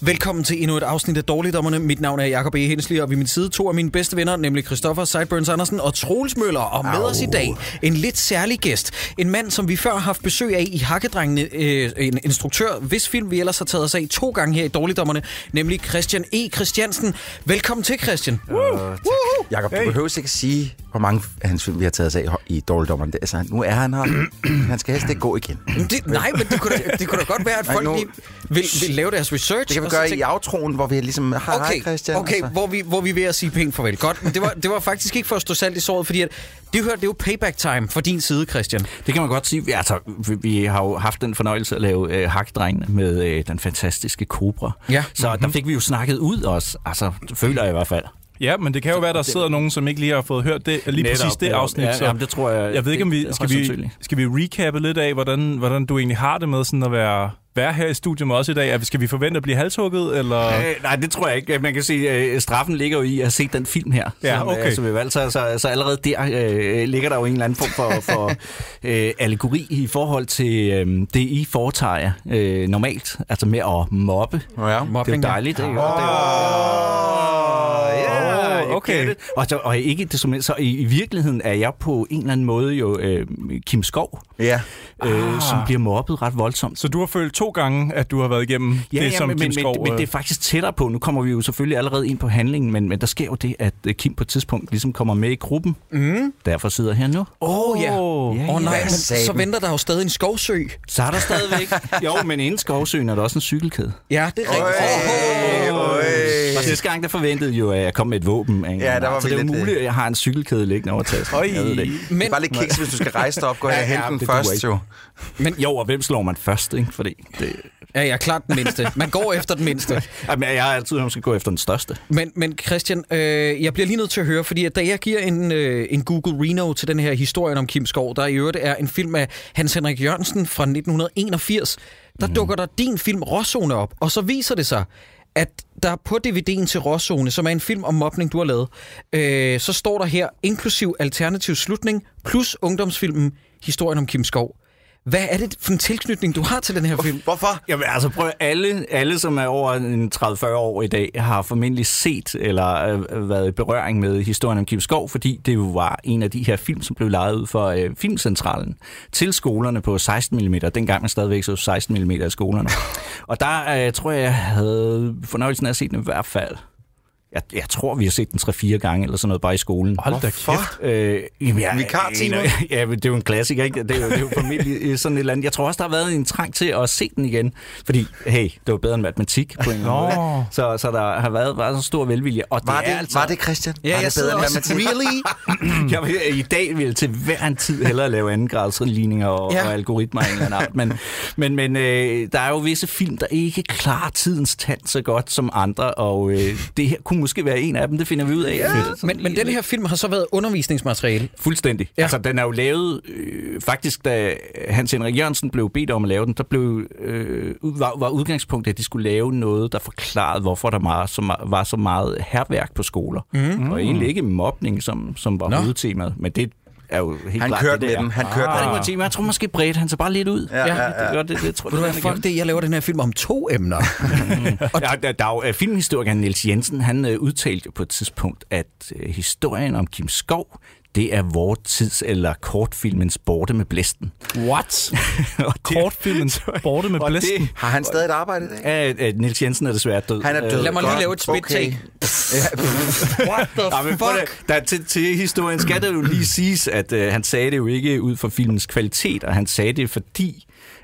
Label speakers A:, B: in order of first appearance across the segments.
A: Velkommen til endnu et afsnit af Dårligdommerne. Mit navn er Jakob E. Hensli, og ved min side to af mine bedste venner, nemlig Christoffer Sideburns Andersen og Troels Møller. Og med os i dag, en lidt særlig gæst. En mand, som vi før har haft besøg af i Hakkedrengene, øh, en instruktør, hvis film vi ellers har taget os af to gange her i Dårligdommerne, nemlig Christian E. Christiansen. Velkommen til, Christian.
B: Jakob, hey. du behøver ikke at sige, hvor mange af hans film, vi har taget os af i Dårligdommeren. Det- Altså, nu er han her. han skal helst ikke gå igen. Det
A: Men Det, nej, men det kunne, da, det kunne da godt være, at
B: Nej,
A: folk
B: nu-
A: lige vil, vil lave deres research.
B: kan vi
A: og så
B: gøre
A: tænke-
B: i aftroen, hvor vi ligesom... Hej,
A: Okay,
B: hej, Christian.
A: okay
B: Altså,
A: hvor, vi, hvor vi er ved at sige pænt farvel. Godt, men det var, det var faktisk ikke for at stå salt i såret, fordi at, det, her, det er jo payback time fra din side, Christian.
C: Det kan man godt sige. Ja, altså, vi, vi har jo haft den fornøjelse at lave øh, Hakdrengene med øh, den fantastiske Cobra.
A: Ja.
C: Så mm-hmm. der fik vi jo snakket ud også. Altså, det føler jeg i hvert fald.
D: Ja, men det kan jo være, der sidder nogen, som ikke lige har fået hørt det, lige
C: Altså, Netop,
D: præcis det
C: netop.
D: afsnit.
C: Ja,
D: så
C: jamen, det tror jeg-
D: Jeg ved ikke, om vi
C: det er
D: skal,
C: højst
D: vi
C: sandsynligt.
D: skal vi recappe lidt af, hvordan, hvordan du egentlig har det med sådan at være, være her i studiet med os i dag. Er, vi- skal vi forvente at blive halshugget, eller...
C: Øh, nej, det tror jeg ikke. Man kan sige, øh, straffen ligger jo i at have set den film her.
D: Ja,
C: som, øh,
D: okay.
C: Som vi valgte, så, så, så allerede der øh, ligger der jo en eller anden form for, for øh, allegori i forhold til øh, det, I foretager jer, øh, normalt. Altså med at mobbe.
B: Ja.
C: Det er jo
A: Mobbing, ja.
C: dejligt, ikke? Og det er jo-
D: Åh,
C: Yeah, you
D: okay.
C: get it. Og, så, og ikke det som helst, så i, i virkeligheden er jeg på en eller anden måde jo øh, Kim Skov,
B: Ja.
C: øh, som bliver mobbet ret voldsomt.
D: Så du har følt to gange, at du har været igennem
C: Ja,
D: det,
C: ja
D: som
C: men,
D: Kim
C: men,
D: Skov... øh,
C: men, men det er faktisk tættere på. Nu kommer vi jo selvfølgelig allerede ind på handlingen, men, men der sker jo det, at øh, Kim på et tidspunkt ligesom kommer med i gruppen. Mm. Derfor sidder jeg her nu.
A: Åh, oh, ja.
D: Åh.
A: Åh oh, nej,
B: Hvad
A: men
B: sagde
A: så
B: den?
A: venter der jo stadig en skovsø.
C: Så er der stadigvæk... jo, men inden skovsøen er der også en cykelkæde.
A: Ja, det er rigtigt. Oh,
B: Øj.
C: Og sidste gang, der forventede jo, at jeg kom med et våben. ikke?
B: Øh. Ja, der var
C: så
B: vi
C: det er
B: lidt, øh,
C: muligt, at jeg har en cykelkæde liggende over tasken. Jeg ved det ikke.
B: Men... Det
A: Men,
B: er bare lidt kiks, hvis du skal rejse dig op. Gå her og
C: Ja, ja,
B: hente den
C: det duer
B: først,
C: ikke.
B: jo.
C: Men jo, og hvem slår man først, ikke? Fordi det,
A: ja, ja, klart den mindste. Man går efter den mindste.
C: Jamen, jeg har altid, at man skal gå efter den største.
A: Men, men Christian, øh, jeg bliver lige nødt til at høre, fordi at da jeg giver en, øh, en Google Reno til den her historien om Kim Skov, der i øvrigt er en film af Hans Henrik Jørgensen fra 1981, der mm. dukker der din film Råzone op, og så viser det sig, at der på DVD'en til Råzone, som er en film om mobning, du har lavet, øh, så står der her, inklusiv alternativ slutning, plus ungdomsfilmen Historien om Kim Skov. Hvad er det for en tilknytning, du har til den her film?
B: Hvorfor?
C: Jamen altså prøv, at- alle, alle som er over en 30-40 år i dag, har formentlig set eller øh, været i berøring med historien om Kim Skov, fordi det jo var en af de her film, som blev lejet ud for øh, Filmcentralen til skolerne på 16 mm, dengang man stadigvæk så 16 mm i skolerne. Og der øh, tror jeg, jeg havde fornøjelsen af at se den i hvert fald. Jeg, jeg tror, vi har set den 3-4 gange eller sådan noget bare i skolen.
D: Hold da
B: Hvorfor?
D: kæft.
C: Øh, jamen, jeg,
B: Vikartimer?
C: aner- Ja, men det er jo en klassiker, ikke? Det er jo, det er jo formentlig øh, sådan et eller andet. Jeg tror også, der har været en trang til at se den igen, fordi, hey, det var bedre end matematik på en eller anden
D: Nå.
C: måde. Så, så der har været, været så stor velvilje. Og det
B: Var
C: er
B: det,
C: altså...
B: var det Christian?
A: Ja,
B: var
A: jeg
B: det bedre
A: sidder
B: end
A: også,
B: matematik?
A: really?
C: Jeg vil, I dag vil jeg til hver en tid hellere lave andengradsligninger og,
A: Ja.
C: ja. og algoritmer af en eller anden art. Men, men, men øh, der er jo visse film, der ikke klarer tidens tand så godt som andre, og øh, det her kunne måske være en af dem, det finder vi ud af. Ja.
A: Men, men den her film har så været undervisningsmateriale.
C: Fuldstændig.
A: Ja.
C: Ja. Altså, den er jo lavet... Øh, faktisk, da Hans Henrik Jørgensen blev bedt om at lave den, der blev, øh, ud- var, var udgangspunktet, at de skulle lave noget, der forklarede, hvorfor der var så, me- var så meget herværk på skoler. Mm. Og egentlig ikke mobning, som, som var
A: Mm-hmm. Nå.
C: Nå. hovedtemaet, men det er jo helt
B: Han
C: klart
B: kørte
C: det
B: med
C: der.
B: dem. Han kørte
C: Ah.
B: med
C: Det
B: dem.
C: var tema. Jeg tror måske bredt han så bare lidt ud.
B: ja,
C: Det, gør det, det, tror,
A: Ved du
C: jeg,
A: hvad,
C: han
A: fuck det, jeg laver den her film om to emner.
C: og der, der, der er jo øh, filmhistorikeren Niels Jensen, han øh, udtalte jo på et tidspunkt, at øh, historien om Kim Skov, det er vores tids eller kortfilmens borte med blæsten.
D: What?
C: og
D: Kortfilmen Borte med
C: og
D: blæsten.
C: det-
B: Har han stadig et arbejde i dag?
C: Ja, øh, Niels Jensen er desværre død. Øh,
B: Han er død.
A: Lad mig lige
B: Godt.
A: lave et spit
B: Okay.
A: take.
C: What the ja, men prøv at- Der, til, til historien skal det jo lige siges, at øh, han sagde det jo ikke ud fra filmens kvalitet, og han sagde det fordi,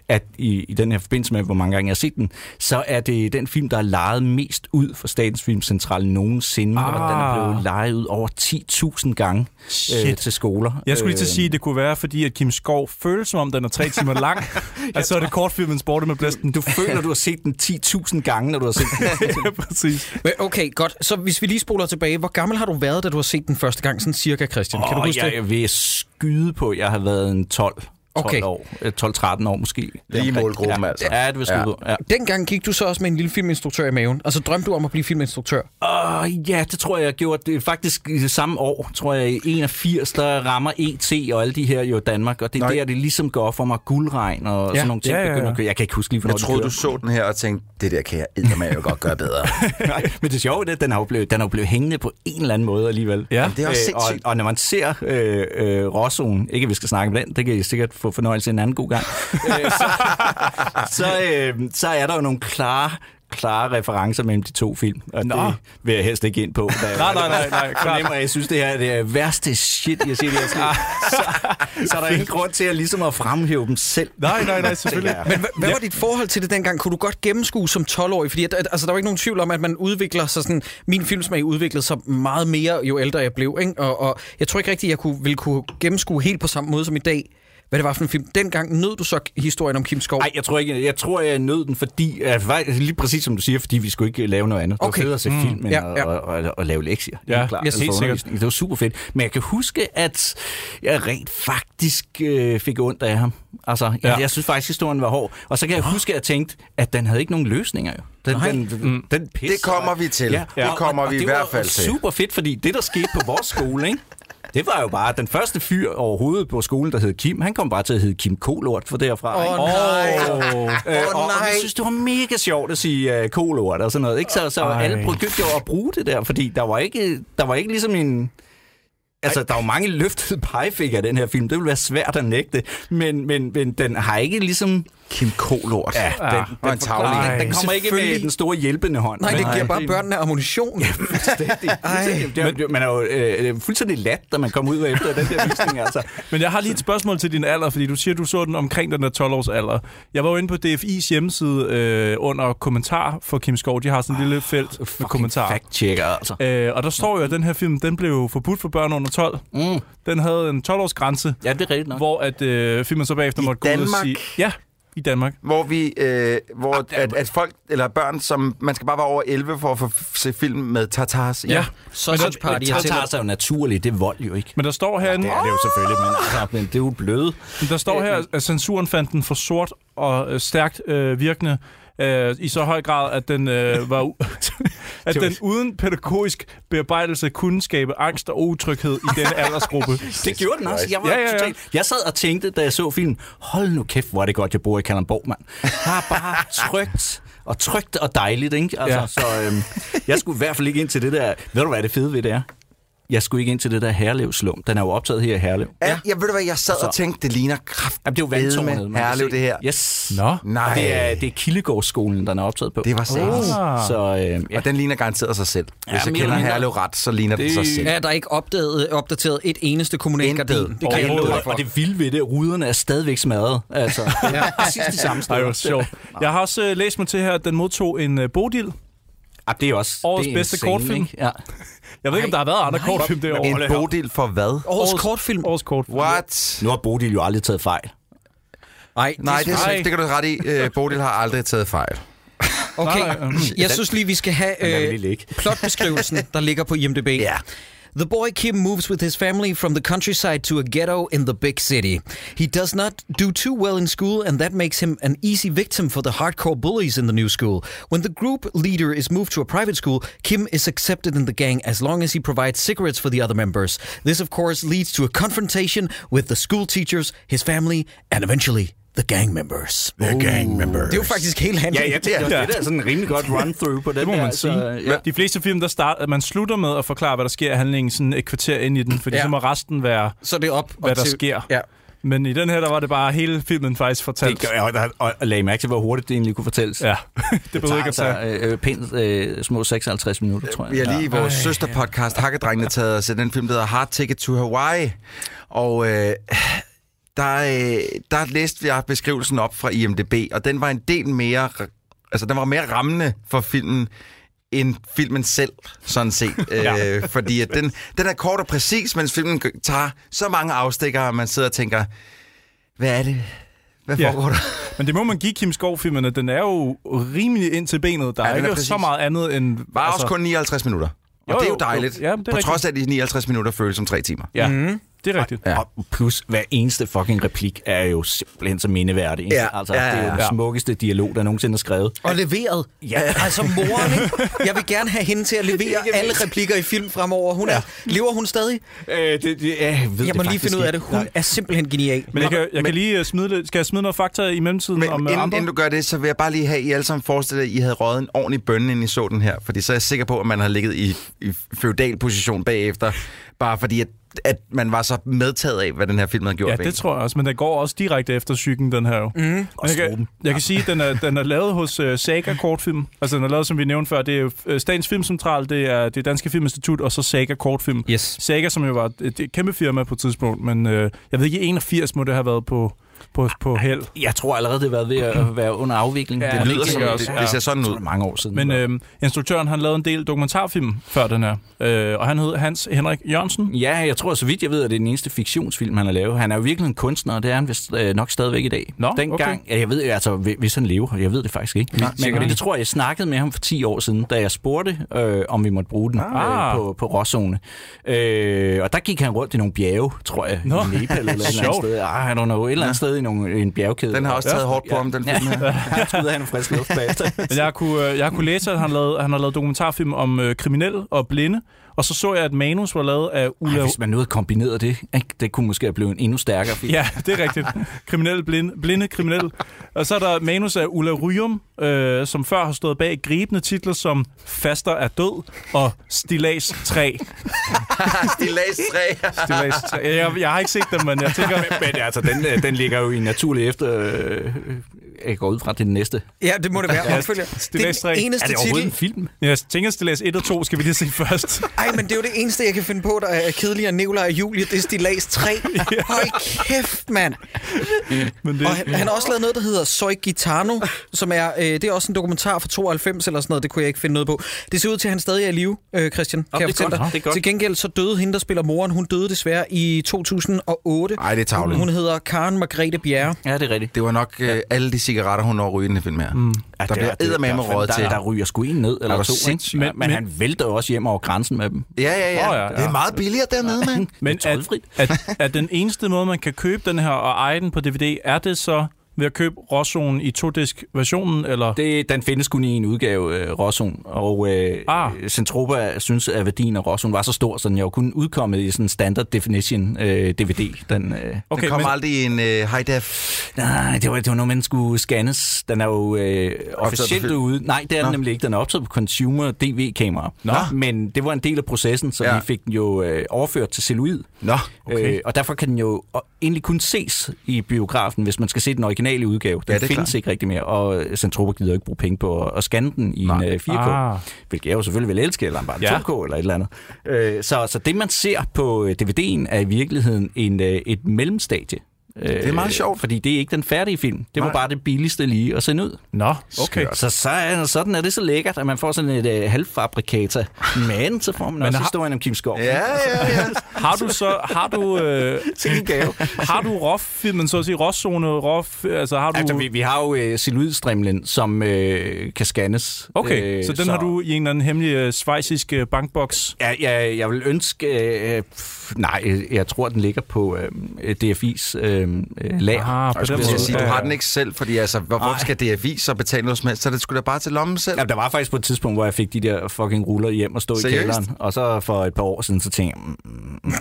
C: at i, i den her forbindelse med, hvor mange gange jeg har set den, så er det den film, der er lejet mest ud for Statens Filmcentral nogensinde, ah. og den er blevet lejet ud over 10.000 gange øh,
D: Shit.
C: til skoler.
D: Jeg skulle lige til at
C: Øh,
D: sige, at det kunne være, fordi at Kim Skov føles som om, den er tre timer lang, og så er det kortfilmen Sporte med Blæsten.
C: Du føler, du har set den 10.000 gange, når du har set den.
D: ja, præcis.
A: Men okay, godt. Så hvis vi lige spoler tilbage. Hvor gammel har du været, da du har set den første gang, sådan cirka, Christian? kan du
C: Åh,
A: huske
C: jeg,
A: det?
C: Jeg vil skyde på, at jeg har været en 12, 12
A: Okay.
C: år. Øh, 12-13 år måske.
B: Lige i
C: Omkring.
B: målgruppen,
C: ja.
B: altså.
C: Ja, det vil jeg
B: Ja.
C: skyde ja.
A: Dengang gik du så også med en lille filminstruktør i maven, og så drømte du om at blive filminstruktør.
C: Åh, ja, det tror jeg, jeg gjorde. Det er faktisk i det samme år, tror jeg, i 81, der rammer ET og alle de her jo Danmark. Og det er
B: Nej.
C: der, det ligesom går op for mig guldregn og
A: Ja.
C: sådan nogle ting.
D: Ja,
C: Ja,
D: ja, ja.
C: ja, ja. Jeg kan ikke huske lige, hvornår
B: Jeg
C: den
B: troede,
C: kører.
B: du så den her og tænkte, det der kan jeg eddermame jo godt gøre bedre.
C: Nej, men det sjove er, at den har jo blevet, den har jo blevet hængende på en eller anden måde alligevel.
D: Ja.
B: Det er også
C: Øh, og,
B: sindssygt.
C: og når man ser øh, øh, råzonen, ikke at vi skal snakke om den, det kan I sikkert få fornøjelse af en anden god gang, øh, så, så, øh, så er der jo nogle klare, klare referencer mellem de to film, og Nå. det vil jeg helst ikke ind på. Da jeg-
D: Nej, nej, nej, nej,
C: Jeg
D: klart.
C: fornemmer, at jeg synes, det her er det værste shit, jeg siger det her så, så er der ingen grund til at ligesom at fremhæve dem selv.
D: Nej, nej, nej, selvfølgelig.
C: tænker jeg.
A: Men hva- hvad ja. var dit forhold til det dengang? Kunne du godt gennemskue som 12-årig? Fordi at, at, altså, der var ikke nogen tvivl om, at man udvikler sig sådan... Min filmsmag udviklede sig meget mere, jo ældre jeg blev. Ikke? Og, og jeg tror ikke rigtigt, jeg kunne, ville kunne gennemskue helt på samme måde som i dag, hvad det var for en film. Dengang nød du så historien om Kim Skov.
C: Nej, jeg tror ikke. Jeg tror, jeg nød den, fordi... at vej- Lige præcis som du siger, fordi vi skulle ikke øh, lave noget andet.
A: Okay.
C: Det var federe at se mm. film, end
A: Ja,
C: ja,
A: ja.
C: ja. Og, og, og, lave lektier.
D: Ja,
C: helt klart.
D: ja, helt
C: for
D: sikkert.
C: undervisning. Det var super fedt. Men jeg kan huske, at jeg rent faktisk øh, fik ondt af ham. Altså, jeg,
D: Ja.
C: ja. jeg synes faktisk, historien var hård. Og så kan jeg huske, at jeg tænkte, at den havde ikke nogen løsninger jo. Den,
A: Nej.
C: den, den, den pis,
B: Det kommer vi til. Det
C: og-
B: kommer
C: og,
B: vi
C: og
B: i
C: det
B: hvert
C: var
B: fald til.
C: super fedt, fordi det, der skete på vores skole, ikke? Det var jo bare, at den første fyr overhovedet på skolen, der hed Kim, han kom bare til at hedde Kim Kolort for derfra. ikke?
A: Åh, nej.
C: Øh,
A: Åh,
C: og, og
A: nej.
C: vi synes, det var mega sjovt at sige øh, kolort og sådan noget. Ikke? Så, så
D: Ej.
C: alle begyndte jo at bruge det der, fordi der var ikke, der var ikke ligesom en... Altså, der var mange løftede pegefinger i den her film. Det ville være svært at nægte. Men, men, men den har ikke ligesom...
B: Kim Kolort. Ja,
C: den, den,
B: og en tavling.
C: den, den kommer ikke med
A: selvfølgelig.
C: den store hjælpende hånd.
A: Nej, det
C: Men-
A: giver bare børnene ammunition. Ja,
C: Fuldstændig. Det er, man er jo øh, fuldstændig lat, da man kommer ud efter den der visning. Altså.
D: Men jeg har lige et spørgsmål til din alder, fordi du siger, du så den omkring den der 12-års alder. Jeg var jo inde på DFI's hjemmeside øh, under kommentar for Kim Skov. De har sådan et lille felt med kommentarer.
C: Fact-checker, altså.
D: Øh, og der står jo, at den her film, den blev jo forbudt for børn under 12.
C: Mm.
D: Den havde en 12-års grænse,
C: Ja, det er rigtigt nok.
D: hvor at øh, filmen så bagefter
B: I
D: måtte gå ud og
B: Danmark?
D: sige... Ja, i Danmark.
B: hvor vi, øh, hvor at, at folk eller børn, som man skal bare være over 11 for at få f- se film med tatars.
D: Ja.
A: Sausage party.
C: Men
A: jeg
C: det tager
A: tænker.
C: sig jo naturligt, det er vold jo ikke.
D: Men der står herinde...
C: det jo selvfølgelig, men, altså, men det er jo bløde.
D: Men Der
C: Øh,
D: står her, at censuren fandt den for sort og øh, stærkt øh, virkende øh, i så høj grad, at den øh, var u- at den uden pædagogisk bearbejdelse kunne skabe angst og utryghed i den aldersgruppe.
C: Det gjorde den også. Jeg, var
D: Ja,
C: ja,
D: ja, ja.
C: ja, ja. jeg sad og tænkte, da jeg så filmen, hold nu kæft, hvor er det godt, jeg bor i Kalamborg, mand. Der er bare trygt og trygt og dejligt, ikke? Altså,
D: Ja.
C: ja. Så øhm, jeg skulle i hvert fald ikke ind til det der... Ved du, hvad det fede ved det er? Jeg skulle ikke ind til det der Herlev-slum. Den er jo optaget her i Herlev.
B: Ja, jeg ved du hvad, jeg sad og tænkte, det ligner kraft.
C: Jamen, det er jo vandtårnet. man kan
B: Herlev,
C: se.
B: det her.
C: Yes.
D: Nå.
B: Nej.
C: Og det er, det er Kildegårdsskolen, den er optaget på.
B: Det var sandt. Oh.
D: Ah.
C: Så øh, ja.
B: Og den ligner garanteret sig selv. Hvis jeg
C: mere
B: kender
C: eller mindre.
B: Herlev ret, så ligner det... den sig
C: Det-
B: selv.
A: Ja, der er ikke opdaget, opdateret et eneste kommunalt
B: Intet.
A: gardin. Det kan jeg
C: Og,
A: love dig
C: og,
A: for.
C: og det vilde ved det, at ruderne er stadigvæk smadret. Altså, det er præcis de samme
D: Ej,
C: steder.
D: det var sjovt. Jeg har også øh, læst mig til her, at den modtog en øh, bodil.
C: Ah, det er også...
D: Årets
C: det er
D: bedste
C: insane,
D: kortfilm.
C: ikke? Ja.
D: Jeg ved ikke, om der har været andre kortfilm det år.
B: En bodil for hvad?
A: Årets kortfilm.
D: Årets kortfilm.
B: What?
C: Nu har Bodil jo aldrig taget fejl.
A: Nej,
B: Nej, det, er,
D: Nej.
B: sandt. det kan du ret i. Øh, Bodil har aldrig taget fejl.
A: Okay,
D: Nej, nej,
A: jeg synes lige, vi skal
C: lader vi
A: have
C: lige
A: øh,
C: ligge.
A: plotbeskrivelsen, der ligger på IMDb.
B: Ja.
A: The boy Kim moves with his family from the countryside to a ghetto in the big city. He does not do too well in school, and that makes him an easy victim for the hardcore bullies in the new school. When the group leader is moved to a private school, Kim is accepted in the gang as long as he provides cigarettes for the other members. This, of course, leads to a confrontation with the school teachers, his family, and eventually the gang members.
B: The gang member.
A: Det er jo faktisk hele handlingen.
C: Ja, jeg tænker også, det der er sådan en rimelig godt run-through på den
D: Det må
C: der.
D: man sige.
C: Altså, ja.
D: De fleste film, der starter, man slutter med at forklare, hvad der sker i handlingen sådan et kvarter ind i den, fordi
A: Ja.
D: så må resten være,
A: Så det er op.
D: hvad
A: og
D: der
A: til-
D: sker.
A: Ja.
D: Men i den her, der var det bare hele filmen faktisk fortalt.
C: Det gør jeg, og, der- og, og lagde mærke til, hvor hurtigt det egentlig kunne fortælles.
D: Ja, det behøver ikke at
C: altså,
D: tage.
C: øh, øh, pænt øh, små 56 minutter, tror jeg.
B: Vi har lige i vores søsterpodcast, Hakkedrengene, taget os til den film, der hedder Hard Ticket to Hawaii. Og øh, der, øh, der læste jeg beskrivelsen op fra IMDb, og den var en del mere, altså den var mere rammende for filmen, end filmen selv, sådan set. ja. øh, fordi at den, den er kort og præcis, mens filmen g- tager så mange afstikker, at man sidder og tænker, hvad er det? Hvad
D: Ja.
B: foregår ja. der?
D: Men det må man give Kim Skov-filmerne. Den er jo rimelig ind til benet. Der
B: Ja,
D: er
B: den er
D: ikke
B: præcis.
D: så meget andet end...
B: Bare altså, også kun 59 minutter. Og
D: Jo,
B: jo, det er
D: jo,
B: jo dejligt.
D: jo. Ja, men det er
B: på
D: rigtigt.
B: trods af, at de 59 minutter føles som tre timer.
D: Ja, mm-hmm. det er rigtigt.
B: Ja.
C: Ja. Og plus, hver eneste fucking replik er jo simpelthen så mindeværdig. ikke?
B: Ja,
C: Altså,
B: ja,
C: det er
B: ja.
C: jo den smukkeste dialog, der nogensinde er skrevet.
A: Og leveret.
C: Ja.
A: Altså moren, ikke? Jeg vil gerne have hende til at levere alle replikker i film fremover. Hun er, lever hun stadig?
C: Øh, det, det, ja, jeg ved
A: Jeg må lige finde ud af det. Hun er simpelthen genial.
D: Men jeg kan, jeg
B: Men-
D: kan lige øh, smide, lidt- skal jeg smide noget fakta i mellemtiden
B: Men
D: om øh,
B: inden,
D: andre?
B: inden du gør det, så vil jeg bare lige have, at I alle sammen forestiller jer, at I havde røget en ordentlig bønne, inden I så den her. Fordi så er jeg sikker på, at man har ligget i, i feudal position bagefter. Bare fordi, at, at man var så medtaget af, hvad den her film havde gjort.
D: Ja,
B: ved
D: det
B: en.
D: tror jeg også, men den går også direkte efter psyken, den her jo. Mm. Jeg, kan, jeg kan sige, at den er, den er lavet hos uh, Saga Kortfilm. Altså, den er lavet, som vi nævnte før, det er jo, øh, Statens Filmcentral, det er det Danske Filminstitut, og så Saga Kortfilm.
A: Yes.
D: Saga, som jo var et, et kæmpe firma på et tidspunkt, men øh, jeg ved ikke, i 81 må det have været på, på, på held.
C: Jeg tror allerede, det har været ved at være under afvikling.
D: Ja,
C: Om
B: det lyder
C: ikke
B: som,
C: er
B: det,
C: også-
B: det ser sådan
C: Det er
B: ud.
C: mange år siden.
D: Men øh, instruktøren, han lavede en del dokumentarfilm før den her, øh, og han hed Hans Henrik Jørgensen.
C: Ja, jeg tror, så vidt jeg ved, at det er den eneste fiktionsfilm, han har lavet. Han er jo virkelig en kunstner, og det er han vist, øh, nok stadigvæk i dag.
D: Nå,
C: Dengang, ja, jeg ved altså, hvi- hvis han lever, jeg ved det faktisk ikke. men, men det tror jeg, jeg snakkede med ham for 10 år siden, da jeg spurgte, øh, om vi måtte bruge den
D: Ah.
C: øh, på, på Råzone. Øh, og der gik han rundt i nogle bjerge, tror jeg,
D: Nå,
C: i Nepal eller et eller andet
D: sjovt.
C: sted. Ah, I don't know, et eller andet sted i nogle, i en bjergkæde.
B: Den har også taget hårdt på
C: Ja.
B: ham, den film her.
C: han skulle ud af en frisk luft bagefter.
D: Men jeg kunne, øh, jeg kunne læse, at han, lavede, han har lavet dokumentarfilm om øh, kriminelle og blinde, og så så jeg, at manus var lavet af Ulla...
C: Ej, hvis man nu havde kombineret det, ikke? det kunne måske have blevet en endnu stærkere film.
D: Ja, det er rigtigt. Kriminelle, blinde, blinde kriminelle. Og så er der manus af Ulla Ryum, øh, som før har stået bag gribende titler som Faster er død og Stilas 3.
B: De læste tre.
D: Stilas 3. Jeg, jeg har ikke set dem, men jeg tænker...
C: Men altså, den, øh, den ligger jo i naturlig efter... øh, Jeg går ud fra, til den næste.
A: Ja, det må det være. Opfølger. Det
D: læste
A: er
D: jeg
A: den
D: ikke.
A: eneste
C: Er det overhovedet en
A: titel.
C: film?
D: Jeg tænker, Stilas 1 og 2 skal vi lige se først.
A: Ej, men det er jo det eneste, jeg kan finde på, der er kedeligere end Nicolaj og Julie. Det er Stilas 3. Hold kæft, mand.
D: Men det,
A: Og han, han har også lavet noget, der hedder Soy Gitano, som er, øh, det er også en dokumentar fra 92 eller sådan noget, det kunne jeg ikke finde noget på. Det ser ud til, at han stadig er i live, øh, Christian, kan jeg
C: det er
A: fortælle
C: godt.
A: dig.
C: Nå, det er godt.
A: Til gengæld så døde hende, der spiller moren, hun døde desværre i 2008.
B: Ej, det er
A: hun,
B: tarveligt.
A: hun hedder Karen Margrethe Bjerre.
C: Ja, det er rigtigt.
B: Det var nok øh, alle de cigaretter, hun når at ryge i den her film her. Mm.
C: Ja,
B: Der bliver eddermame råd
C: der,
B: til.
C: Der ryger sgu en ned,
B: Er
C: eller
B: du
C: to,
B: sindssyg?
C: ikke? Men,
D: Men-
C: men,
D: men-
C: han vælter jo også hjem over grænsen med dem.
B: Ja, ja, ja.
D: Åh, ja, ja.
B: Det er meget billigere dernede, mand.
D: men
C: Det er
D: at,
C: toldfrit.
D: at, at den eneste måde, man kan købe den her og eje den på DVD, er det så ved at købe Råzonen i to-disk-versionen, eller...
C: Det, den findes kun i en udgave, øh, Råzone, og øh,
D: Ah.
C: ah. Centropa synes, at værdien af Råzone var så stor, så den jo kun udkommet i sådan en standard definition øh, DVD. Den, øh,
B: Okay, den kommer men... aldrig i en øh, high-def.
C: Nej, det var, det var noget, man skulle scannes. Den er jo øh, officielt
B: film?
C: ude. Nej, det er den nemlig ikke. Den er optaget på consumer DV-kamera.
B: Nå.
C: Men det var en del af processen, så
B: Ja.
C: ja. vi fik den jo øh, overført til celluloid.
B: Nå,
C: Okay. Øh, og derfor kan den jo o- egentlig kun ses i biografen, hvis man skal se den originale udgave. Den
B: Ja, det er
C: findes
B: klart.
C: ikke rigtig mere, og øh, Centropa gider ikke bruge penge på at, at scanne den i
B: Nej.
C: en øh, 4K,
D: Ah.
C: ah. hvilket jeg jo selvfølgelig vil elske, eller bare en
D: Ja.
C: ja. 2K eller et eller andet. Øh, så, så det, man ser på øh, DVD'en, er i virkeligheden en, øh, et mellemstadie. Det
B: er meget sjovt.
C: Fordi det er ikke den færdige film. Det var
B: Nej.
C: bare det billigste lige at sende ud.
D: Nå, okay.
C: Så, så er, sådan er det så lækkert, at man får sådan et øh, halvfabrikata. Men så får man også
D: har-
C: historien om Kim Skov.
B: Ja, ja, ja.
D: Har du så... Har du... Øh,
C: en gave.
D: har du ROF-filmen, så at sige? ROF-zone, ROF... Altså, har du...
C: Altså, vi, vi har jo øh, siludstrimlen, som øh, kan scannes.
D: Okay, øh, så den så... har du i en eller anden hemmelig øh, svejsisk øh, bankboks.
C: Ja, ja, jeg vil ønske... Øh, pff, nej, øh, jeg tror, den ligger på øh, DFI's øh, øh, lager.
D: Ah,
B: Og
D: på
B: jeg skulle
D: den
B: til at
D: måde.
B: sige, du
D: Ja,
B: har
D: ja.
B: den ikke selv, fordi altså, hvor, hvorfor skal DFI så betale noget som helst? Så er det skulle da bare til lommen selv.
C: Ja, der var faktisk på et tidspunkt, hvor jeg fik de der fucking ruller hjem og stod i
B: Seriøst?
C: kælderen. Og så for et par år siden, så tænkte jeg, mm, mm,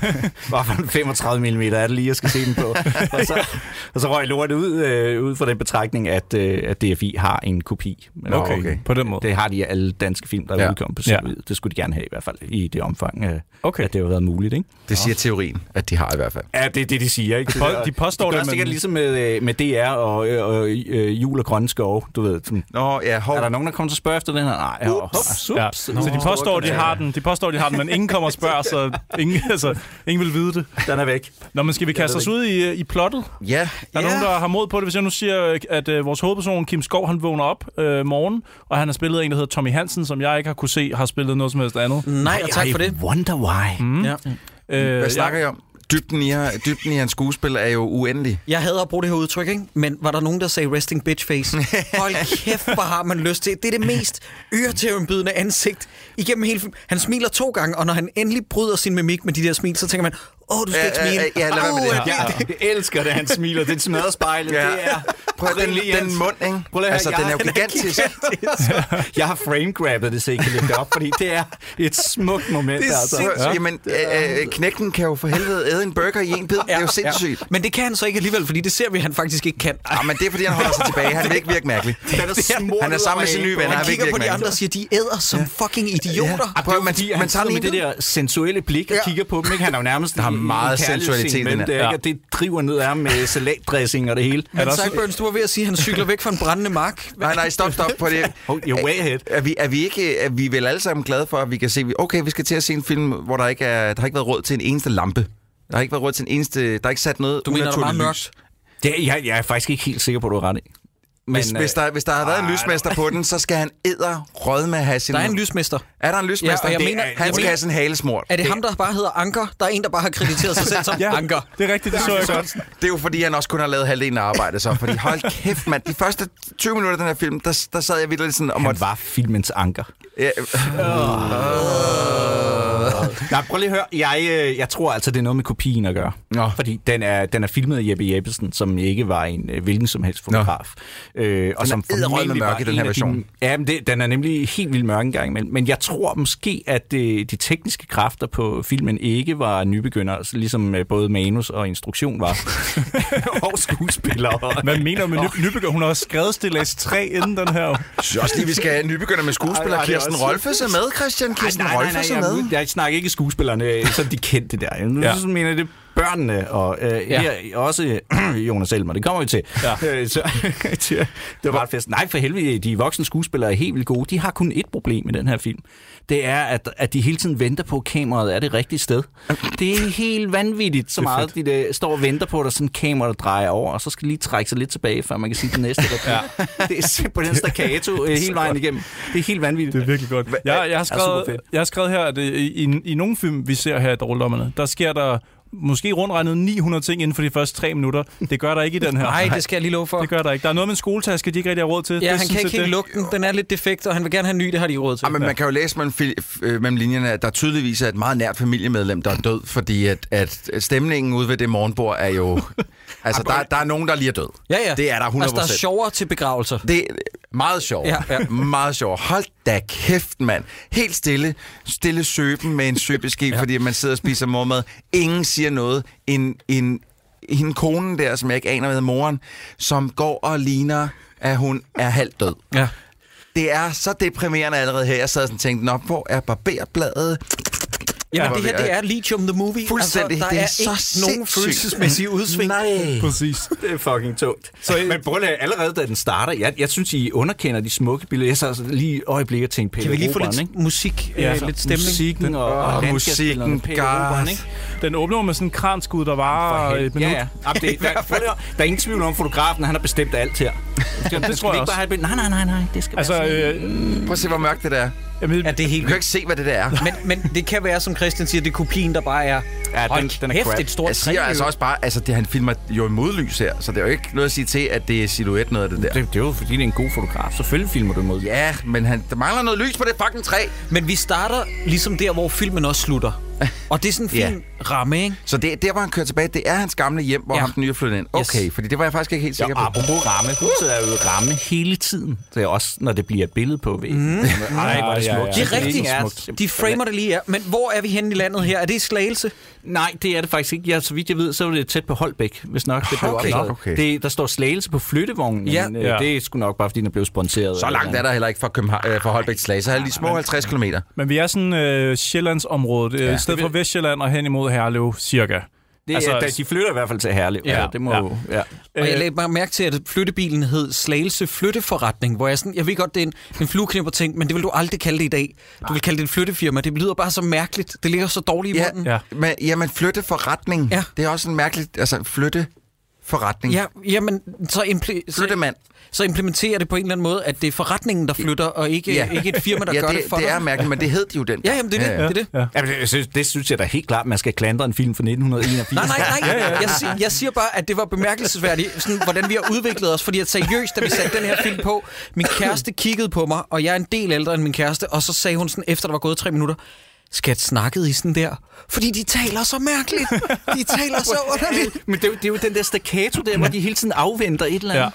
C: hvad for en 35 mm er det lige, jeg skal se den på? Og så, og så røg lortet ud, øh, ud fra den betragtning, at, øh, at DFI har en kopi. Men
D: Okay,
B: okay.
D: på den måde.
C: Det har de i alle danske film, der er
B: Ja.
C: ja. udkommet på
D: Ja.
C: ja. Det skulle de gerne have i hvert fald, i det omfang, øh,
D: Okay.
C: at det har været muligt. Ikke?
B: Det siger teorien, at de har i hvert fald.
C: Ja, det er det, de siger. siger. Ikke?
D: Folk, de påstår
C: det,
D: det,
C: gør
D: men-
C: sikkert ligesom med, øh, med DR og, øh, og øh, Jul og Grønne Skove, du ved. Sådan,
B: Nå, ja, hov.
C: er der nogen, der kommer til at spørge efter den her? Nej, ups,
D: Ah, Ja.
C: ups.
D: Så de påstår, de har den, de påstår, de har den, men ingen kommer og spørger, så ingen, altså, ingen vil vide det.
C: Den er væk.
D: Nå, men skal vi kaste
C: ved
D: os
C: det
D: ud i, øh, i plottet?
B: Ja,
D: Der
B: ja.
D: er nogen, der har mod på det. Hvis jeg nu siger, øh, at øh, vores hovedperson, Kim Skov, han vågner op øh, morgen, og han har spillet en, der hedder Tommy Hansen, som jeg ikke har kunne se, har spillet noget som helst andet.
C: Mm.
A: Nej, og tak for det.
C: I wonder why. Mm.
A: Ja.
D: Øh,
B: Hvad snakker jeg om? Dybden i, dybden i hans skuespil er jo uendelig.
A: Jeg hader at bruge det her udtryk, ikke? men var der nogen, der sagde resting bitch face? Hold kæft, hvor har man lyst til. Det er det mest øretævnbydende ansigt igennem hele filmen. Han smiler to gange, og når han endelig bryder sin mimik med de der smil, så tænker man, åh, du skal
B: Ja,
A: ikke smile.
B: ja, ja, lad være med det.
A: Au,
C: Ja, jeg elsker det, han smiler. Det smadrer spejlet.
B: Ja.
C: Ja. Det er
B: Prøv at den, den mund, ikke?
C: Prøv lige at
B: altså,
C: høre,
B: den er jo
C: jeg- den er
B: gigantisk.
C: Jeg har framegrabbet det, så I kan lægge det op, fordi det er et smukt moment.
A: Det er
C: altså.
A: sindssygt.
B: Ja. Jamen, øh, øh, knækken kan jo for helvede æde en burger i en bid. Det er jo sindssygt.
A: Men det kan han så ikke alligevel, fordi det ser vi, han faktisk ikke kan.
B: Ja, men det er, fordi han holder sig tilbage. Han vil ikke virke mærkelig.
C: Den er smurt
B: Han er sammen med sin nye venner.
A: Han
B: Han vil ikke
A: kigger på
B: virke
A: de andre
B: mærkelig.
A: og siger, de æder som fucking
C: Ah,
A: idioter.
B: Ja. Prøv, at- man,
C: Fordi
B: man
C: han
B: tager
C: sidder
B: lige
C: med det der sensuelle blik og
B: Ja.
C: kigger på dem. Ikke? Han er jo nærmest
B: Der er
C: i- i en
B: meget
C: kærlighedsscene
B: sensualitet i
C: med
B: den her.
C: dem der, ikke?
D: Ja.
C: Og det driver ned af ham med salatdressing og det hele.
A: Men Sideburns, du var ved at sige, at han cykler væk fra en brændende mark.
B: Nej, nej, stop, stop på det.
C: Hold your Oh, way ahead.
B: Er vi, er vi ikke er vi vel alle sammen glade for, at vi kan se, vi- okay, vi skal til at se en film, hvor der ikke er, der har ikke været råd til en eneste lampe. Der har ikke været råd til en eneste... Der er ikke sat noget
A: Du mener, der er
B: unaturligt
A: meget
B: lys.
A: mørkt?
C: Det, er- jeg, jeg er faktisk ikke helt sikker på, at du er ret i. Men,
B: Hvis, hvis,
A: øh,
B: der, hvis der har været en lysmester på den, så skal han æder rød med at have sin...
A: Der er en lysmester.
B: Er der en lysmester?
A: Ja, og jeg
B: Det
A: mener-
B: er-
A: jeg
B: han skal
A: mener-
B: have sin hale smurt.
A: Er det ham, der bare hedder Anker? Der er en, der bare har krediteret sig selv som
D: Ja,
A: Anker.
D: det er rigtigt, det så jeg godt.
B: Det er jo fordi, han også kun har lavet halvdelen af arbejdet så. Fordi hold kæft, mand. De første 20 minutter af den her film, der, der sad jeg virkelig sådan og
C: Han
B: måtte...
C: var filmens anker.
B: Ja,
C: Nej, prøv lige at høre. Jeg, øh, jeg tror altså, det er noget med kopien at gøre.
B: Nå.
C: Fordi den er, den er filmet af Jeppe Jeppesen, som ikke var en øh, hvilken som helst fotograf. Øh, og som
B: edderrød med
C: formentlig
B: mørke, den
C: var en
B: her
C: af
B: version.
C: De, ja, men det, den er nemlig helt vildt mørk engang imellem. Men jeg tror måske, at det, de tekniske kræfter på filmen ikke var nybegyndere, så ligesom øh, både manus og instruktion var. og skuespillere.
D: Hvad mener du med Ny- Nybygger? Hun har også skrevet Stillads 3 inden den her.
B: jeg synes også lige, vi skal have nybegynder med skuespiller.
C: Ej, ej, det er
B: Kirsten
C: også-
B: Rolfes er med, Christian. Kirsten Rolfes er med.
C: jeg, jeg snakker ikke skuespillerne, øh, som de kendte der. Jeg
D: Ja.
C: ja. mener, jeg, det er børnene, og øh,
A: Ja.
C: ja. her, også øh, Jonas Elmer, det kommer vi til. Ja. Øh, så, det var bare fest. Nej, for helvede, de voksne skuespillere er helt vildt gode. De har kun ét problem i den her film. Det er, at, at de hele tiden venter på, at kameraet er det rigtige sted. Det er helt vanvittigt, så meget de der, står og venter på, at der er sådan et kamera, der drejer over, og så skal de lige trække sig lidt tilbage, før man kan sige det næste. Ja. Det er simpelthen staccato øh, hele vejen igennem. Det er helt vanvittigt.
D: Det er virkelig godt. Jeg, jeg, har,
C: er super
D: skrevet,
C: fedt.
D: jeg har skrevet her, at øh, i, i, i nogle film, vi ser her i Dårligdommerne, der sker der måske rundt regnet 900 ting inden for de første tre minutter. Det gør der ikke i den her.
A: Nej, det skal jeg lige love for.
D: det gør der ikke. Der er noget med en skoletaske, de ikke rigtig har råd til. Det
A: Ja,
D: er
A: han
D: sådan
A: kan
D: set
A: ikke helt
D: det.
A: lukke den. Den er lidt defekt, og han vil gerne have en ny. Det har de ikke råd til.
B: Ja, men man kan jo læse mellem, fil- f- øh, mellem linjerne, at der tydeligvis er et meget nært familiemedlem, der er død, fordi at, at stemningen ude ved det morgenbord er jo... altså, der, der er nogen, der lige er død.
A: ja, ja.
B: Det er der 100
A: Altså, der er sjovere til begravelser.
B: Det er meget sjovt.
A: Ja,
B: Ja,
A: ja.
B: ja. Meget sjovt. Hold da kæft, mand. helt stille, stille søben med en søbeske, ja. fordi man sidder og spiser mormad. Ingen siger noget. En, en, hende konen der, som jeg ikke aner hvad moren, som går og ligner, at hun er halvt død.
A: Ja.
B: Det er så deprimerende allerede her. Jeg sad sådan og tænkte, nå, hvor er barberbladet?
A: Jamen,
B: Ja.
A: det her, det er Lithium the Movie.
B: Fuldstændig.
A: Altså, der
B: Det er
A: er,
B: så
A: ikke nogen
B: sindssygt. Mm.
A: følelsesmæssige udsving.
B: Nej.
D: Præcis.
C: Det er fucking tungt. Så, men prøv lige, at- allerede da den starter, jeg, jeg synes, I underkender de smukke billeder. Jeg sad altså lige et øjeblik og tænkte, Pelle
A: Kan vi lige få
C: Roberen,
A: lidt
C: ikke?
A: musik, ja, øh, lidt stemning?
C: Musikken og, og,
B: Åh,
C: og
B: musikken,
C: Pelle Roberen,
B: God.
C: ikke?
D: Den åbner jo med sådan en kranskud, der varer et
C: Ja,
D: minut.
C: ja. Jamen, det, der, prøv lige, at- der er ingen tvivl om, fotografen han har bestemt alt her. Jamen, det
D: tror jeg
C: ikke
D: også.
C: Bare have et billede. nej, nej, nej, nej, det skal
D: Altså,
C: være sådan.
D: øh,
B: Prøv at se, hvor mørkt det der er.
D: jamen,
A: Ja, det er
B: Du
A: helt
B: kan ikke se, hvad det der er.
A: vildt. men, men det kan være, som Christian siger, det er kopien, der bare er...
C: Ja,
A: Hold
C: den- den er
A: kæft,
C: crap.
A: et stort
B: Jeg siger
A: træ,
B: altså
A: jo.
B: også bare, altså det, han filmer jo i modlys her, så det er jo ikke noget at sige til, at det er silhuet noget af det der.
C: det, det er jo fordi, det er en god fotograf. Selvfølgelig filmer du imod.
B: Ja, men han, der mangler noget lys på det fucking træ.
A: Men vi starter ligesom der, hvor filmen også slutter. Og det er sådan en
B: Ja.
A: fin ramme, ikke?
B: Så det, der, hvor han kører tilbage, det er hans gamle hjem, hvor
A: Ja.
B: ja. ham den nye er flyttet ind. Okay,
A: Yes.
B: yes. fordi det var jeg faktisk ikke helt sikker
C: Ja,
B: på.
C: apropos ramme. Huset er jo ramme hele tiden. Det er også, når det bliver et billede på væggen. Mm. Ej, hvor er det
D: Ja, ja,
C: smukt.
D: ja.
A: Det er
C: så
A: rigtigt.
C: så
A: Ja, de framer det lige her. Men hvor er vi henne i landet her? Er det i Slagelse?
C: Nej, det er det faktisk ikke. Ja, så vidt jeg ved, så er det tæt på Holbæk, hvis nok det blev
B: Okay.
C: opdaget.
B: Okay.
C: Det, der står slagelse på flyttevognen,
A: Ja.
C: ja. men øh,
D: Ja.
C: det er sgu nok bare, fordi den blev sponsoreret.
B: Så langt er der heller ikke fra, København, øh, fra Holbæk til Slagelse. Så er det lige små 50 km.
D: Men vi er sådan øh, Sjællandsområdet, øh, i stedet for Vestjylland og hen imod Herlev, cirka.
C: Det,
D: Altså,
C: altså, da, de flytter i hvert fald til Herlev.
D: Ja,
C: Ja, det må
D: ja.
C: jo... Ja.
A: Og
B: Øh.
A: jeg lagde bare mærke til, at flyttebilen hed Slagelse Flytteforretning, hvor jeg sådan, jeg ved godt, det er en, en flueknipper ting, men det vil du aldrig kalde det i dag. Du vil kalde det et flyttefirma. Det lyder bare så mærkeligt. Det ligger så dårligt i
B: Ja.
A: munden.
D: Ja.
B: Men, jamen, flytte forretning.
A: Ja.
B: Det er også en mærkelig... Altså, flytte forretning.
A: Ja, jamen, så, impl- så,
B: Flyttemand.
A: så implementerer det på en eller anden måde, at det er forretningen, der flytter, og ikke, ja.
B: Ja.
A: ikke et firma, der
B: ja,
A: gør det,
B: det,
A: for
B: det
A: dig.
B: er mærkeligt, men det hed de jo den.
A: Ja, jamen, det er det.
B: Ja, ja.
A: det, er det.
C: Jamen, det, synes, det synes jeg da helt klart, man skal klandre en film fra 1981.
A: Nej, nej, nej. Jeg, si- jeg siger bare, at det var bemærkelsesværdigt, sådan, hvordan vi har udviklet os. Fordi at seriøst, da vi satte den her film på, min kæreste kiggede på mig, og jeg er en del ældre end min kæreste, og så sagde hun sådan, efter der var gået tre minutter, skat snakkede I sådan der? Fordi de taler så mærkeligt. De taler så underligt.
C: Men det, er jo- det er jo den der staccato der, hvor de hele tiden afventer et eller andet.
D: Ja.
C: Ja.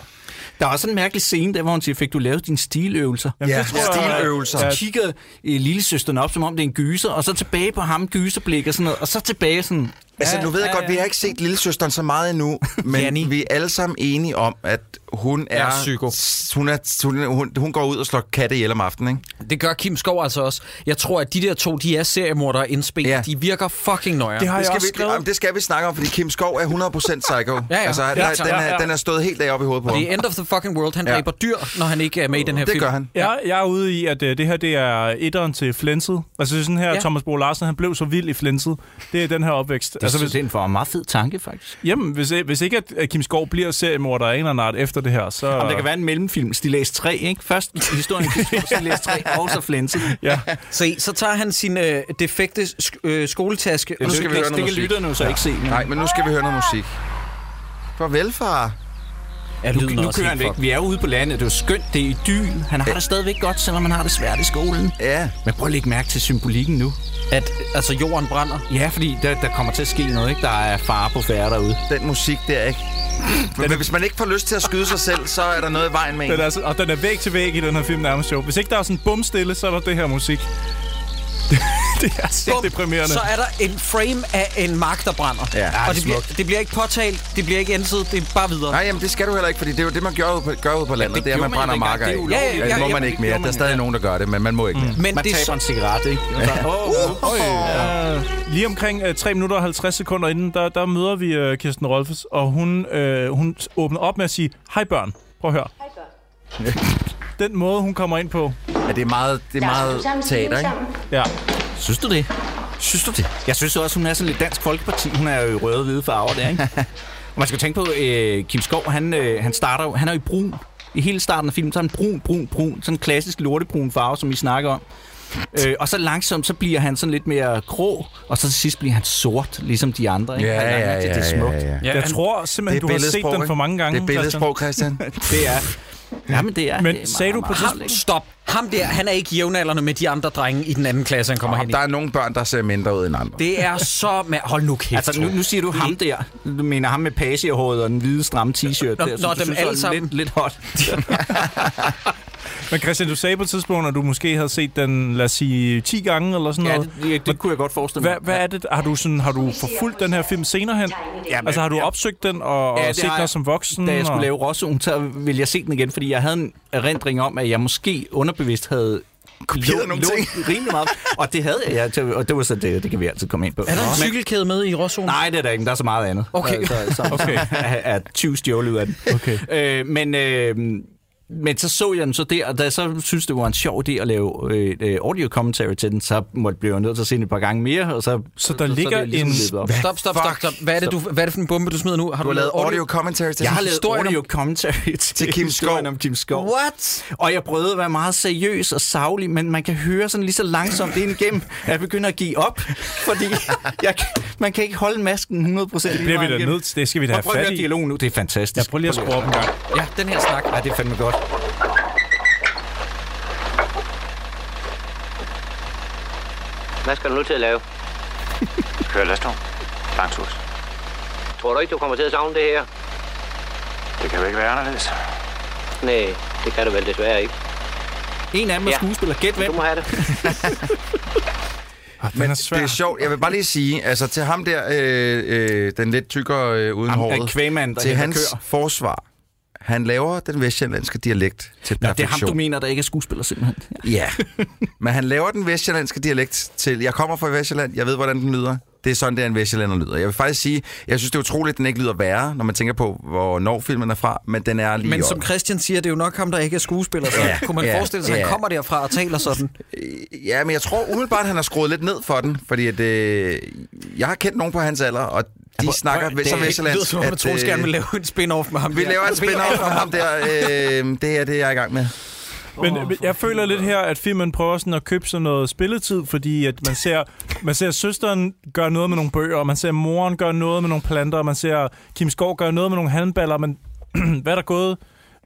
C: Der er også en mærkelig scene der, hvor hun siger, fik du lavet dine stiløvelser?
D: Jamen,
B: Ja,
D: det tror jeg-
B: stiløvelser.
D: Ja,
C: Så kigger øh, lillesøsteren op, som om det er en gyser, og så tilbage på ham, gyserblik og sådan noget, og så tilbage sådan...
B: Altså, nu ved jeg godt, vi har ikke set Lillesøsteren så meget endnu, men
A: Janni.
B: vi er alle sammen enige om, at hun er...
A: Er psyko.
B: Hun, er, hun, hun, hun går ud og slår katte ihjel om aftenen, ikke?
A: Det gør Kim Skov altså også. Jeg tror, at de der to, de er seriemordere indspillet. Ja.
B: Ja.
A: De virker fucking nøjere.
D: Det har
B: Det
D: jeg
B: skal,
D: også
B: vi,
D: skrevet.
B: jamen, det skal vi snakke om, fordi Kim Skov er 100% psycho.
A: ja.
B: Altså,
A: Ja,
B: der,
A: tak.
B: den,
D: Ja, ja.
B: er, den er stået helt deroppe i hovedet på ham.
A: The end of the fucking world. Han
B: Ja.
A: dræber dyr, når han ikke er med i den her
B: Det
A: film.
B: gør han.
D: Jeg, jeg er ude i, at øh, det her det er etteren til flænset. Altså det er sådan her,
A: Ja.
D: ja. Thomas Bo Larsen, han blev så vild i flænset. Det er den her opvækst.
C: Det, altså,
D: altså,
C: hvis... det er en for meget fed tanke, faktisk.
D: jamen, hvis, øh, hvis ikke at, at Kim Skov bliver seriemorder af en eller anden art efter det her, så...
C: Om der kan være en mellemfilm, Stilæs 3, ikke? Først historien om Stilæs 3, og så Flense.
D: Ja.
A: Se, så tager han sin øh, defekte sk- øh, skoletaske.
B: Nu skal vi høre
C: det
B: noget
C: kan
B: musik.
C: lytterne jo så ikke se. Men...
B: Nej, men nu skal vi høre noget musik. Farvel, far.
A: Ja,
C: Nu,
A: lyden er
C: nu
A: også
C: kører han
A: helt
C: væk.
A: fucked.
C: Vi er ude på landet. Det er jo skønt. Det er idyl. Han har det stadigvæk godt, selvom han har det svært i skolen.
B: Ja.
C: Men prøv at lægge mærke til symbolikken nu.
A: At altså, jorden brænder.
C: Ja, fordi der, der kommer til at ske noget, ikke? Der er fare på færre derude.
B: Den musik der, ikke? Men hvis man ikke får lyst til at skyde sig selv, så er der noget i vejen med en.
D: Den er, så- og den er væk til væk i den her film nærmest sjov. Hvis ikke der er sådan bumstille, så er der det her musik. det er så
A: Bum,
D: deprimerende.
A: Så er der en frame af en mark, der brænder.
B: Ja, ej,
C: Ah,
A: og det bliver, det bliver ikke påtalt, det bliver ikke enset, det er bare videre.
B: Nej, jamen det skal du heller ikke, fordi det er jo det, man gør ude på, gør ude på landet. det er, at man
C: gjorde man
B: brænder
C: jo
B: marker af.
C: dengang.
A: Det er
B: ja,
A: ulovligt.
B: ja, det må
A: Ja,
B: man
A: ja,
B: ikke mere. Der er stadig nogen, der gør det, men man må ikke mere.
A: Men
C: Man
A: det er
C: taber en cigaret, ikke? Og så, åh, oh,
D: Lige omkring øh, 3 minutter og 50 sekunder inden, der, der møder vi øh, Kirsten Rolfes, og hun, øh, hun åbner op med at sige, hej børn, prøv at høre. Hej børn. Den måde, hun kommer ind på.
B: Ja, det er meget, det er meget teater, ikke?
D: Ja.
C: Synes du det? Synes du det? Jeg synes jo også, hun er sådan lidt Dansk Folkeparti. Hun er jo i røde hvide farver der, ikke? og man skal tænke på, øh, Kim Skov, han, øh, han starter jo, han er jo i brun. I hele starten af filmen, så er han brun, brun, brun. Sådan en klassisk lortebrun farve, som vi snakker om. Øh, og så langsomt, så bliver han sådan lidt mere grå, og så til sidst bliver han sort, ligesom de andre. Ikke? Han er- det, det er smukt.
A: Ja,
D: Jeg
A: han-
D: tror simpelthen, du har set
B: billedsprog,
D: den
B: ikke?
D: for mange gange.
B: Det er billedsprog, Christian.
C: Det er... Ja, men det er...
D: Men
C: det er
D: sagde du på
C: meget,
A: Ham, stop. Ham der, han er ikke jævnaldrende med de andre drenge i den anden klasse, han kommer
B: Og
A: hen i.
B: der er nogle børn, der ser mindre ud end andre.
A: Det er så... Ma- Hold nu kæft,
C: Altså, nu, nu siger du ham der. Du mener ham med page i håret og den hvide, stramme t-shirt. der, som
A: nå,
C: du
A: dem
C: synes
A: alle
C: er
A: sammen.
C: Lidt, lidt hot.
D: Men Christian, du sagde på et tidspunkt, at du måske havde set den, lad os sige, 10 gange eller sådan
C: Ja,
D: noget.
C: det, det, det kunne jeg godt forestille mig.
D: Hvad, hvad er det? Har du, sådan, har du forfulgt den her film senere hen?
C: Jamen,
D: altså har du
C: ja.
D: opsøgt den og, og
C: Ja,
D: ja,
C: det
D: set
C: har
D: den
C: jeg.
D: som voksen?
C: Da jeg skulle
D: og...
C: lave Rossoen, så ville jeg se den igen, fordi jeg havde en erindring om, at jeg måske underbevidst havde
B: Kopieret
C: lånt-
B: nogle
C: lånt rimelig meget. Og det havde jeg, ja, og det var så det, det kan vi altid komme ind på.
A: Er der en
C: Men-
A: cykelkæde med i Råzonen?
C: Nej, det er der ikke. Der er så meget andet.
A: Okay.
C: Så, så, så
D: Okay.
C: okay. Er, er 20 stjålet ud af den.
D: Okay.
C: Øh, men, øh, men så så jeg den så der, og da jeg så synes, det var en sjov idé at lave øh, øh, audio commentary til den, så måtte blev jeg nødt til at se den et par gange mere, og så...
D: Så der ligger
C: er det ligesom
D: en-
C: løbet op.
A: Stop, stop, stop, stop. Hvad er det, du, hvad er det for en bombe, du smider nu? Har
B: Du har lavet audio commentary til
C: Jeg har
B: den.
C: lavet
A: historien om-
C: audio commentary til,
B: Til Kim
C: historien
B: Skov.
C: om Kim Skov.
A: What?
C: Og jeg prøvede at være meget seriøs og savlig, men man kan høre sådan lige så langsomt ind igennem, at jeg begynder at give op, fordi jeg, kan- man kan ikke holde masken 100% Det
D: bliver vi da nødt til. Det skal vi da have
C: Prøv at
D: fat
C: høre
D: i.
C: dialogen nu. Det er
D: Ja,
C: fantastisk.
D: prøv lige at skrue op en gang.
A: Ja, den her snak.
C: Ja, det er fandme godt.
E: Hvad skal du nu til at lave?
F: Køre lastvogn. Langtus.
E: Tror du ikke, du kommer til at savne det her?
F: Det kan jo ikke være anderledes.
E: Nej, det kan du vel desværre ikke.
C: En af dem er
E: Ja.
C: skuespiller. Gæt hvem.
E: Du må have det.
D: Ah, den
B: Men
D: er svær.
B: det er sjovt. Jeg vil bare lige sige, altså til ham der, øh, øh, den lidt tykkere øh, uden
C: Ham, øh,
B: håret,
C: kvægmand, der
B: til
C: hænger
B: hans
C: køer.
B: forsvar, han laver den vestjyllandske dialekt til
C: Nå,
B: perfektion.
C: det er ham, du mener, der ikke er skuespiller, simpelthen.
B: Ja, men han laver den vestjyllandske dialekt til, jeg kommer fra Vestjylland, jeg ved, hvordan den lyder. Det er sådan, der en Vestjyllander lyder. Jeg vil faktisk sige, jeg synes, det er utroligt, at den ikke lyder værre, når man tænker på, hvornår filmen er fra, men den er lige
A: Men
B: op.
A: som Christian siger, det er jo nok ham, der ikke er skuespiller, så
B: Ja,
A: ja, kunne man
B: ja,
A: ja, forestille sig, at
B: ja.
A: han kommer derfra og taler sådan.
B: Ja, men jeg tror umiddelbart, at han har skruet lidt ned for den, fordi at, øh, jeg har kendt nogen på hans alder, og de snakker
A: Prøv,
B: ved- så øh,
A: Det lyder
B: Vestjyllands,
A: som om, at Troels gerne vil lave en spin-off med ham.
B: vi
A: der.
B: laver et spin-off om ham der. Øh, det er det, jeg er i gang med.
D: Men oh, jeg føler lidt her, at filmen prøver sådan at købe sådan noget spilletid, fordi at man ser, man ser søsteren gøre noget med nogle bøger, og man ser moren gøre noget med nogle planter, og man ser Kim Skov gøre noget med nogle handballer, men hvad er der gået?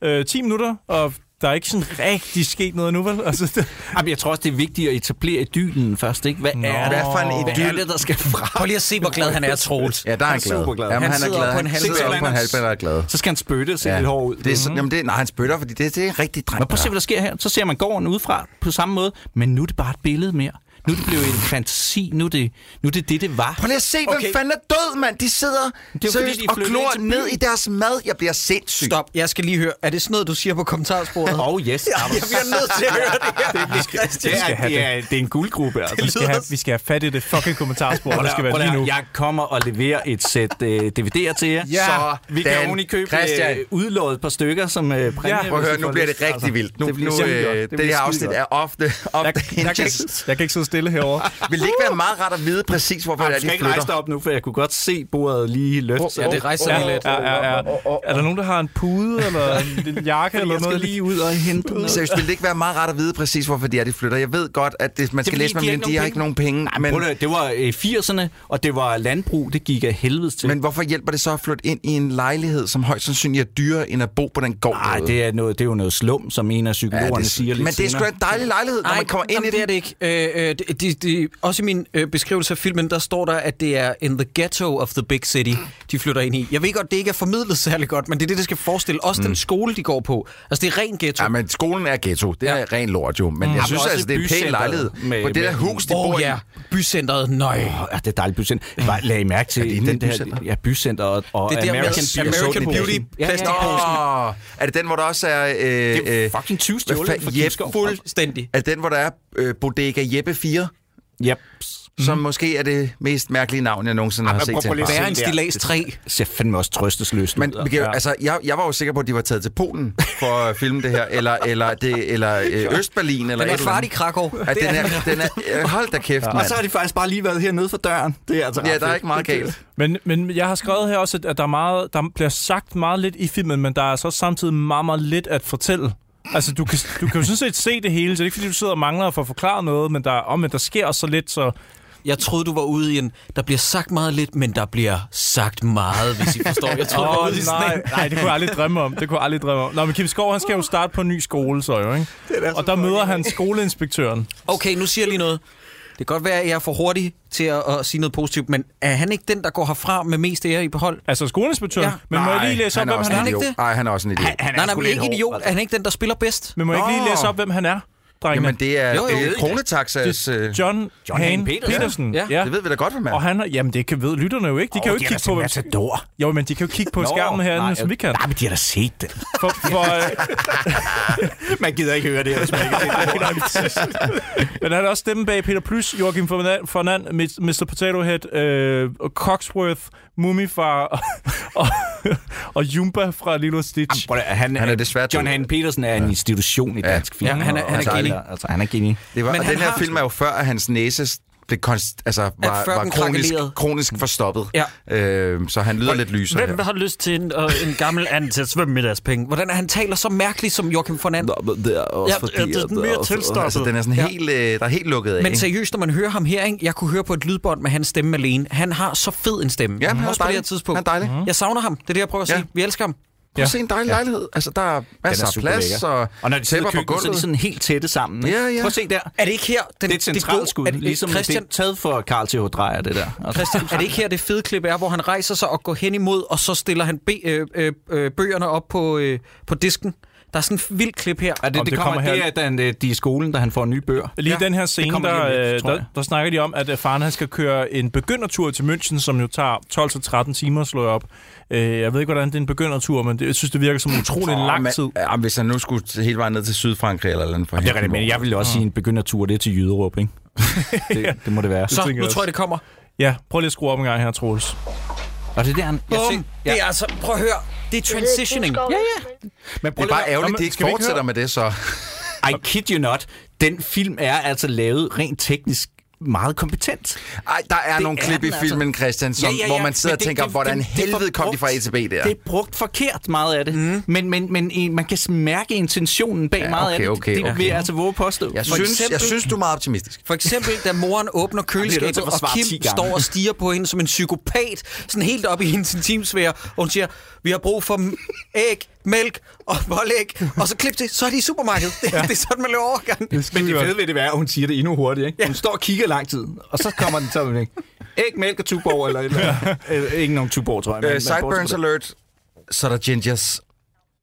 D: Øh, 10 minutter, og der er ikke sådan rigtig sket noget nu, vel? Altså, det,
C: Jamen, jeg tror også, det er vigtigt at etablere idyllen først, ikke? Hvad, er,
B: Hvad
C: det,
B: for en
C: hvad er
B: idyl?
C: det, der skal fra?
A: Prøv lige at se, hvor glad han er, Troels.
B: Ja, der er han glad.
C: superglad.
B: Jamen,
A: Han
B: han, er
A: sidder
B: glad.
A: oppe på en
B: Han
A: halv-
B: sidder oppe på en halvband og er glad.
C: Så skal han spytte sit
B: Ja.
C: ja. hår ud.
B: Det er, så- jamen, det, nej, han spytter, fordi det, det er en rigtig dreng.
C: Men prøv at se, hvad der sker her. Så ser man gården udefra på samme måde, men nu er det bare et billede mere. Nu er det blevet en fantasi. Nu er det nu er det, det, det var.
B: Prøv lige at se, okay. hvem
A: Okay.
B: fanden er død, mand. De sidder
C: er jo fordi,
B: seriøst
C: de er
B: og
C: flyttet ind
B: glor
C: til
B: ned
C: byen.
B: i deres mad. Jeg bliver sindssyg.
A: Stop, jeg skal lige høre. Er det sådan noget, du siger på kommentarsporet?
C: Oh yes. Ja,
A: Jeg bliver nødt til at høre det her.
C: det,
A: Christian.
C: er,
D: have
C: det, er, det er en guldgruppe, altså.
D: vi, skal have, vi skal have fat i det fucking kommentarspor, der skal
C: Prøv
D: være
C: at
D: lige
C: høre,
D: nu.
C: Jeg kommer og leverer et sæt øh, DVD'er til jer.
D: Ja,
C: så vi kan
B: Dan
C: oven i købe
B: Christian.
C: øh, udlået et par stykker som øh, præmie.
D: Ja.
C: hvis
B: Prøv at høre,
C: I
B: nu
C: får
B: bliver
C: lyst.
B: det rigtig vildt. Nu,
C: det bliver
B: nu,
C: skide godt.
B: øh, det,
C: Det
B: det
C: bliver
B: her
C: skide
B: afsnit
C: godt.
B: er ofte,
D: Jeg,
B: ofte
D: jeg, kan ikke, jeg kan ikke sidde stille herovre.
B: Vil det ikke være meget rart at vide præcis, hvorfor
C: Ej,
B: det
C: Du
B: er,
C: skal
B: de
C: ikke rejse dig
B: flytter?
C: op nu, for jeg kunne godt se bordet lige løfte sig.
A: Ja, det rejser
D: Ja,
A: lige lidt.
D: ja, ja, ja. Er der nogen, der har en pude, eller en, en jakke, eller
C: Jeg skal
D: noget?
C: lige ud og hente noget.
B: Mm, Seriøst, vil det ikke være meget rart at vide præcis, hvorfor de er, de flytter? Jeg ved godt, at det, man skal
C: fordi,
B: læse mig,
C: de har
B: men
C: ikke
B: de
C: nogen
B: har ikke nogen penge. Nej,
C: Men...
B: men,
C: Det var øh, 80'erne, og det var landbrug. Det gik af helvedes til.
B: men hvorfor hjælper det så at flytte ind i en lejlighed, som højst sandsynligt er dyrere, end at bo på den gård?
C: Nej, det er, noget, det er jo noget slum, som en af psykologerne ja, siger lidt
B: men det er sgu da
C: senere.
B: en dejlig lejlighed, når man kommer ind i
A: jamen, det er det ikke. Øh, øh, det, det, det, også i min øh, beskrivelse af filmen, der står der, at det er in the ghetto of the big city, de flytter ind i. Jeg ved godt, det ikke er formidlet særlig godt, men det er det, det skal forestille. Også mm. den skole, de går på. Altså, det er ren ghetto.
B: Ja, men skolen er ghetto. Det er
A: Ja.
B: ren lort jo. Men jeg
C: men
B: synes
C: Mm. også
B: altså, det er en pæn
C: bycenteret
B: lejlighed.
C: med-
B: På det der
C: med-
B: hus, de
A: Åh
B: bor
A: oh,
B: i.
A: ja, bycentret, nøj.
C: Åh, oh, det er dejligt bycenter. Bare lag mærke til
B: det inde i
C: den
B: et bycenter?
C: der ja, bycenter og, og
A: Det er der med
C: American, Beauty.
A: American
C: Sådan i
A: Beauty
C: dag. Ja, ja, ja.
A: plastikposen.
B: Åh, er det den, hvor der også er... Øh,
C: Det er
B: øh,
C: fucking 20
B: hvad
C: stjålet
B: fanden-
C: for
B: Jeppe-
C: Kimskov.
A: Fuldstændig.
B: er det den, hvor der er øh, Bodega Jeppe 4?
C: Yep.
B: Som måske er det mest mærkelige navn, jeg nogensinde har
C: Mm. men
B: set
C: prøv-
B: til
C: prøv
B: en
C: lige at
A: Hver
B: bar.
A: en stilas træ.
C: Ser fandme også trøstesløst
B: Men
C: ud. altså.
B: vi kan, jo- altså, jeg, jeg var jo sikker på, at de var taget til Polen for at filme det her, eller, eller, det, eller øh, Østberlin, eller
A: Den er
B: et eller
A: kvart i
B: andet.
A: Krakow.
B: At den er, den er, øh, hold da kæft,
C: og
B: mand.
C: så har de faktisk bare lige været hernede for døren. Det er altså
B: Ja,
C: ret
B: der er
C: fedt.
B: ikke meget galt.
D: Men, men jeg har skrevet her også, at- at der, er meget, der bliver sagt meget lidt i filmen, men der er så også samtidig meget, meget lidt at fortælle. Altså, du kan, du kan jo sådan set se det hele, så det er ikke, fordi du sidder og mangler for at forklare noget, men der, oh, men der sker også så lidt, så...
A: Jeg troede, du var ude i en, der bliver sagt meget lidt, men der bliver sagt meget, hvis I forstår. Jeg troede, du var ude i sådan
D: nej,
A: en.
D: nej, det kunne jeg aldrig drømme om. Det kunne jeg aldrig drømme om. Nå, men Kim Skov, han skal jo starte på en ny skole, så jo, ikke? Og der møder han skoleinspektøren.
A: Okay, nu siger jeg lige noget. Det kan godt være, at jeg er for hurtig til at, at sige noget positivt, men er han ikke den, der går herfra med mest ære i behold?
D: Altså skoleinspektøren.
A: Ja.
D: Ja. Men må jeg lige læse op,
B: han er
D: hvem
B: også
D: han
B: en
A: er? ikke
D: er?
B: idiot.
A: det?
B: Nej, han er også en idiot.
A: Han er nej, nej, men ikke idiot. Er han ikke den, der spiller bedst?
D: Men må jeg ikke lige
B: Nå.
D: læse op, hvem han er, drengene?
B: Jamen, det er,
A: Jo, jo,
B: det
A: det
B: er
A: er
B: Kronetaxas... Øh,
D: John, John Hane
C: Hane Petersen.
D: Petersen. Petersen.
A: Ja,
B: det ved vi da godt, hvem er.
D: Og han er, jamen det kan, ved lytterne jo ikke. De kan jo ikke kigge på, hvem...
C: Matador.
D: Jo, men de kan jo kigge på
C: Nå,
D: skærmen herinde,
C: nej,
D: som vi kan.
C: Nej, men de har da set det.
D: For, for, øh,
C: Man gider ikke høre det, hvis man ikke har set det.
D: men han er også stemmen bag Peter Plys, Joachim Fornan- Fornand, Mr. Potato Head, øh, og Coxworth, Mumifar og, og, og Jumba fra Lilo Stitch.
C: Prøv at, han,
B: Han er desværre
C: John
B: død.
C: Hanne Petersen er en institution i dansk film.
A: Ja, han er- han er
C: altså,
A: geni.
C: Altså, han er geni.
B: Det var,
A: Men
B: og
A: han
B: den her
A: har-
B: film er jo før, at hans næse blev konst, altså, var,
A: før
B: var
A: den
B: kronisk,
A: krakelerede.
B: kronisk forstoppet.
A: Ja.
B: Øh, så han lyder lidt lysere her.
A: Hvem har lyst til en, øh, en gammel and til at svømme med deres penge? Hvordan er han taler så mærkeligt som Joachim Fernand?
B: Det er også
A: Ja, fordi, ja, det er at- den mere at- tilstoppet.
B: Altså, den er sådan
A: Ja.
B: helt, øh, der er helt lukket af.
A: Men
B: ikke?
A: seriøst, når man hører ham her, ikke? jeg kunne høre på et lydbånd med hans stemme alene. Han har så fed en stemme.
B: Ja, han er
A: Også på det
B: dejlig.
A: her tidspunkt.
B: Han er dejlig. Mhm.
A: Jeg savner ham. Det er det, jeg prøver at
B: Ja.
A: sige. Vi elsker ham.
B: Prøv at se en dejlig lejlighed. Altså, der er masser af plads og,
C: og når de sidder
B: tæpper
C: i
B: på
C: køkkenet, så er de
B: gulvet.
C: sådan helt tætte sammen. ikke?
B: Ja, ja.
C: Prøv at se der.
A: Er det ikke her... Den,
C: Det er et centralt
A: gode-
C: skud,
A: er det,
C: ligesom
A: Christian,
C: det er taget for Carl T.H. Dreyer, det der. Altså,
A: Christian, er det ikke her, det fede klip er, hvor han rejser sig og går hen imod, og så stiller han be, øh, øh, øh, bøgerne op på, øh, på disken? Der er sådan et vildt klip her.
C: Og det,
D: Om
C: det, det kommer, her... det er, at han, øh, de er i skolen, da han får nye bøger.
D: Lige ja, den her scene,
C: kommer lige om
D: der,
C: lidt,
D: øh,
C: tror
D: der,
C: jeg.
D: der snakker de om, at øh, faren han skal køre en begyndertur til München, som jo tager 12-13 timer at slå op. Øh, jeg ved ikke, hvordan det er en begyndertur, men det, jeg synes, det virker som utrolig
B: Åh,
D: lang
B: men-
D: tid.
B: Ja, men hvis han nu skulle t- hele vejen ned til Sydfrankrig eller et eller andet. for at
C: Det er
B: hente
C: rigtigt,
B: den
C: men jeg vil også sige, en begyndertur, det er til Jyderup, ikke? Det, det må det være.
A: Så,
D: tænker
A: nu
D: jeg
A: tror jeg, det kommer.
D: Ja, prøv lige at skrue op en gang her, Troels.
C: Og det er der, han...
A: Jeg
C: Bum!
A: tænker, ja. Det er altså, prøv at høre, det er transitioning. Ja, ja.
C: Men
B: Det er bare ærgerligt, at de ikke
D: skal vi ikke
B: fortsætter med det, så...
C: I kid you not. Den film er altså lavet rent teknisk meget kompetent.
B: Ej, der er det nogle
C: er
B: klip
C: den
B: i
C: altså.
B: filmen, altså. Christian, som, ja, ja, ja. hvor man sidder
C: Men
B: og tænker, hvordan
C: det- det er
B: helvede kom de fra A
C: forbrugt.
B: til B der?
C: Det er brugt forkert meget af det. Mm. Men, men, men en- man kan mærke intentionen bag ja, meget
B: okay,
C: af det.
B: okay,
C: det
B: okay.
C: vil jeg altså våge at påstå.
B: Jeg
C: For
B: synes,
C: eksempel-
B: jeg synes, du er meget optimistisk.
A: For eksempel, da moren åbner
C: Jeg bliver nødt
A: køleskabet,
C: til at
A: og
C: forsvare 10
A: Kim
C: gange.
A: står og stiger på hende som en psykopat, sådan helt op i hendes intimsfære, og hun siger, vi har brug for m- æg, mælk og pålæg, og så klip det, så er de i supermarkedet. Det, ja. det er sådan, man laver overgang.
C: Men det fede ved det er, at hun siger det endnu hurtigt. Ikke? Ja. Hun står og kigger lang tid, og så kommer den så ikke. Ikke mælk og tuborg, eller, eller øh, ikke nogen tuborg, tror jeg. men-
B: Øh,
C: men bortset
B: sideburns
C: fra det.
B: alert. Så er der gingers.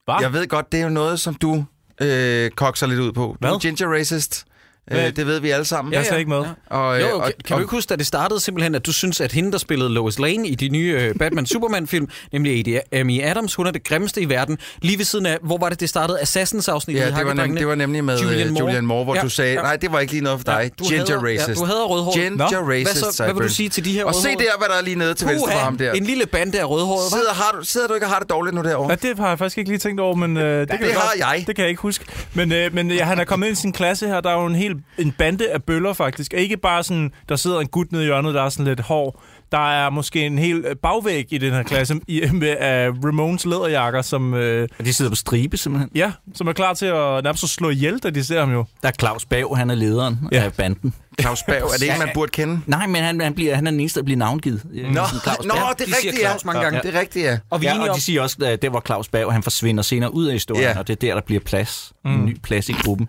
D: Hva?
B: Jeg ved godt, det er jo noget, som du øh, kokser lidt ud på. Du
D: Hvad?
B: er ginger racist.
D: Hvad?
B: Øh, det ved vi alle sammen.
D: Jeg er slet ikke med.
B: Og, øh,
A: Jo,
B: og,
A: kan, kan du ikke huske, da det startede simpelthen, at du synes, at hende, der spillede Lois Lane i de nye øh, Batman-Superman-film, nemlig Amy- Amy Adams, hun er det grimmeste i verden, lige ved siden af, hvor var det, det startede? Assassins-afsnittet i
B: Ja, det var, nem,
A: Hakkedrengene.
B: det var nemlig med Julian Moore, Julian Moore hvor ja, du sagde, ja. nej, det var ikke lige noget for dig.
A: du
B: Ja, ginger
A: hader- ja,
B: racist.
A: du hader rødhåret.
B: Ginger
A: Nå,
B: racist,
A: hvad så- hvad vil du
B: sideburns.
A: sige til de her
B: Og se
A: rødhårede?
B: der, hvad der er lige nede til venstre for
A: Puha,
B: ham der.
A: en lille bande af rødhåret, hva'?
B: Sidder, har du, sidder du ikke og har det dårligt nu derovre?
D: Ja, det har jeg faktisk ikke lige tænkt over, men øh, det, kan
B: det
D: godt-
B: har jeg.
D: Det kan jeg ikke huske. Men, øh, men øh, han er kommet ind i sin klasse her, der er jo en hel en bande af bøller faktisk. Og ikke bare sådan, der sidder en gut nede i hjørnet, der er sådan lidt hård. Der er måske en hel øh, bagvæg i den her klasse i, med uh, Ramones læderjakker, som, øh,
C: Og de sidder på stribe, simpelthen.
D: ja, som er klar til at nærmest at slå ihjel, da de ser ham jo.
C: Der er Claus Bav, han er lederen
D: Ja.
C: ja. af banden.
B: Claus Berg, er det ikke, man burde kende?
A: Mm,
C: Nej, men han, han, bliver, han er den eneste, der bliver navngivet. øh,
B: Nå,
C: som Claus
B: nå det
C: Berg.
A: de
B: er
A: siger
B: rigtigt, ja.
A: Claus mange gange.
B: Det er rigtigt, ja.
A: Og vi er enige
C: Ja, og
A: om-
C: de siger også, at det var Claus Berg, han forsvinder senere ud af historien,
B: Ja.
C: og det er der, der bliver plads. Mm. En ny plads i gruppen.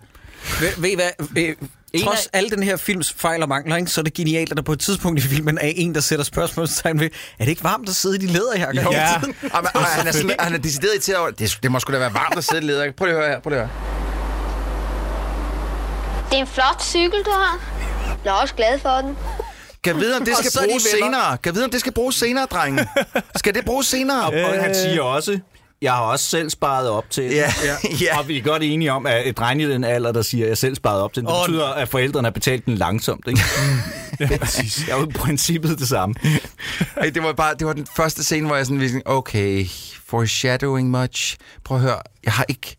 A: Ved, ved I hvad? Øh,
C: En
A: trods
C: af-
A: alle den her films fejl og mangler, ikke, så er det genialt, at der på et tidspunkt i filmen er en, der sætter spørgsmålstegn ved, er det ikke varmt at sidde i de læderjakker? hele
D: Ja.
A: tiden?"
B: Og, man, og han, er sådan, han er decideret til at... Det, det må sgu da være varmt at sidde leder. Prøv lige at høre her, prøv lige at høre.
G: Det er en flot cykel, du har. Jeg er også glad for den.
B: Kan vide, om det
A: Og så er
B: skal
A: de
B: bruges
A: venner.
B: senere? Kan vide, om det skal bruges senere, drenge? Skal det bruges senere?
C: Og han siger også, jeg har også selv sparet op til det."
B: Ja, ja.
C: Og vi er godt enige om, at et dreng i den alder, der siger, at jeg selv sparede op til den, det
A: Åh,
C: betyder, at forældrene har betalt den langsomt. Ikke? ja, præcis. Det er jo i princippet det samme.
B: Ej, det var bare det var den første scene, hvor jeg sådan vidste, okay, foreshadowing much. Prøv at høre, jeg har ikke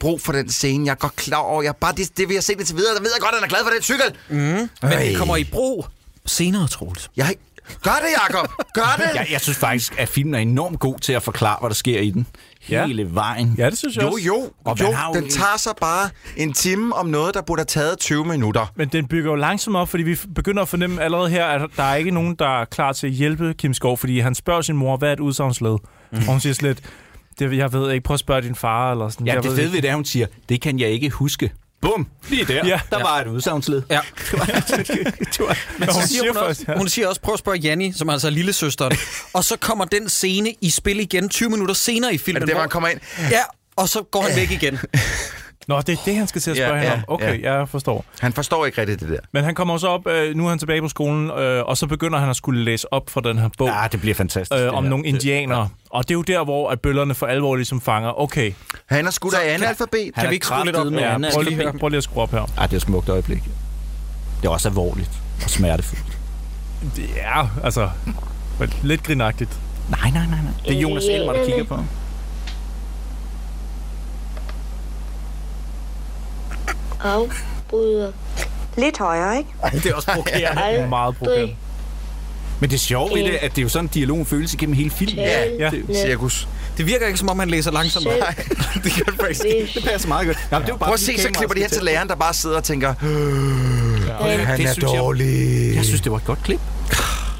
B: brug for den scene. Jeg er godt klar over, jeg bare det, det vi har set indtil videre, der ved jeg godt, at han er glad for den cykel. Mm.
A: Men det kommer i brug senere, Troels.
B: Jeg har ikke... Gør det, Jacob! Gør det!
C: Jeg, jeg synes faktisk, at filmen er enormt god til at forklare, hvad der sker i den.
D: Ja.
C: Hele vejen.
D: Ja, det synes jeg
B: Jo,
D: også.
B: jo,
C: Og man
B: jo,
C: har jo
B: den
C: en-
B: tager sig bare en time om noget, der burde have taget 20 minutter.
D: Men den bygger jo langsomt op, fordi vi f- begynder at fornemme allerede her, at der er ikke nogen, der er klar til at hjælpe Kim Skov, fordi han spørger sin mor, hvad er et udsagnsled? Mm. Og hun siger slet, det, jeg ved ikke, prøv at spørge din far, eller sådan.
C: Ja,
D: jeg
C: det
D: ved
C: fede
D: ikke."
C: ved det er, at hun siger, det kan jeg ikke huske. Bum! Lige der.
D: Ja.
C: Ja. Der var et udsagnsled.
A: Ja.
C: det var,
A: Men så
D: hun
A: siger
D: siger
A: hun, også,
D: faktisk, ja.
A: hun siger også, prøv at spørge Janni, som altså er lillesøsteren. og så kommer den scene i spil igen 20 minutter senere i
B: Er
A: filmen.
B: det det,
A: hvor-
B: man kommer ind?
A: Ja, og så går han væk igen.
D: Nå, det er det, han skal til at
B: Ja,
D: spørge ja, hende
B: ja,
D: om. Okay, ja. jeg forstår.
B: Han forstår ikke rigtigt det der.
D: Men han kommer også op, øh, nu er han tilbage på skolen, øh, og så begynder han at skulle læse op fra den her bog.
C: Ja, det bliver fantastisk. det
D: Øh, om
C: her.
D: nogle indianere. Og det er jo der, hvor at bøllerne for alvor ligesom fanger. Okay,
B: Han er skudt af analfabet.
C: Han
A: Kan
C: er
A: vi ikke skrue lidt op?
C: kraftedeme
A: Ja,
C: analfabet.
D: prøv lige, prøv lige at skrue op her.
C: Ej, det er et smukt øjeblik. Det er også alvorligt og smertefuldt.
D: Det er, altså, lidt grinagtigt.
C: Nej, nej, nej, nej. Det er Jonas Elmer, der kigger på. ham.
G: Afbryder.
H: Lidt højere, ikke?
C: Det er også provokerende.
D: Meget provokerende.
C: Men det sjove ved det, at det er jo sådan, dialogen føles igennem hele filmen.
B: Ja,
D: Ja.
B: cirkus.
A: Det virker ikke, som om han læser langsomt.
B: det gør det faktisk.
G: Hvis
C: Det passer meget godt. Jamen, det er jo bare
B: Prøv at se, så klipper de her til læreren, der bare sidder og tænker, han
C: det
B: er
C: synes jeg-
B: dårlig.
C: Jeg synes, det var et godt klip.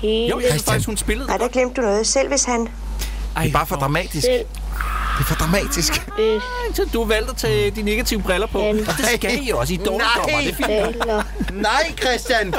G: hele
C: Jo, jeg synes faktisk, hun spillede.
H: Ej, der glemte du noget. Selv hvis han...
B: Det er bare for dramatisk.
G: selv
B: Det er for dramatisk.
G: hvis
C: Så du valgte at tage de negative briller på. Og det skal I også. I er dårligdommer. Det er fint.
G: taler
B: Nej, Christian!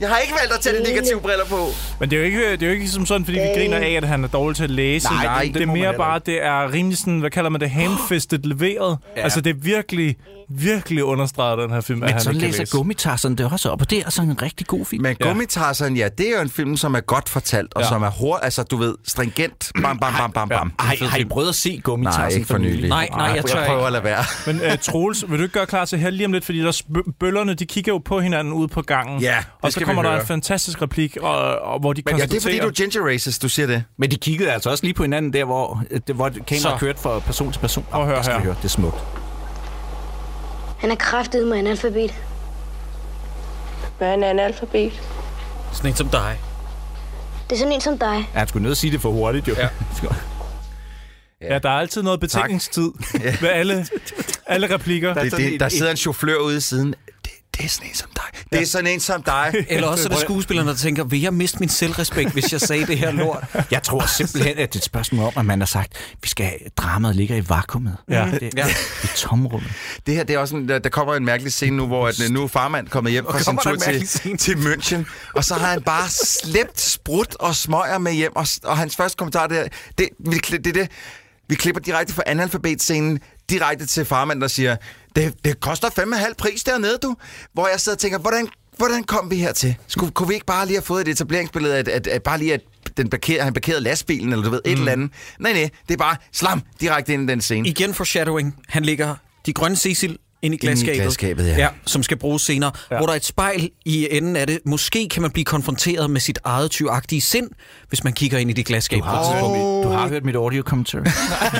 B: Jeg har ikke valgt at tage de negative briller på.
D: Men det er jo ikke, det er jo ikke som sådan, fordi vi griner af, at han er dårlig til at læse.
C: Nej,
D: det,
C: nej,
D: det,
C: det
D: er
C: må man
D: mere
C: heller
D: bare, det er rimelig sådan, hvad kalder man det, handfistet leveret. Ja. Altså, det er virkelig virkelig understreget den her film, at
C: Men
D: han
C: så
D: ikke kan
C: læser
D: læse.
C: gummitasserne det også op, og det er altså en rigtig god film.
B: Men Gummitasseren, ja, det er jo en film, som er godt fortalt, og
D: Ja.
B: ja. som er hurtigt, altså du ved, stringent, bam, bam, bam, bam, bam.
C: Ej, har I prøvet at se gummitassen
B: Nej, ikke for nylig.
A: Nej, nej, jeg tør
B: jeg prøver at lade være.
D: Men uh, Troels, vil du ikke gøre klar til her lige om lidt? Fordi der sp- bøllerne, de kigger jo på hinanden ude på gangen.
B: Ja, det
D: og så
B: skal vi
D: kommer der
B: høre.
D: en fantastisk replik, og, og hvor de
B: Men ja, det er
D: konstaterer...
B: fordi, du er ginger racist, du siger det.
C: Men de kiggede altså også lige på hinanden der, hvor, øh, det, hvor kameraet
A: Så.
C: kørte fra person til person.
D: Prøv at høre
C: Der skal
D: her.
C: vi høre, det er smukt.
G: Han er kraftet med analfabet.
I: Hvad er en analfabet?
A: Sådan en som dig.
G: Det er sådan en som dig.
C: Ja, han skulle nødt at sige det for hurtigt, jo. Ja.
D: Ja, der er altid noget betænkningstid med alle, alle replikker.
B: det, Altså, det der sidder en chauffør ude i siden. Det, det er sådan en som dig. Det er sådan en som dig.
A: Eller også er det skuespillerne, der tænker, vil jeg miste min selvrespekt, hvis jeg sagde det her lort?
C: Jeg tror simpelthen, at det er et spørgsmål om, at man har sagt, vi skal dramaet ligger i vakuumet.
D: Ja.
C: Det, I tomrummet.
B: Det her, det er også en, der, der kommer en mærkelig scene nu, hvor at, øh, nu er farmand kommet hjem fra sin
A: kommer der
B: tur
A: en
B: til,
A: mærkelig scene?
B: til München, og så har han bare slæbt sprut og smøger med hjem, og, s- og hans første kommentar det er, det, vi, kli- det, er det, vi klipper direkte fra analfabetscenen direkte til farmand, der siger, det, det koster fandme halv pris dernede, du. Hvor jeg sidder og tænker, hvordan, hvordan kom vi hertil? Skulle, kunne vi ikke bare lige have fået et etableringsbillede, at, at, at bare lige at den parkerer, han parkerede lastbilen, eller du ved, et
A: Mm.
B: eller andet. Nej, nej, det er bare slam direkte ind i den scene.
A: Igen foreshadowing. Han ligger de grønne Cecil ind i glasskabet,
B: glasskabet, ja.
A: ja, som skal bruges senere, ja. hvor der er et spejl i enden af det. Måske kan man blive konfronteret med sit eget tyvagtige sind, hvis man kigger ind i det glasskab. på et tidspunkt.
C: Du har hørt mit audio commentary.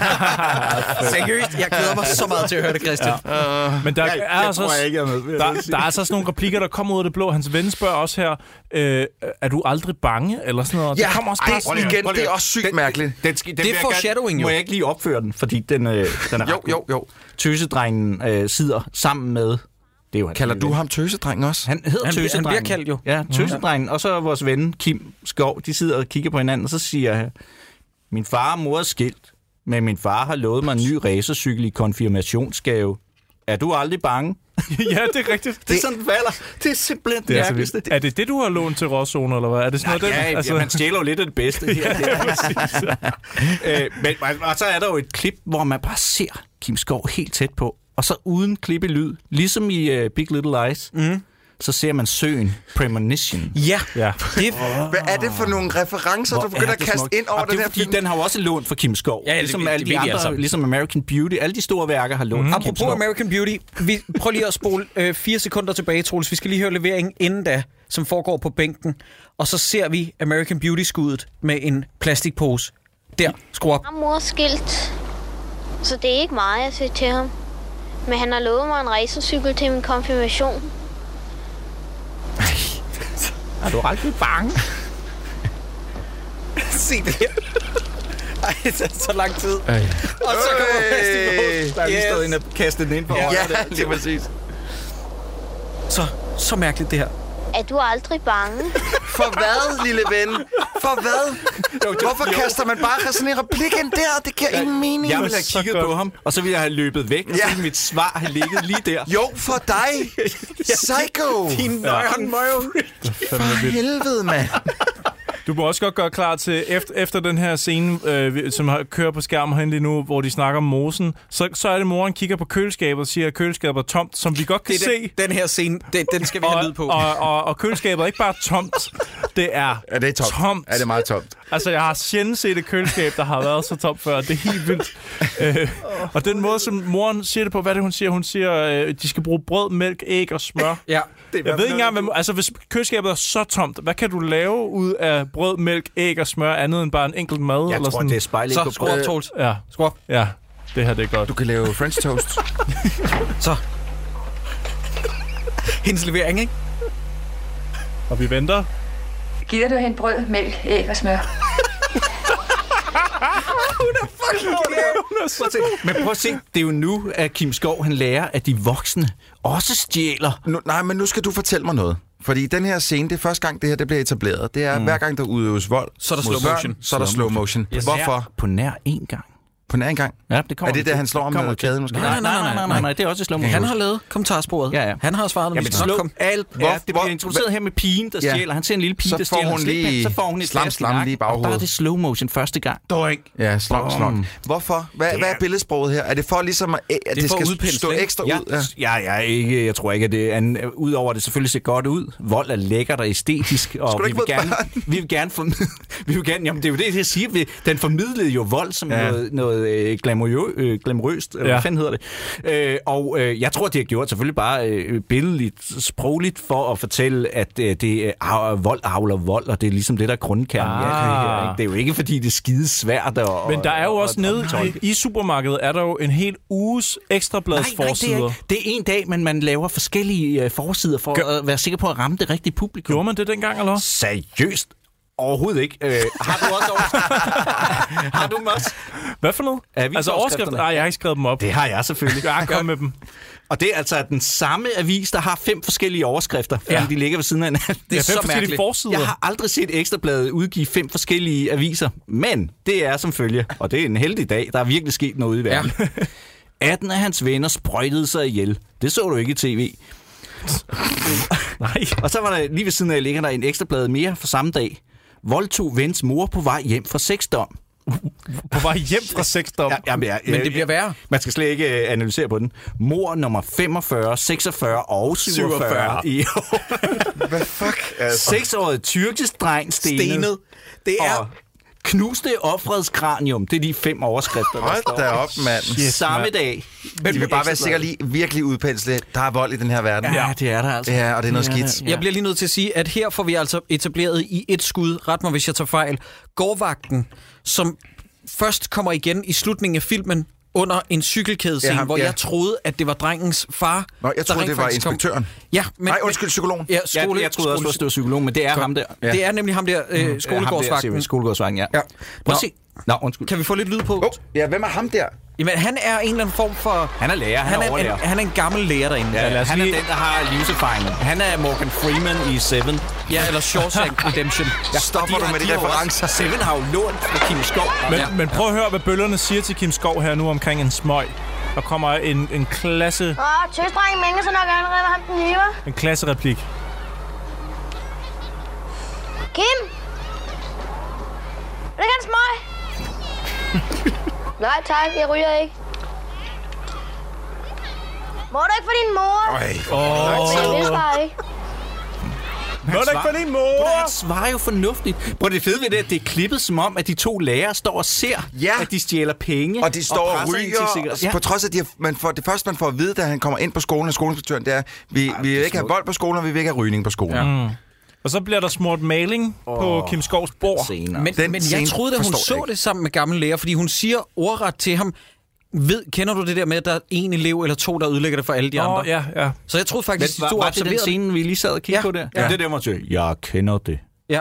A: Seriøst, jeg glæder mig så meget til at høre det, Christian. Ja.
D: Men der,
C: Jeg-
D: er
C: jeg
D: altså
C: tror,
D: også,
C: jeg ikke er med, vil jeg
D: der,
C: lige sige.
D: der er altså sådan nogle replikker, der kommer ud af det blå. Hans ven spørger også her, øh, er du aldrig bange? Eller sådan noget.
B: Ja,
D: det kommer også
B: ej,
D: bare sådan-
B: igen, det er også sygt mærkeligt.
C: Den, skal, den
A: Det er
C: vil jeg gerne-
A: foreshadowing, jo.
C: Må jeg ikke lige opføre den, fordi den, øh, den er
B: Jo,
C: ret god.
B: jo, jo.
C: Tøsedrengen øh, sidder sammen med... Det er jo hans
B: Kalder
C: lille
B: du
C: ven.
B: ham tøsedreng også?
C: Han hedder
A: Han bliver-
C: Tøsedrengen.
A: han bliver kaldt jo.
C: Ja, Tøsedrengen. Og så vores ven Kim Skov, de sidder og kigger på hinanden, og så siger jeg, min far og mor er skilt, men min far har lovet mig en ny racercykel i konfirmationsgave. Er du aldrig bange?
D: ja, det er rigtigt.
C: Det, det er sådan, den falder. Det er simpelthen det, det
D: så vildt.
C: mærkeligste.
D: er det det, du har lånt til Råzone, eller hvad? Er det sådan noget,
C: Ja,
D: den,
C: altså... man stjæler jo lidt af det bedste her. øh, men, og- og så er der jo et klip, hvor man bare ser Kim Skov helt tæt på, og så uden klippe lyd, ligesom i uh, Big Little Lies, mm. så ser man søen Premonition.
A: ja.
D: Ja.
A: Det,
B: Hvad er det for nogle referencer, du begynder at kaste ind over
C: og det
B: den
C: er
B: her
C: fordi,
B: film?
C: den har jo også lånt fra Kim Skov.
A: Ja, det-
C: ligesom
A: det-
C: alle
A: det
C: de
A: ved de
C: andre,
A: alle sammen.
C: ligesom American Beauty. Alle de store værker har lånt mm. Kim
A: apropos
C: Skov.
A: American Beauty, vi, prøv lige at spole øh, fire sekunder tilbage, Troels. Vi skal lige høre leveringen inden da, som foregår på bænken. Og så ser vi American Beauty-skuddet med en plastikpose. Der, skru op.
G: Ham og mor er skilt, så det er ikke meget, jeg siger til ham. Men han har lovet mig en racercykel til min konfirmation.
C: Er du aldrig bange?
A: Se det her. Ej, det er så lang tid. Ej. Og så kommer plastikposen.
C: Der er lige
A: Yes.
C: stået ind og kastet den ind på ja.
B: Ja, lige præcis.
A: Så, så mærkeligt det her.
G: Er du aldrig bange?
B: For hvad, lille ven? For hvad? Hvorfor kaster man bare sådan en replik ind der? Det giver ingen mening.
C: Jeg ville have
D: Så
C: kigget
D: godt.
C: på ham, og så ville jeg have løbet væk, og så
B: Ja.
C: ville mit svar have ligget lige der.
B: Jo, for dig. Psycho.
A: Din nøjeren
B: For helvede, mand.
D: Du må også godt gøre klar til, efter, efter den her scene, øh, vi- som har, kører på skærmen herinde lige nu, hvor de snakker om mosen, så, så er det, moren kigger på køleskabet og siger, at køleskabet er tomt, som vi godt kan
A: Det er
D: se.
A: den, den her scene, den, den skal vi have lyd
D: Og,
A: på.
D: og, og, og køleskabet er ikke bare tomt, det er,
B: Er det tomt?
D: tomt.
B: Er det meget tomt?
D: Altså, jeg har sjældent set et køleskab, der har været så tomt før. Det er helt vildt. Øh, og den måde, som moren siger det på, hvad er det, hun siger? Hun siger, øh, de skal bruge brød, mælk, æg og smør.
A: ja.
D: Jeg ved ikke engang, hvad, altså hvis køleskabet er så tomt, hvad kan du lave ud af brød, mælk, æg og smør, andet end bare en enkelt mad?
C: Jeg
D: eller
C: tror,
D: sådan?
C: det er spejlet
A: Så,
C: på
A: skru op, Troels.
D: Ja,
A: Skru op.
D: ja. Det her, det er godt.
B: Du kan lave french toast.
A: Så. Hendes levering, ikke?
D: Og vi venter.
I: Gider du hente brød, mælk, æg og smør?
C: Men prøv at se, det er jo nu, at Kim Skov han lærer, at de voksne også stjæler.
B: Nu, nej, men nu skal du fortælle mig noget. Fordi den her scene, det er første gang, det her det bliver etableret. Det er, mm. hver gang der udøves vold
A: Så er der
B: mod
A: slow
B: børn,
A: motion.
B: Så er der slow motion. Hvorfor?
C: På nær én gang.
B: på nær engang?
C: Ja, det
B: Er
C: kommer
B: det
C: vi
B: der,
C: til.
B: han slår om
C: kommer
B: med
C: vi til.
B: kæden måske?
C: Nej, nej, nej, nej, nej, nej, nej, det er også i slow motion.
A: Han har lavet kommentarsporet.
C: Ja, ja.
A: Han har svaret, og vi
C: Jamen,
A: skal nok
C: slå
A: komme.
C: alt op.
B: Hvor-
C: Ja, det bliver
B: hvor-
C: introduceret her med pigen, der
B: Ja.
C: stjæler. Han ser en lille pige,
B: Så
C: der
B: får
C: stjæler
B: hun
C: en slikpind.
B: lige
C: så får hun et
B: slam,
C: glas i
B: slam
C: nakken,
B: lige i
C: Og der er
B: baghovedet.
C: det slow motion første gang.
B: Ja, slok, slok. Hvorfor? Hvad, hvad er billedsproget her? Er det for ligesom, at, at det,
A: er
B: det
A: for
B: skal
A: at udpensle,
B: stå
A: ikke?
B: ekstra
C: Ja,
B: ud? Ja.
C: ja, ja ikke, jeg tror ikke, at det er... Udover at det selvfølgelig ser godt ud. Vold er lækkert og æstetisk, og
B: Skulle du
C: vi
B: ikke
C: vil,
B: møde
C: gerne, vi vil gerne... Formidle, vi vil gerne jamen, det er jo det, jeg siger. Vi, den formidlede jo vold som ja.
B: Ja.
C: noget, noget øh, glamourø, øh, glamourøst, øh,
D: Ja.
C: hvad fanden hedder det. Øh, og øh, jeg tror, de har gjort selvfølgelig bare øh, billedligt, sprogligt, for at fortælle, at øh, det er øh, vold avler vold, og det er ligesom det, der er grundkernen. Ah.
D: Ah.
C: Ja, det, er jo ikke, fordi det er skide svært. Og,
D: Men der er jo
C: og-
D: også
C: og-
D: nede
C: og-
D: i, i supermarkedet, er der jo en hel uges ekstrablads
C: Nej, nej, det er,
D: forsider.
C: ikke. det er en dag, men man laver forskellige øh, forsider for
D: Gør-
C: at være sikker på at ramme det rigtige publikum.
D: Gjorde man det dengang, eller? hvad?
C: Seriøst? Overhovedet ikke. Øh, har du også overskrifter? har du dem også?
D: Hvad for noget? Altså overskrifter? Nej, jeg har ikke skrevet dem op.
C: Det har jeg selvfølgelig.
D: Jeg kom med dem.
C: Og det er altså den samme avis, der har fem forskellige overskrifter, fordi
D: Ja.
C: de ligger ved siden af hinanden. Det
D: Ja,
C: er
D: fem
C: så
D: forskellige
C: mærkeligt.
D: forsider.
C: Jeg har aldrig set Ekstrabladet udgive fem forskellige aviser, men det er som følge, og det er en heldig dag, der er virkelig sket noget i verden. Ja. 18 af hans venner sprøjtede sig ihjel. Det så du ikke i tv.
D: Nej.
C: Og så var der lige ved siden af, ligger der en ekstrablad mere for samme dag. Voldtog vens mor på vej hjem fra sexdom.
D: På vej hjem fra sexdom.
C: Ja, jamen, ja,
A: Men det bliver værre.
C: Man skal slet ikke øh, analysere på den. Mor nummer 45, 46 og 47.
A: 47.
C: i
B: Hvad fuck? Altså.
C: Seksåret tyrkisk dreng stenet.
A: Stenet. Det er...
C: Og knuste ofrets kranium. Det er de fem overskrifter, der
B: Hold
C: står.
B: da op, mand.
C: Yes, samme dag.
B: De vil bare være sikre lige virkelig udpensle. Der er vold i den her verden.
C: Ja, det er der altså.
B: Ja, og det er noget
C: der.
B: skidt.
A: Jeg bliver lige nødt til at sige, at her får vi altså etableret i et skud, ret mig hvis jeg tager fejl, gårdvagten, som først kommer igen i slutningen af filmen under en cykelkædescene,
B: Ja,
A: ja,
B: ham-
A: hvor
B: ja.
A: jeg troede, at det var drengens far.
B: Nå,
A: der
B: jeg troede,
A: rent
B: det var
A: faktisk kom.
B: inspektøren.
A: Ja, men,
B: Nej, undskyld, psykologen.
A: Ja,
C: Ja,
A: skole,
C: jeg troede også, at det var psykolog, men det er ham der.
A: Ja. Det er nemlig ham der,
B: Mm.
A: øh,
C: Skolegårdsvagten.
A: skolegårdsvagten.
C: Skolegårdsvagten, ja.
A: Ja.
C: Prøv
A: Nå.
C: at se. Nå, undskyld.
A: Kan vi få lidt lyd på?
B: Åh, ja, hvem er ham der?
A: Jamen, han er en eller anden form for...
C: Han er lærer, han,
A: Han
C: er
A: er,
C: overlærer.
A: en, han er en gammel lærer derinde.
C: Ja,
D: lad os
C: han er
D: lige-
C: den, der har livserfaringen. Han er Morgan Freeman i Seven.
A: ja eller Shawshank Redemption.
B: Jeg stopper du med de referencer.
C: Seven har jo lånt fra Kim Skov.
D: Men, ja. men prøv at høre, hvad bøllerne siger til Kim Skov her nu omkring en smøg. Der kommer en, en klasse,
G: Åh, tøsdrengen mænger så nok allerede ham den nye, hva'?
D: en klassereplik.
G: Kim! Vil du gerne smøg? Nej tak, jeg ryger ikke. Må du ikke for din mor?
B: Øj,
G: Oh. Jeg vil bare ikke.
D: Nå, det er ikke for din mor!
C: Han svarer jo fornuftigt. Prøv det fede ved det, at det er klippet som om, at de to lærere står og ser,
B: Ja.
C: at de stjæler penge.
B: Og de står og,
C: presser en til
B: ryger,
C: cigaret.
B: og på trods af, at de har, man får, det første, man får at vide, da han kommer ind på skolen af skoleinspektøren, det er, vi, vi vil ikke have vold på skolen, og vi vil ikke have rygning på skolen. Ja.
D: Og så bliver der smurt maling oh. på Kim Skovs bord.
C: senere. Men,
A: Men,
B: Den
A: men jeg
B: scene
A: troede, at hun
B: forstår
A: så
B: jeg ikke.
A: det sammen med gammel lærer, fordi hun siger ordret til ham, ved, kender du det der med, at der er en elev eller to, der ødelægger det for alle de
D: Nå,
A: andre?
D: ja, ja.
A: Så jeg troede faktisk,
C: var,
A: de to
C: var det den
A: observerede.
C: scene, vi lige sad og kiggede
A: Ja.
C: på der?
A: Ja.
C: Det er der, man siger, jeg kender det.
A: Ja.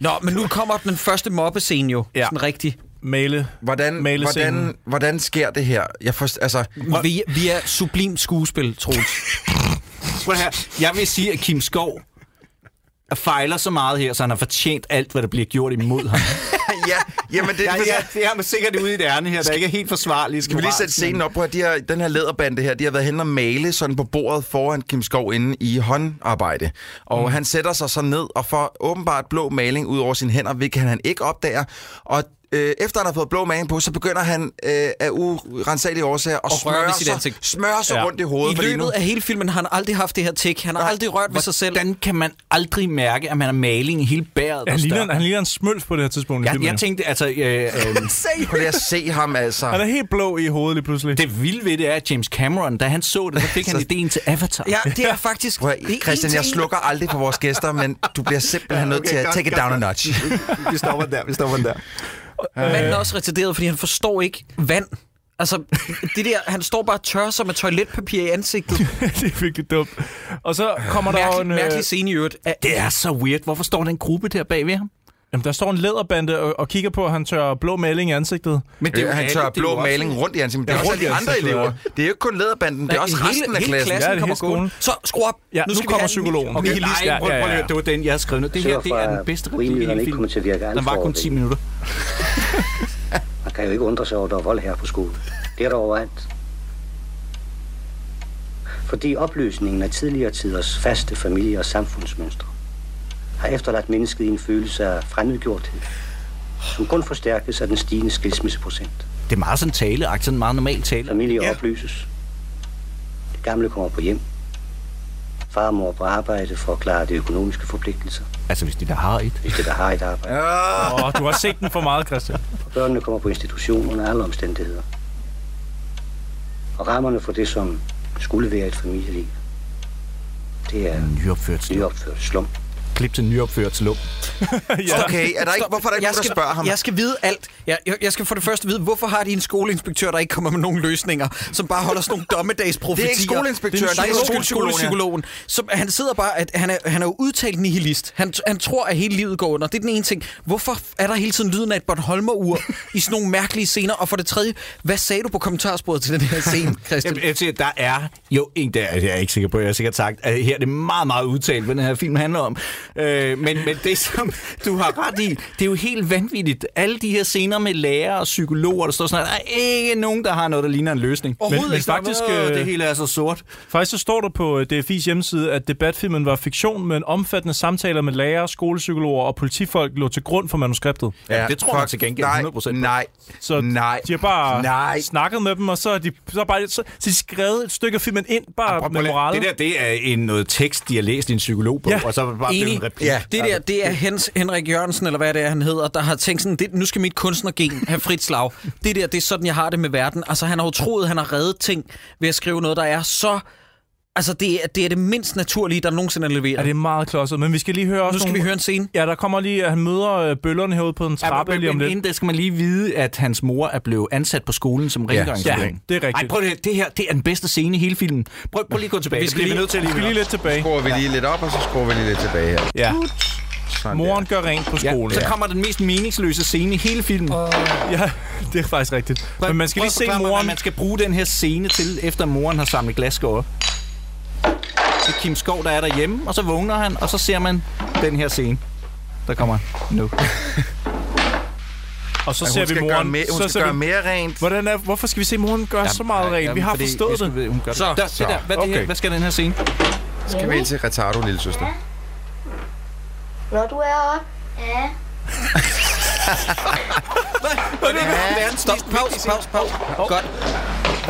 A: Nå, men nu kommer den første mobbescene jo.
D: Ja.
A: Ja. Sådan rigtig.
D: Male.
B: Hvordan,
D: Malescenen.
B: hvordan, hvordan sker det her? Jeg forst, altså,
A: Vi, vi er sublim skuespil, Troels.
C: Prøv her. Jeg vil sige, at Kim Skov fejler så meget her, så han har fortjent alt, hvad der bliver gjort imod ham.
B: ja, jamen det,
C: Ja, ja, det er man sikkert ude i det ærne her, der ikke er helt forsvarligt.
B: Kan vi lige sætte scenen op på, at de her, den her læderbande her, de har været hen og male sådan på bordet foran Kim Skov inde i håndarbejde. Og mm. han sætter sig så ned og får åbenbart blå maling ud over sine hænder, hvilket han ikke opdager. Og øh, efter han har fået blå maling på, så begynder han øh, af urensagelige årsager at
A: Og røre ved
B: smøre
A: sit
B: sig,
A: ansigt.
B: smøre sig
D: Ja.
B: ja. rundt i
A: I
B: hovedet. fordi nu,
A: løbet af hele filmen har han aldrig haft det her tik. Han har aldrig rørt ved sig selv.
C: Hvordan kan man aldrig mærke, at man har maling i hele bæret?
D: Han ligner, en- han ligner en smølf på det her tidspunkt. i
C: jeg,
D: filmen,
C: jeg
D: jo.
C: tænkte, altså... Øh, øh,
B: Prøv lige at se ham altså.
D: han er helt blå i hovedet lige pludselig.
C: det vilde ved det er, at James Cameron, da han så det, så fik han ideen til Avatar.
A: Ja, det er faktisk...
B: Prøv,
A: det er en
B: at- Christian, jeg
A: ting-
B: slukker aldrig for vores gæster, men du bliver simpelthen nødt til at take it down a notch.
C: vi stopper der, vi stopper der.
A: Manden er også retarderet, fordi han forstår ikke vand. Altså, det der, han står bare og tørrer sig med toiletpapir i ansigtet.
D: det er virkelig dumt. Og så kommer der jo
A: Mærkelig,
D: en... øh,
A: mærkelig scene i øvrigt. Ja,
C: Det er så weird. Hvorfor står den gruppe der bagved ham?
D: Jamen, der står en læderbande og, og kigger på, at han tør blå maling i ansigtet.
C: Men
B: Det er, Øh, han
C: alle,
B: tør
C: det er jo
B: blå
C: også-
B: maling rundt i ansigtet. men Det er også
D: Ja, rundt
B: alle de
D: i
B: andre
D: ansigtet,
B: elever.
D: ja.
B: Det er jo ikke kun læderbanden, det er også
A: hele-
B: resten af
A: hele
B: klassen.
D: Ja, det er
A: kommer
D: hele skolen.
A: gående. Så skru op.
D: Ja, nu
A: skal vi
D: kommer
A: have en
D: psykologen.
A: ny-
D: Okay,
A: nihilist.
D: nej,
C: Nej, prøv, prøv,
D: ja, ja,
C: lige
D: ja.
C: at- det var den, jeg havde skrevet ned. Det her,
E: Sørg
C: det
E: for,
C: er den
E: at
C: bedste replik i
E: rimelighederne
C: hele
E: ikke
C: filmen.
E: kommer til at virke. Alle
C: Den var
E: får
C: kun
E: det.
C: 10 minutter.
E: Man
J: kan jo ikke undre sig over, at der er vold her på skolen. Det er der overalt. Fordi opløsningen af tidligere tiders faste familie- og samfundsmønstre har efterladt mennesket i en følelse af fremmedgjorthed, som kun forstærkes af den stigende skilsmisseprocent.
C: Det er meget sådan tale, sådan meget normal tale.
J: Familier ja. opløses. Det gamle kommer på hjem. Far og mor på arbejde for at klare de økonomiske forpligtelser.
C: Altså, hvis de der har et.
J: Hvis det der har et arbejde.
D: Åh, oh, du har set den for meget, Christian.
J: Og børnene kommer på institution under alle omstændigheder. Og rammerne for det, som skulle være et familieliv, det er
C: nyopført slum.
J: Nyopført slum.
C: Klip til nyopført slum.
B: ja. Okay, er der ikke, hvorfor er der ikke
A: jeg
B: nogen, der
A: skal,
B: spørger ham?
A: Jeg skal vide alt. Jeg, jeg, jeg skal for det første vide, hvorfor har de en skoleinspektør, der ikke kommer med nogen løsninger, som bare holder sådan nogle dommedagsprofetier?
B: Det er ikke skoleinspektøren,
A: det er
B: det er
A: skole-
B: skolepsykologen, ja.
A: skolepsykologen. Som, han sidder bare, at han er, han er jo udtalt nihilist. Han, han tror, at hele livet går under. Det er den ene ting. Hvorfor er der hele tiden lyden af et Bornholmer-ur i sådan nogle mærkelige scener? Og for det tredje, hvad sagde du på kommentarsporet til den her scene, Christian?
C: Jamen, jeg siger, der er jo en, der jeg er ikke sikker på, jeg har sikkert sagt, at her er det meget, meget udtalt, hvad den her film handler om. Øh, men, men det, som du har ret i, det er jo helt vanvittigt. Alle de her scener med lærere og psykologer, der står sådan, at der er ikke nogen, der har noget, der ligner en løsning.
A: Overhovedet
D: men
A: ikke.
D: faktisk,
C: Åh,
D: øh,
C: det hele er så sort.
D: Faktisk så står der på øh, DFI's hjemmeside, at debatfilmen var fiktion, men omfattende samtaler med lærere, skolepsykologer og politifolk lå til grund for manuskriptet.
C: Ja, det tror jeg til gengæld
B: nej,
C: 100% på.
B: Nej,
D: Så
B: nej,
D: de har bare
B: nej.
D: snakket med dem, og så har de, så har bare, så, så har de skrevet et stykke af filmen ind, bare med morale.
C: Det der, det er en noget tekst, de har læst i en psykologbog,
D: Ja,
C: og så er det bare blevet en
A: Enig.
C: replik.
B: Ja.
A: Det der, det er Hens, Henrik Jørgensen, eller hvad det er, han hedder, der har tænkt sådan, det, nu skal mit kunstnergen have frit slag. Det der, det er sådan, jeg har det med verden. Altså, han har jo troet, han har reddet ting ved at skrive noget, der er så... Altså, det er det, er det mindst naturlige, der nogensinde er
D: Ja,
A: leveret.
D: det er meget klodset, men vi skal lige høre også
A: Nu skal
D: nogle-
A: vi høre en scene.
D: Ja, der kommer lige, at han møder øh, bøllerne herude på en trappe
C: Ja,
D: lige om
C: men
D: lidt.
C: inden det skal man lige vide, at hans mor er blevet ansat på skolen som
D: Ja,
C: rengøringslæring.
D: det er rigtigt.
C: Ej, prøv lige, det her, det er den bedste scene i hele filmen. Prøv, prøv lige at gå tilbage.
A: Vi
C: Det
A: skal
C: bliver
A: lige-
C: nødt til
D: Vi skal lige
C: vende.
D: lidt tilbage.
B: Skruer vi lige lidt op, og så skruer vi lige lidt tilbage her.
C: Ja.
B: Sådan
D: Moren gør rent på skolen.
C: ja. Så kommer den mest meningsløse scene i hele filmen. Prøv,
D: Ja, det er faktisk rigtigt. Men man skal
C: prøv
D: lige
C: at
D: se
C: forklare mig, hvad
D: moren.
C: man skal bruge den her scene til, efter moren har samlet glasskår op. Så Kim Skov, der er derhjemme, og så vågner han, og så ser man den her scene. Der kommer nu.
D: Og så
B: der. Hun
D: ser vi
B: skal gøre,
D: moren.
B: mere, hun
D: så
B: skal
D: ser
B: gøre
D: vi,
B: mere rent.
D: hvordan er, hvorfor skal vi se moren gøre så meget rent? Vi har forstået det.
C: Hun gør det.
A: Så,
C: der, det
A: så,
C: der, hvad, det her,
B: okay.
C: hvad skal den her scene?
B: Skal vi ind til retardo, lille søster?
H: Når du er op,
G: Ja.
A: Ja, stop, pause, pause, pause. Godt.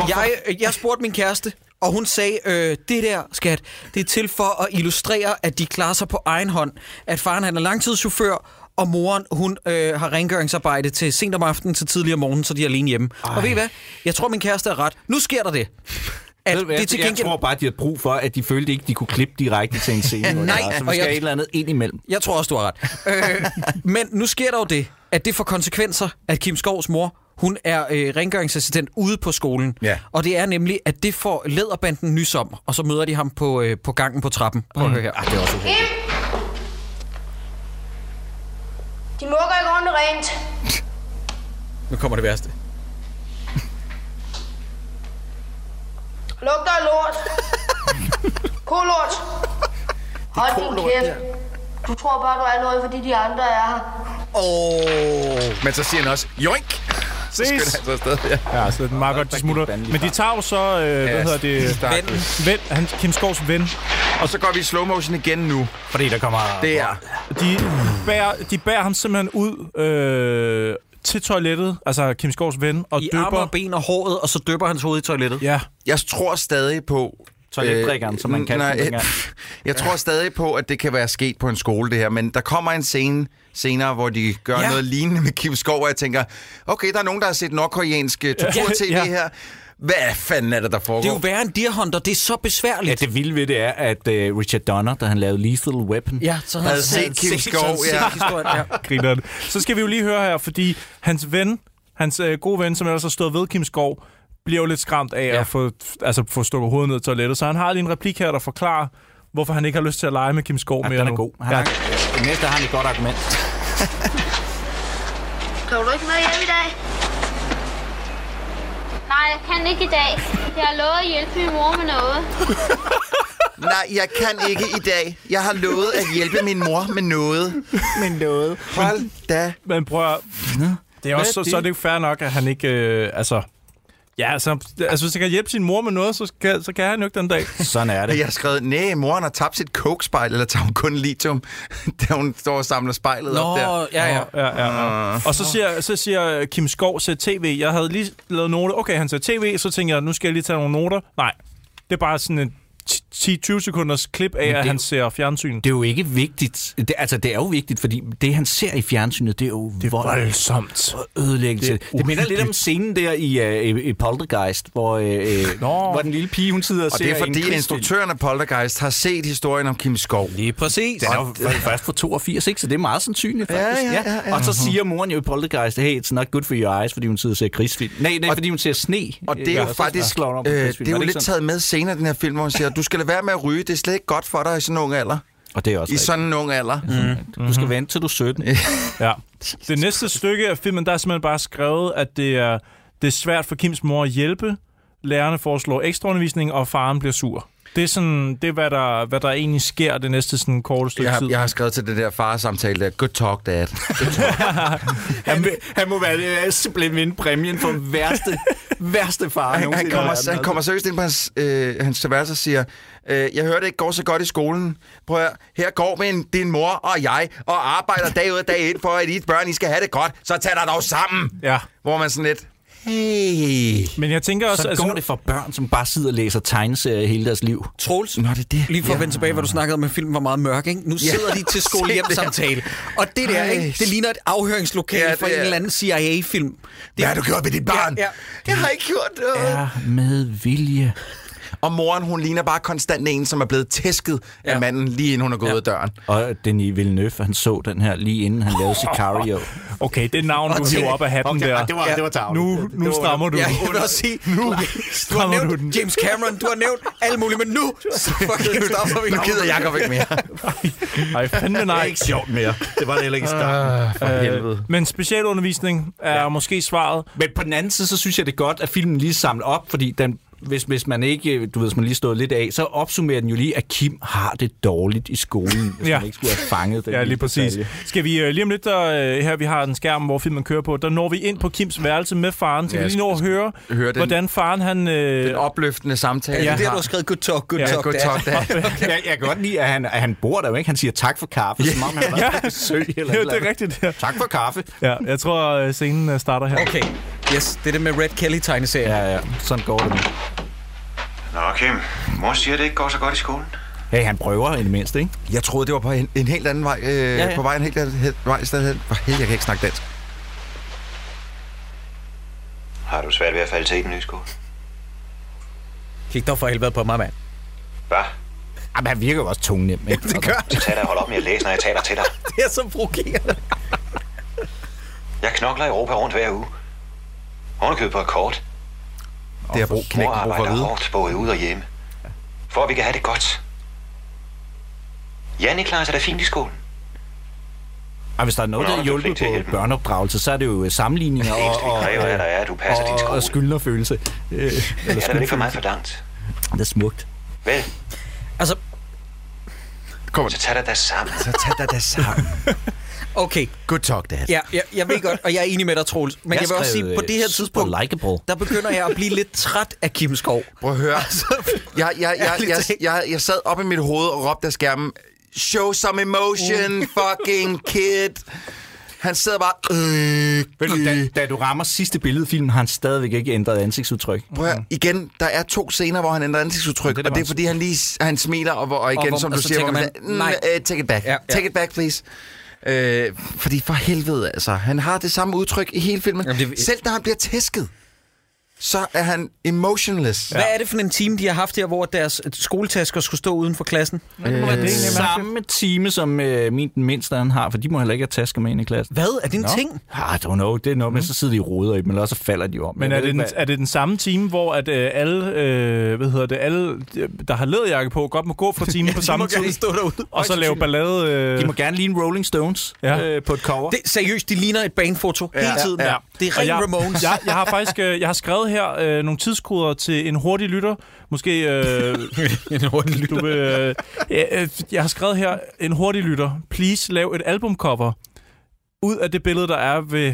A: Jeg, øh, jeg spurgte min kæreste, og hun sagde, øh, det der, skat, det er til for at illustrere, at de klarer sig på egen hånd. At faren han er langtidschauffør, og moren, hun øh, har rengøringsarbejde til sent om aftenen til tidligere morgen, så de er alene hjemme. Ej. Og ved I hvad? Jeg tror, min kæreste er ret. Nu sker der det. At
C: Ved du hvad,
A: det er til
C: jeg
A: gengæld... Jeg
C: tror bare, de havde brug for, at de følte ikke, de kunne klippe direkte til en scene.
A: Nej,
C: eller, så vi
A: og
C: skal
A: jeg-
C: et eller andet ind imellem.
A: jeg tror også, du har ret. Øh, men nu sker der jo det, at det får konsekvenser, at Kim Skovs mor, hun er øh, rengøringsassistent ude på skolen.
B: Ja.
A: Og det er nemlig, at det får læderbanden nys om, og så møder de ham på, øh, på gangen på trappen. Prøv
B: Mm.
A: at høre
B: Ah,
A: her.
C: Det er også okay.
H: de mukker ikke ordentligt rent.
A: Nu kommer det værste.
H: Lugter af lort. Kolort. Hold din kæft. Du tror bare, du er noget, fordi de andre er her.
B: Oh. Men så siger han også, joink! Så skal
D: Ses.
B: han så afsted. Ja.
D: Ja, så den meget godt, de smutter. Men de tager jo så, øh, hvad hedder det,
A: Vennen.
D: ven, han, Kim Skovs ven.
B: Og så går vi i slow motion igen nu.
C: Fordi der kommer...
B: Det er...
D: De bærer, de bærer ham simpelthen ud øh, til toilettet, altså Kim Skovs ven, og
A: I arme
D: døber.
A: og ben og håret, og så døber hans hoved i toilettet.
D: Ja,
B: Jeg tror stadig på... øh,
C: Toiletdrikkeren, som man kaldte
B: nej,
C: den dengang.
B: pff, Jeg tror stadig på, at det kan være sket på en skole, det her. Men der kommer en scene senere, hvor de gør
A: Ja.
B: ja. noget lignende med Kim Skov, og jeg tænker, okay, der er nogen, der har set nordkoreansk øh, tortur-tv
D: Ja.
B: ja. her. Hvad fanden er det, der foregår?
A: Det er jo værre end Deer Hunter. Det er så
C: Ja,
A: besværligt.
C: det vilde ved det er, at uh, Richard Donner, da han lavede Lethal Weapon...
A: Ja, så har
B: Havde set Kim Skov, ja.
A: historien. Ja.
D: griner det. Så skal vi jo lige høre her, fordi hans ven, hans øh, gode ven, som ellers har stået ved Kim Skov, bliver jo lidt skræmt af ja. at få, altså, få stukket hovedet ned i toilettet. Så han har lige en replik her, der forklarer, hvorfor han ikke har lyst til at lege med Kim Skov
C: Ja,
D: mere
C: den
D: nu.
C: er god. Han ja.
D: ja.
C: har, den næste har han et godt argument.
G: Kan du ikke med hjem i dag? Nej, jeg kan ikke i dag. Jeg har lovet at hjælpe min mor med noget.
B: Nej, jeg kan ikke i dag. Jeg har lovet at hjælpe min mor med noget. Med noget. Hold da.
D: Men prøv at- Det er også, så, så er det jo fair nok, at han ikke... Øh, altså, ja, altså, altså, hvis han kan hjælpe sin mor med noget, så, skal, så kan han jo ikke den dag.
C: Sådan er
B: Jeg har skrevet, nej, moren har tabt sit coke-spejl, eller tager hun kun lithium, da hun står og samler spejlet op der.
D: ja, ja, ja.
C: Ah.
D: Og så siger, så siger Kim Skov, sæt tv. Jeg havde lige lavet noter. Okay, han sagde tv, så tænker jeg, nu skal jeg lige tage nogle noter. Nej, det er bare sådan en 10-20 sekunders klip af,
C: Men
D: at
C: det-
D: han ser fjernsyn.
C: Det er jo ikke vigtigt. Det, altså, det er jo vigtigt, fordi det, han ser i fjernsynet, det er jo det er
D: voldsomt.
C: Og ødelæggelse.
D: Det
C: Det,
D: er
C: det minder lidt om
D: uhyggeligt.
C: scenen der i, øh, i, i Poltergeist, hvor, øh, øh, hvor den lille pige, hun sidder og,
B: Og
C: ser
B: det er
C: en
B: fordi,
C: krigsfilm.
B: instruktøren af Poltergeist har set historien om Kim Skov.
A: Lige præcis.
C: Den er jo f- først fra 82, ikke? så det er meget sandsynligt
B: Ja,
C: faktisk.
B: ja, ja, Mhm. ja.
C: Og så siger moren jo i Poltergeist, hey, it's not good for your eyes, fordi hun sidder og ser krigsfilm. Nej, nej, fordi hun ser sne.
B: Og det er jo faktisk øh, det er jo lidt taget med senere, den her film, hvor hun siger, du skal lade være med at ryge, det er slet ikke godt for dig i sådan en ung alder.
C: Og det er også
B: I Mhm. sådan en ung alder.
C: Mm. Du skal vente til du er 17.
D: Ja. Det næste stykke af filmen, der er simpelthen bare skrevet, at det er, det er svært for Kims mor at hjælpe. Lærerne foreslår ekstraundervisning, og faren bliver sur. Det er, sådan, det er hvad, der, hvad der egentlig sker det næste sådan, korte stykke
B: Jeg har,
D: tid.
B: jeg har skrevet til det der farsamtale der, good talk, dad.
C: Han, vil- han må være øh, simpelthen vinde præmien for værste, værste far.
B: Han, han,
C: nogensinde i verden,
B: kommer, han
C: altså.
B: kommer seriøst ind på hans, øh, hans værelse og siger, øh, jeg hører, det ikke går så godt i skolen. Prøv at, høre, her går min, din mor og jeg og arbejder dag ud og dag ind for, at I børn I skal have det godt. Så tag dig dog sammen.
D: Ja.
B: Hvor man sådan lidt, hey.
D: Men jeg tænker også... altså,
C: Sådan går det for børn, som bare sidder og læser tegneserier hele deres liv.
A: Troels,
B: Nå, det er det.
A: lige for at vende tilbage, hvad du snakkede om, at filmen var meget mørk, ikke? Nu sidder de til skole-hjem-samtale. Og det der,
B: Ej.
A: ikke? Det ligner et afhøringslokale
B: Ja,
A: ja,
B: det
A: for en
B: er-
A: eller anden CIA-film.
B: Hvad har du gjort ved dit barn?
A: Ja, ja.
B: Det har jeg ikke gjort. Øh.
C: Ja, med vilje.
B: Og moren, hun ligner bare konstant en, som er blevet tæsket ja. af manden, lige inden hun er gået ja. ud af døren.
C: Og Denis Villeneuve, han så den her lige inden han lavede Sicario.
D: Okay, det er navn, du hiver op af hatten der.
C: var, det var tavligt.
D: Nu, nu strammer du.
A: Ja, jeg vil også sige, nu du har
D: strammer du den.
A: nævnt James Cameron, du har nævnt alle mulige, men nu så fucking stopper vi.
B: Nu gider Jacob ikke mere.
D: Ej, fandme nej.
C: sjovt mere. Det var det heller ikke i starten.
D: Øh, men specialundervisning er ja. måske svaret.
C: Men på den anden side, så synes jeg det er godt, at filmen lige samler op, fordi den, hvis, hvis man ikke, du ved, hvis man lige stod lidt af, så opsummerer den jo lige, at Kim har det dårligt i skolen, hvis
D: Ja.
C: ja. man ikke skulle have fanget den.
D: Ja, lige
C: lille
D: præcis.
C: detalje.
D: Skal vi øh, lige om lidt, der, øh, her vi har en skærm, hvor filmen kører på, der når vi ind på Kims værelse med faren. Skal
B: Ja,
D: vi lige nå at høre,
B: høre den-
D: hvordan faren han... Øh,
B: Den opløftende
A: Ja.
B: samtale. Ja.
A: Det er der, du har skrevet good talk, good
D: Ja,
A: talk.
B: Good
A: dad.
B: talk, dad.
C: jeg, jeg kan godt lide, at han, at han bor der jo ikke. Han siger tak for kaffe, som om han har været på besøg eller,
D: ja,
C: eller
D: det er rigtigt. Ja.
C: Tak for kaffe.
D: Ja, jeg tror, øh, scenen øh, starter her.
A: Okay, yes, det er det med Red Kelly-tegneserien.
C: Ja, ja, sådan går det. nu.
F: Nå, Kim. Mor siger, det ikke går så godt i skolen.
C: Hey, han prøver i det mindste, ikke?
B: Jeg troede, det var på en, en helt anden vej. Øh, ja, ja.
C: ja.
B: På vej en helt anden he- vej sted hen. For helvede, jeg kan ikke snakke dansk.
F: Har du svært ved at falde til i den nye skole?
A: Kig dog for helvede på mig, mand.
F: Hvad?
C: Jamen, han virker jo også tungnem, ikke? det gør
F: Så tag dig og hold op med at læse, når jeg taler til dig.
A: Det er så provokerende.
F: Jeg knokler Europa rundt hver uge. Underkøbet på et kort.
B: Det har brug,
F: Mor
B: knækken brug for at
F: arbejder
B: vide.
F: hårdt både ude og hjemme. For at vi kan have det godt. Janne klarer sig da fint i skolen.
C: Og hvis der er noget, der
F: Nå,
C: har
F: du
C: hjulpet
F: fik til at hjælpe
C: på
F: mig.
C: børneopdragelse, så er det jo øh, sammenligninger
F: Det eneste,
C: og,
F: vi
C: og,
F: kræver af dig, er, at du passer din
C: og,
F: skole.
C: og skyldnerfølelse. Øh, eller
F: Det er da vel ikke for
C: skyldfølelse.
F: meget forlangt.
C: Det er smukt.
F: Vel,
A: Altså,
B: Kom,
F: så tag dig da sammen.
B: så tag dig da sammen.
A: okay,
B: Good talk, dad.
A: ja, jeg, jeg ved godt, og jeg er enig med dig, Troels. Men jeg, jeg vil også sige,
C: øh,
A: på det her tidspunkt,
C: Likeable.
A: der begynder jeg at blive lidt træt af Kim Skov.
B: Prøv at høre. Jeg, jeg, jeg,
A: Altså, Ærligt
B: jeg,
A: talt.
B: jeg, jeg sad op i mit hoved og råbte af skærmen, show some
A: Uh.
B: emotion, fucking kid. Han sidder bare... Øh,
C: Da,
B: øh.
C: da du rammer sidste billede i filmen, har han stadigvæk ikke ændret ansigtsudtryk.
B: Prøv
A: Mm.
B: at høre, igen, der er to scener, hvor han ændrer ansigtsudtryk, det, og det er fordi, han lige han smiler, og, hvor, og igen,
A: Og hvor-
B: og hvor, som
A: og
B: du
A: så
B: siger, hvor
A: tænker
B: man,
A: man,
B: siger,
A: nej."
B: "Mm, øh, take it back,
A: Ja,
B: ja,
A: ja.
B: take it back, please. Øh, fordi for helvede, altså, han har det samme udtryk i hele filmen.
A: Jamen,
B: Jamen,
A: det-
B: det... Selv da han bliver tæsket, så er han emotionless.
A: Hvad er det for en time, de har haft her, hvor deres skoletasker skulle stå uden for klassen?
C: Det er samme time, som øh, min den mindste, han har, for de må heller ikke have tasker med ind i klassen.
A: Hvad? Er det en ting?
C: Ah, I don't know. Det er noget med, så sidder de og roder i dem, eller også falder de om.
D: Mm. Men
C: Jeg
D: er
C: ved
D: det,
C: ikke,
D: den,
C: hvad-
D: er det den samme time, hvor at øh, alle, øh, hvad hedder det, alle, øh, der har læderjakke på, godt må gå fra timen ja, på samme
A: må gerne
D: tid,
A: stå derude.
D: og så lave ballade? Øh,
C: De må gerne ligne Rolling Stones
D: Ja.
C: ja. øh, på et cover.
A: Det, seriøst, de ligner et banefoto ja, hele tiden. Ja,
D: Ja.
A: ja. Det er
D: Og
A: ren
D: jeg,
A: Ramones.
D: Jeg, jeg har faktisk øh, jeg har skrevet her øh, nogle tidskoder til en hurtig lytter. Måske øh,
A: en hurtig
D: du vil... Øh, ja, øh, jeg har skrevet her en hurtig lytter. Please lav et albumcover. ud af det billede, der er ved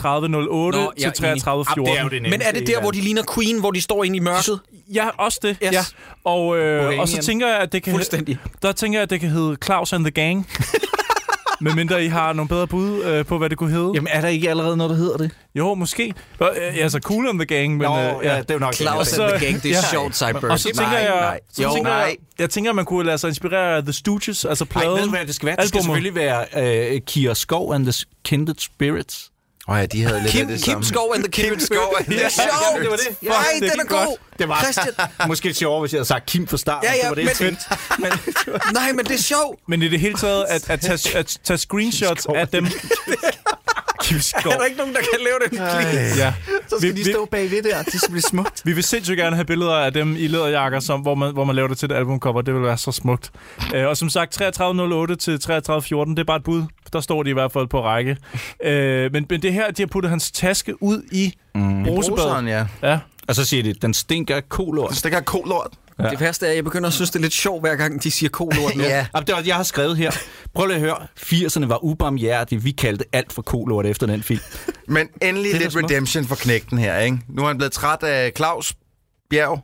D: 3308
A: Nå, jeg
D: til
A: er
D: 3314.
A: enig. Ah, det er jo det nemmeste, Men er det der, ikke? hvor de ligner Queen, hvor de står inde i mørket?
D: Ja, også det.
A: Yes.
D: Ja. Og, øh, og så
A: Bohemian.
D: tænker jeg, at det kan...
A: Fuldstændig.
D: Der tænker jeg, at det kan hedde Claus and the Gang. Medmindre I har nogle bedre bud øh, på, hvad det kunne hedde.
C: Jamen, er der ikke allerede noget, der hedder det?
D: Jo, måske. Og, øh, altså, Cool and the Gang, men...
C: Nå,
D: øh,
C: ja, det er jo nok
A: Claus
D: Og
A: and
D: så-
A: the Gang, det er sjovt, Cyber.
D: Og så tænker
C: Nej,
D: jeg...
C: nej.
D: Så
C: Jo,
D: tænker
C: nej.
D: Jeg, jeg tænker, man kunne lade sig inspirere af The Stooges, altså pladen.
C: Nej, ved du, hvad det skal være? Det skal
D: albumet.
C: selvfølgelig være øh, Kier Skov and the Kindred Spirits.
B: Åh oh, ja, de havde lidt
A: Kim,
B: af det
A: Kim
B: samme.
A: Skov and the Kim
B: Skov and
A: Det
B: the
A: er sjovt!
C: Det var det.
A: Nej,
C: Fuck, det
A: den er
C: gik godt.
A: god!
C: Det var
A: Christian.
C: måske sjovere, hvis jeg havde sagt Kim fra start.
A: Ja, ja,
C: det var det,
A: men-
C: jeg tænkte.
A: Nej, men det er sjovt!
D: Men i det hele taget, at, at, tage, at tage screenshots af dem. Kim Skov.
A: Er der ikke nogen, der kan lave det?
D: Ja.
C: Så skal
D: Vi-
C: de
D: vi-
C: stå bagved der. Det skal blive smukt.
D: Vi vil sindssygt gerne have billeder af dem i læderjakker, som, hvor, man, hvor man laver det til et albumcover. Det vil være så smukt. Øh, og som sagt, 3308 til 3314, det er bare et bud. Der står de i hvert fald på række. Øh, men, men det her, de har puttet hans taske ud i
B: Bruseren,
D: mm. brusebadet.
B: ja.
D: Ja.
C: Og så siger de, den stinker af kolort.
B: Så det kan kolort.
A: Ja. Det værste er, at jeg begynder at synes, det er lidt sjovt, hver gang de siger kolort nu.
B: Ja.
C: Jamen, det var, jeg har skrevet her. Prøv lige at høre. 80'erne var ubarmhjertige. Vi kaldte alt for kolort efter den film.
B: Men endelig
C: da
B: lidt
C: smukt.
B: redemption for knægten her, ikke? Nu er han blevet træt af Claus Bjerg.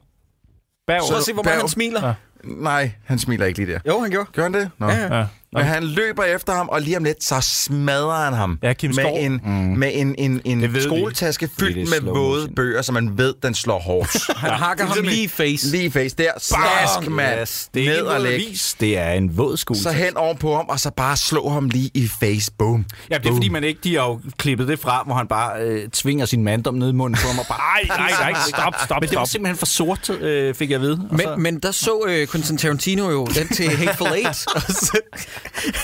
D: Bag
A: Prøv at se, hvor meget han smiler.
D: Ja.
B: Nej, han smiler ikke lige der.
A: Jo, han gjorde.
B: Gør han det? Nå.
A: Ja, ja.
D: Ja.
B: Men han løber efter ham, og lige om lidt, så smadrer han ham.
D: Ja, Kim
B: med
D: Skov.
B: en, mm. med en, en,
C: Det ved
B: en
C: vi.
B: skoletaske
C: Fordi det
B: fyldt
C: er
B: med
C: slow
B: våde
C: motion.
B: bøger, som man ved, den slår hårdt.
A: Han hakker ham lige i face.
B: Lige i face der. Slask, mand.
C: Yes, det er
B: Ned
C: ikke
B: og
C: noget
B: læg.
C: avis. Det er en våd skole.
B: Så hen over på ham, og så bare slå ham lige i face. Boom.
C: Ja, det er fordi, man ikke, de har jo klippet det fra, hvor han bare øh, tvinger sin manddom ned i munden på ham og bare...
D: Ej, nej, nej, stop, stop,
C: Men det var
D: stop.
C: simpelthen for sort, øh, fik jeg at vide. Og så-
A: Men, men der så øh, Quentin Tarantino jo den til Hateful Eight. og så-
C: det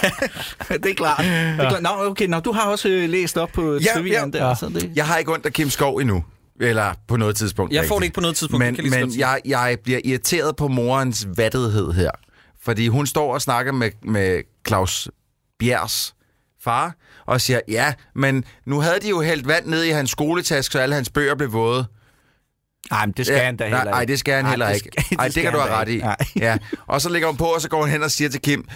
C: er klart. Det er klart. Nå, okay, nå, du har også øh, læst op på
B: ja.
C: ja, trivian ja, der.
D: Ja.
C: Ja. Så det...
B: Jeg har ikke ondt af Kim Skov endnu. Eller på noget tidspunkt.
A: Jeg får
B: rigtig.
A: det ikke på noget tidspunkt, det kan jeg
B: Men,
A: lige så
B: men
A: godt sige.
B: jeg, jeg bliver irriteret på morens vattethed her. Fordi hun står og snakker med, med Claus Bjergs far og siger, ja, men nu havde de jo hældt vand ned i hans skoletaske, så alle hans bøger blev våde.
C: Nej, men det skal han da heller ikke.
B: Nej, det skal han
C: Ej,
B: heller
C: det
B: ikke.
C: skal-
B: Nej, det,
C: skal
B: kan du
C: han
B: have
C: da
B: ret i.
C: ikke. Nej.
B: Ja. Og så lægger hun på, og så går hun hen og siger til Kim,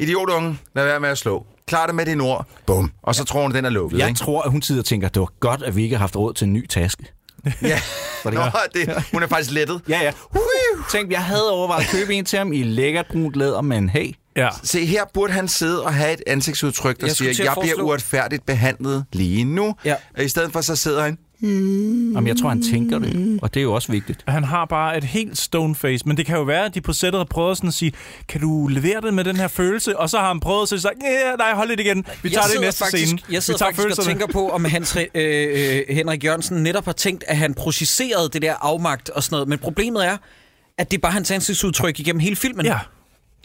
B: idiotunge, lad være med at slå. Klar det med dine ord. Bum. Og så tror hun, den er lukket.
C: Jeg
B: ikke?
C: tror, at hun sidder og tænker, at det var godt, at vi ikke har haft råd til en ny taske.
B: Ja.
C: Var det
B: Nå,
C: godt?
B: det, hun er faktisk lettet.
C: Ja, ja. Tænk, jeg havde overvejet at købe en til ham i lækkert brunt læder, men hey.
D: Ja.
B: Se, her burde han sidde og have et ansigtsudtryk, der
A: Jeg
B: jeg
A: skulle til
B: siger,
A: at
B: jeg bliver
A: foreslå-
B: uretfærdigt behandlet lige nu.
A: Ja.
B: Og I stedet for, så sidder han.
C: Jamen, jeg tror, han tænker det, og det er jo også vigtigt.
D: Han har bare et helt stone face, men det kan jo være, at de på sættet har prøvet sådan at sige, kan du levere det med den her følelse? Og så har han prøvet at sige, "Ja, nej, hold lidt igen. Vi tager det i
A: sidder
D: næste
A: faktisk,
D: scene.
A: Jeg sidder
D: Vi tager
A: faktisk og tænker på, om Hans, øh, øh, Henrik Jørgensen netop har tænkt, at han projicerede det der afmagt og sådan noget. Men problemet er, at det er bare hans ansigtsudtryk igennem hele filmen.
D: Ja.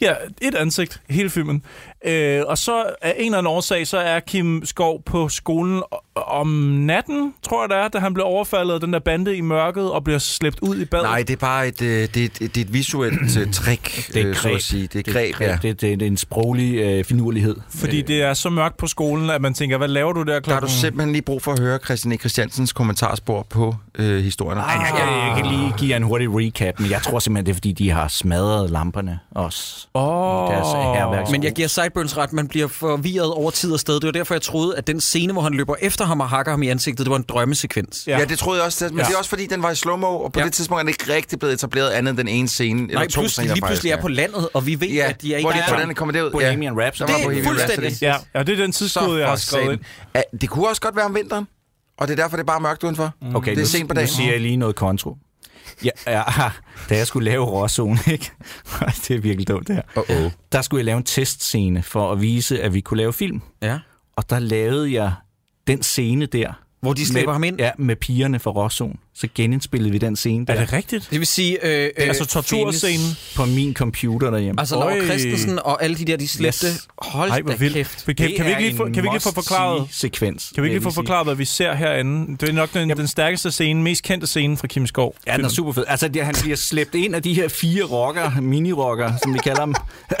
D: Ja, et ansigt, hele filmen. Øh, og så af en eller anden årsag, så er Kim Skov på skolen o- om natten, tror jeg det er, da han bliver overfaldet af den der bande i mørket og bliver slæbt ud i badet.
B: Nej, det er bare et, øh, det, er et, det er et visuelt øh, trick,
C: Det er
B: øh, så
C: greb.
B: at sige. Det er greb, ja.
C: Det, det, det er en sproglig øh, finurlighed.
D: Fordi det er så mørkt på skolen, at man tænker, hvad laver du der
B: Der har du
D: klokken?
B: simpelthen lige brug for at høre Christian E. Christiansens kommentarspor på øh, historien.
C: Ej, jeg, kan, jeg kan lige give jer en hurtig recap, men jeg tror simpelthen, det er, fordi de har smadret lamperne også.
D: Åh.
C: Deres herværks-
A: Men jeg giver Sideburns ret, man bliver forvirret over tid og sted. Det var derfor, jeg troede, at den scene, hvor han løber efter ham og hakker ham i ansigtet, det var en drømmesekvens.
B: Ja. ja, det troede jeg også, men
D: Ja.
B: ja. det er også fordi, den var i slow-mo, og på
A: Ja.
B: ja. det tidspunkt er den ikke rigtig blevet etableret andet end den ene scene. eller
A: Nej,
B: to
A: pludselig,
B: scener,
A: lige
B: faktisk,
A: pludselig er på landet, og vi ved,
B: Ja,
A: at de er ikke
B: hvor de,
A: sammen.
B: hvordan kommer det ud?
C: Bohemian
B: ja.
C: Rhapsody.
B: Der var
A: Det er
B: Bohemian
A: fuldstændig.
B: Rhapsody.
D: Ja, ja, det er den
B: Så
D: tidskode, jeg har
B: for
D: skrevet ind.
B: satan. Ja, det kunne også godt være om vinteren, og det er derfor, det er bare mørkt udenfor.
C: Okay,
B: det er
C: nu,
B: sent på
C: nu
B: dagen.
C: siger jeg lige noget kontro. Ja, ja, da jeg skulle lave råzone, ikke? Ej, det er virkelig dumt det her.
B: Uh-oh.
C: Der skulle jeg lave en testscene for at vise, at vi kunne lave film.
A: Ja.
C: Og der lavede jeg den scene der.
A: Hvor de slæber
C: med,
A: ham ind?
C: Ja, med pigerne fra Råzone. Så genindspillede vi den scene der.
D: Er det rigtigt?
A: Det vil sige... Øh, det
D: er altså torturscenen.
C: På min computer derhjemme.
A: Altså, Laura
D: Øj.
A: Christensen og alle de der, de slæbte.
C: Yes.
A: Hold
D: Ej,
A: da
D: hvor vildt.
A: kæft.
D: Kan, kan,
C: Det
D: kan, vi
C: er
D: ikke lige få,
C: en
D: kan vi ikke lige få
C: must-see
D: forklaret,
C: sekvens.
D: Kan vi ikke
C: vil
D: lige få
C: jeg sige.
D: forklaret, hvad vi ser herinde? Det er nok den, den stærkeste scene, mest kendte scene fra Kim Skov.
C: Ja, den er super fed. Altså, det, han bliver slæbt ind af de her fire rocker, mini-rocker, som vi kalder dem.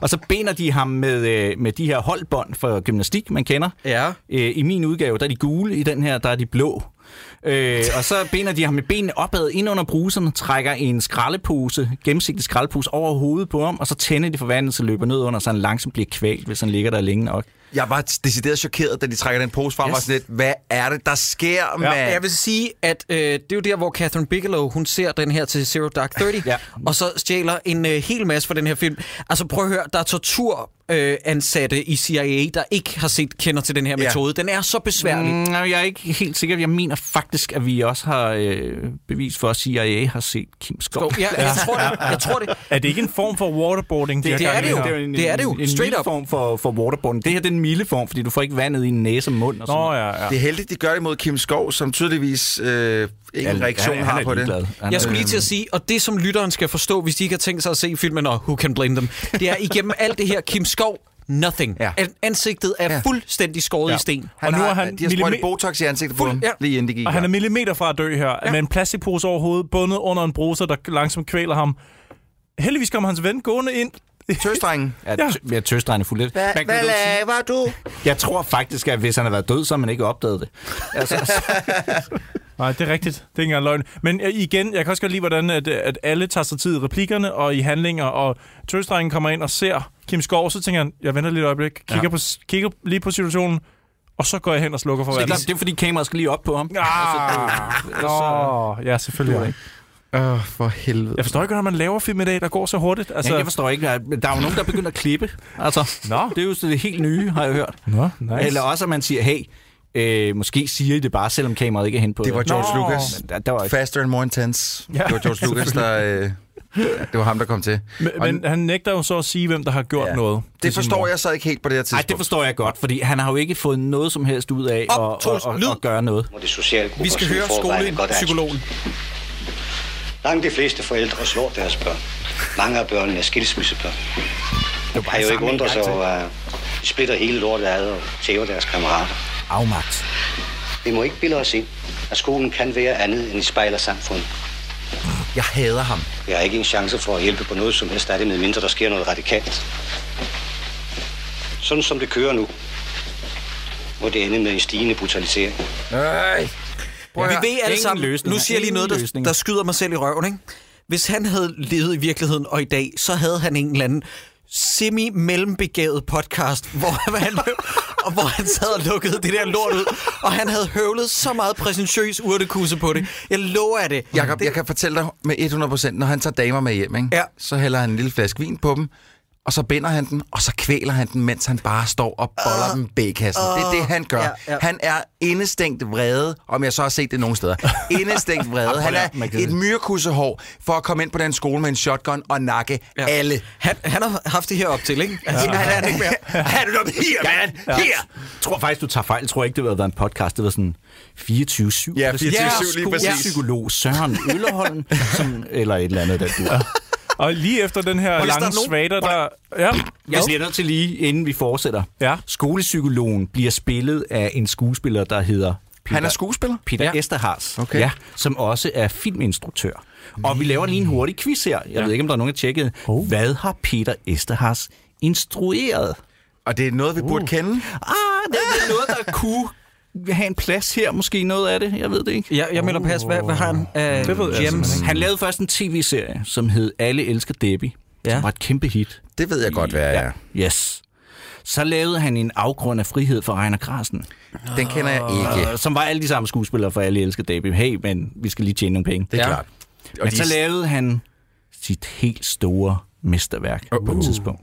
C: og så binder de ham med, øh, med de her holdbånd for gymnastik, man kender.
A: Ja.
C: Øh, I min udgave, der er de gule, i den her, der er de blå. Øh, og så binder de ham med benene opad ind under bruserne, trækker en skraldepose, gennemsigtig skraldepose over hovedet på ham, og så tænder de for vandet, så løber ned under, så han langsomt bliver kvalt, hvis han ligger der længe nok.
B: Jeg var decideret chokeret, da de trækker den pose frem yes. og sådan lidt, hvad er det, der sker, ja. mand?
A: Jeg vil sige, at øh, det er jo der, hvor Catherine Bigelow, hun ser den her til Zero Dark Thirty, ja. og så stjæler en øh, hel masse fra den her film. Altså prøv at høre, der er tortur øh, ansatte i CIA, der ikke har set kender til den her
C: Ja.
A: metode. Den er så besværlig.
C: Mm, nej, jeg er ikke helt sikker. Jeg mener faktisk, at vi også har øh, bevis for, at CIA har set Kim Skov.
A: Skov, ja, jeg tror det. Jeg tror det.
C: Er det ikke en form for waterboarding?
A: de Det- har det er gang i det jo. her? Det er det jo.
C: En, en
A: Straight
C: mild
A: up.
C: form for, for waterboarding. Det her det er en milde form, fordi du får ikke vandet i næse og mund. Og sådan noget.
B: Det er heldigt, de gør det mod Kim Skov, som tydeligvis øh, ingen
C: Ja,
B: reaktion
C: han er- han
B: har
C: er
B: på
C: ligeglad.
B: det.
C: Han
A: Jeg skulle lige til at sige, og det som lytteren skal forstå, hvis de ikke har tænkt sig at se filmen, og who can blame them, det er igennem alt det her Kim Skov, nothing. Ja. Ansigtet er ja. fuldstændig skåret ja. i sten.
B: Han og nu har, han de har sprøjtet Botox i ansigtet på ham,
A: ja.
B: lige inden de gik.
D: Og han
B: i
D: er
B: gang.
D: millimeter fra at dø her, ja. med en plastikpose over hovedet, bundet under en bruser, der langsomt kvæler ham. Heldigvis kommer hans ven gående ind.
B: Tøstdrengen.
C: Ja, tø- ja tøstdrengen er fuld lidt. Man kan jo sige-
B: laver du?
C: Jeg tror faktisk, at hvis han havde været død, så havde man ikke opdaget det. Altså,
D: Nej, det er rigtigt. Det er ikke engang løgn. Men øh, igen, jeg kan også godt lide, hvordan at, øh, at alle tager sig tid i replikkerne og i handlinger, og tøstdrengen kommer ind og ser Kim Skov, så tænker han, jeg venter lige et øjeblik, kigger, ja. på, s- kigger lige på situationen, og så går jeg hen og slukker for
C: det, er
D: vandet.
C: klart, det er fordi kameraet skal lige op på ham.
B: Ah.
D: Ah, Nå, ja, selvfølgelig.
B: Åh, oh, for helvede.
D: Jeg forstår ikke, hvordan man laver film i dag, der går så hurtigt.
C: Altså, jeg forstår ikke, at der er jo nogen, der begynder at klippe. Altså,
D: Nå.
C: Det er jo så det helt nye, har jeg hørt.
D: Nå, nice.
C: Eller også, at man siger, hey, øh, måske siger I det bare, selvom kameraet ikke er hen på
B: Det var George
C: Nå.
B: Lucas.
C: Men Der, der var ikke.
B: Faster and more intense.
D: Ja,
B: Ja, det var George Lucas, der... Øh, det var ham, der kom til.
D: Men,
B: Og
D: men han nægter jo så at sige, hvem der har gjort ja. noget.
B: det forstår jeg så ikke helt på det her
C: Ej,
B: tidspunkt.
C: det forstår jeg godt, fordi han har jo ikke fået noget som helst ud af at,
A: Op, Troels,
C: at, at,
A: lyd.
C: at gøre noget.
J: Og de sociale grupper,
A: Vi skal
J: som i
A: høre
J: forvejen er godt anskuet.
A: skolepsykologen.
J: Langt de fleste forældre slår deres børn. Mange af børnene er skilsmissebørn. Det har jo ikke undret sig over, at de splitter hele lortet ad og tæver deres kammerater.
C: Afmagt.
J: Vi må ikke bilde os ind, at skolen kan være andet end et spejler samfund.
B: Jeg hader ham.
J: Vi har ikke en chance for at hjælpe på noget som helst af det, medmindre der sker noget radikalt. Sådan som det kører nu, må det ende med en stigende brutalisering.
B: Nej.
A: Vi ved alle
C: Ingen
A: sammen,
C: løsninger.
A: nu siger jeg lige noget,
C: Ingen
A: der,
C: løsninger.
A: der skyder mig selv i røven. Ikke? Hvis han havde levet i virkeligheden, og i dag, så havde han en eller anden semi-mellembegavet podcast, hvor han, og hvor han sad og lukkede det der lort ud, og han havde høvlet så meget præsentøs urtekusse på det. Jeg lover af det.
B: Jakob, jeg kan fortælle dig med 100%, når han tager damer med hjem, ikke?
A: Ja.
B: så hælder han en lille flaske vin på dem, og så binder han den, og så kvæler han den, mens han bare står og boller uh, dem i bækassen. Uh, det er det, han gør.
A: Ja,
B: Ja,
A: ja.
B: ja. Han er indestængt vrede, om jeg så har set det nogle steder. Indestængt vrede. Han er
C: Man kan-
B: et myrekussehår for at komme ind på den skole med en shotgun og nakke ja. alle.
A: Han, han har haft det her op til, ikke? Altså, ja. han er det ikke mere.
B: Her er du dem her, mand! Ja. Her!
C: Jeg tror faktisk, du tager fejl. Jeg tror ikke, det havde været en podcast. Det var sådan 24-7.
B: Ja, 24/7 lige præcis.
C: Psykolog Søren Øllerholm, som, eller et eller andet, der du
D: Og lige efter den her
A: Prøv lige at
D: lange
A: starte nu.
D: svater, der... Ja,
C: Jeg bliver nødt til lige, inden vi fortsætter.
D: Ja.
C: Skolepsykologen bliver spillet af en skuespiller, der hedder Peter,
B: Han er skuespiller?
C: Peter ja. Esterhars, okay. ja, som også er filminstruktør. Og vi laver lige en hurtig quiz her. Jeg ja. ved ikke, om der er nogen, der har tjekket. Oh. Hvad har Peter Esterhars instrueret?
B: Og det er noget, vi burde kende.
C: Ah, det er noget, der kunne have en plads her. Måske noget af det. Jeg ved det ikke.
A: Jeg, jeg melder pas. Hvad, hvad har han? Uh, det ved James.
C: Han lavede først en tv-serie, som hed Alle elsker Debbie, ja.
A: Ja.
C: som var et kæmpe hit.
B: Det ved jeg godt, hvad jeg er.
C: Yes. Så lavede han en afgrund af frihed for Reiner Grasen,
B: Den kender jeg ikke.
C: yeah. som var alle de samme skuespillere for Alle elsker Debbie. Hey, men vi skal lige tjene nogle penge.
B: Det er ja. klart. Og
C: Men
B: de-
C: så lavede han sit helt store mesterværk
B: Uh-huh.
C: uh. på et tidspunkt.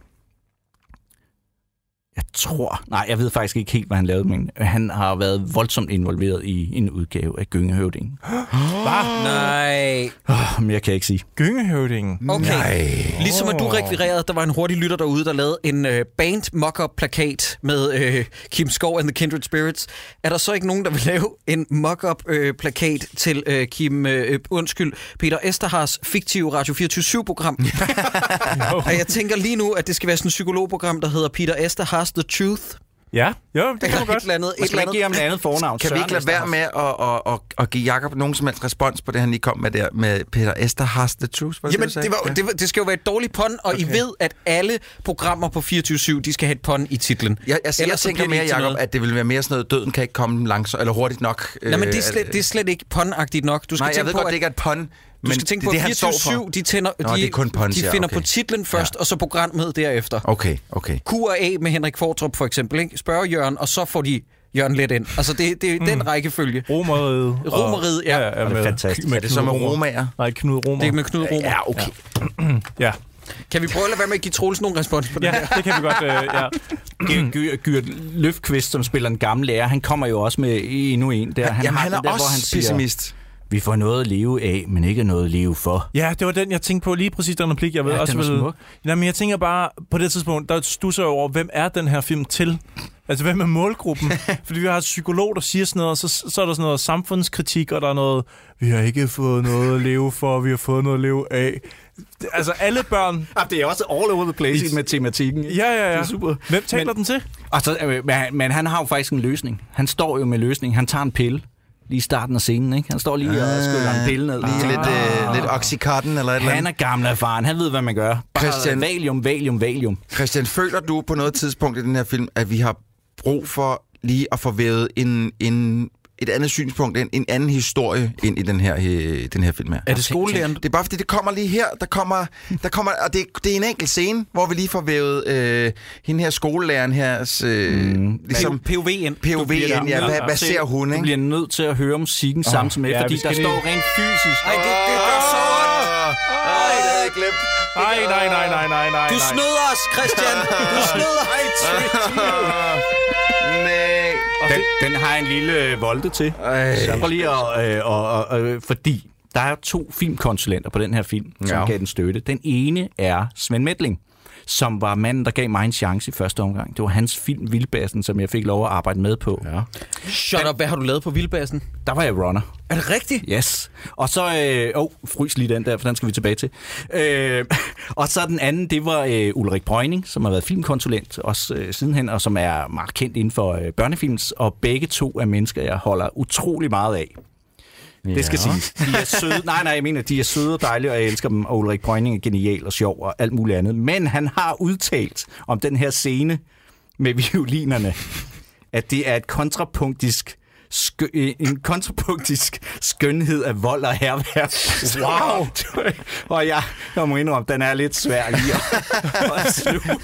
C: Jeg tror... Nej, jeg ved faktisk ikke helt, hvad han lavede, men han har været voldsomt involveret i en udgave af Gyngehøvdingen.
A: Nej.
B: Ah.
C: Oh, men jeg kan ikke sige.
D: gyngehøvdingen.
A: Okay.
B: Ej.
A: Ligesom at du rekvirerede, der var en hurtig lytter derude, der lavede en øh, band mock-up plakat med øh, Kim Skov and the Kindred Spirits. Er der så ikke nogen, der vil lave en mock-up øh, plakat til øh, Kim, øh, undskyld, Peter Esterhars fiktive Radio 24-7-program? Og jeg tænker lige nu, at det skal være sådan et psykologprogram, der hedder Peter Esterhars The Truth.
D: Ja, jo, det kan
A: Eller
D: du
A: et
D: godt.
A: eller andet.
C: Man
A: Et
C: skal
A: eller
C: ikke give
A: andet.
C: ham et andet fornavn.
B: Kan vi ikke lade være med at, at, at, at give Jakob nogen som helst respons på det, han lige kom med der med Peter Esterhars The Truth? Var
A: Jamen,
B: du sagde?
A: det, var,
B: Ja.
A: det, var, det skal jo være et dårligt pun, og I ved, at alle programmer på 24-7, de skal have et pun i titlen.
B: Jeg, altså, jeg
A: Ellers så
B: tænker
A: bliver
B: mere,
A: det ikke til
B: Jacob,
A: noget.
B: at det ville være mere sådan noget, døden kan ikke komme langsomt, eller hurtigt nok.
A: Nej, men det er
B: øh,
A: slet, det er slet ikke pun nok. Du skal
B: Nej, jeg
A: tænke
B: ved
A: på,
B: godt,
A: at
B: det ikke er et pun,
A: Du skal tænke på, at 24-7, de, tænder,
B: Nå,
A: de,
B: det er kun Pontia,
A: de finder
B: okay.
A: på titlen først, ja. og så programmet derefter.
B: Okay, okay.
A: Q og A med Henrik Fortrup for eksempel. Ikke? Spørger Jørgen, og så får de Jørgen lidt ind. Altså, det, det er mm. den rækkefølge.
D: Romeriet.
A: Romeriet, ja.
D: ja, ja
A: Og det er
B: fantastisk. Er det så med romaer?
D: Nej, Knud Romer.
A: Det er med Knud Romer.
B: Ja, okay.
D: Ja.
A: Kan vi prøve at lade være med at give Troels nogen respons på det
D: Ja,
A: her?
D: det kan vi godt, øh, ja.
C: Gyr, Gyr Løfqvist, som spiller en gammel lærer, han kommer jo også med endnu en der.
B: Han, jamen,
C: har
B: han
C: den
B: er
C: der,
B: også
C: hvor
B: han
C: siger,
B: pessimist.
C: Vi får noget at leve af, men ikke noget at leve for.
D: Ja, det var den, jeg tænkte på lige præcis den replik, jeg ved
C: Ja,
D: også.
C: den var
D: vel-
C: smuk.
D: Nej, men jeg tænker bare, på det tidspunkt, der stusser jeg over, hvem er den her film til? Altså, hvem er målgruppen? Fordi vi har en psykolog, der siger sådan noget, og så, så er der sådan noget samfundskritik, og der er noget, vi har ikke fået noget at leve for, vi har fået noget at leve af. Det- Altså, alle børn...
C: Ah, det er også all over the place i matematikken. ikke?
D: Ja, ja, ja.
C: Det er super.
D: Hvem taler den til?
C: Og så, øh, men, han- men han har jo faktisk en løsning. Han står jo med løsningen. Han tager en pille lige i starten af scenen. Ikke? Han står lige og skyller en pille ned.
B: Ah.
A: Ah.
B: Lige lidt, øh, lidt oxycotton eller et eller
C: Han
B: andet.
C: er gammel erfaren. Han ved, hvad man gør. Bare
B: Christian-
C: Valium, valium, valium.
B: Christian, føler du på noget tidspunkt i den her film, at vi har brug for lige at få vævet en, en, et andet synspunkt, en, en anden historie ind i den her, øh, den her film her?
A: Er det skolelæreren?
B: Det er bare fordi, det kommer lige her. Der kommer, der kommer, og det, det er en enkelt scene, hvor vi lige får vævet øh, hende her skolelæreren her, øh, mm. ligesom
A: POV ind.
B: POV ind. Ja, hvad, hvad ser hun,
C: Du
B: ikke?
C: bliver nødt til at høre om musikken oh, samtidig med,
D: ja,
C: ja,
D: vi
C: fordi
D: skal
C: der
D: lige-
C: står rent fysisk.
A: Ej, det, det gør så ondt.
B: Ej, det havde jeg glemt.
D: Nej, nej, nej, nej, nej, nej.
A: Du
D: nej.
A: snød os, Christian. Du snød os.
B: Nej.
C: Den, den har en lille øh, volte til.
B: Ej.
C: Så prøv lige at... Øh, og, og, øh, fordi der er to filmkonsulenter på den her film, som
B: Ja.
C: gav den støtte. Den ene er Svend Medling, som var manden, der gav mig en chance i første omgang. Det var hans film Vildbassen, som jeg fik lov at arbejde med på. Ja.
A: Shut up, hvad har du lavet på Vildbassen?
C: Der var jeg runner.
A: Er det rigtigt?
C: Yes. Og så... Åh, øh, oh, frys lige den der, for den skal vi tilbage til. Øh, og så den anden, det var øh, Ulrik Brøgning, som har været filmkonsulent også øh, sidenhen, og som er meget kendt inden for øh, børnefilms. Og begge to er mennesker, jeg holder utrolig meget af. Det skal
B: Ja.
C: siges. De er søde. Nej, nej, jeg mener, de er søde og dejlige, og jeg elsker dem. Og Ulrik Brøgning er genial og sjov og alt muligt andet. Men han har udtalt om den her scene med violinerne, at det er et kontrapunktisk skø- øh, en kontrapunktisk skønhed af vold og herværk. Wow! og jeg, jeg må indrømme, den er lidt svær lige at, at sluge,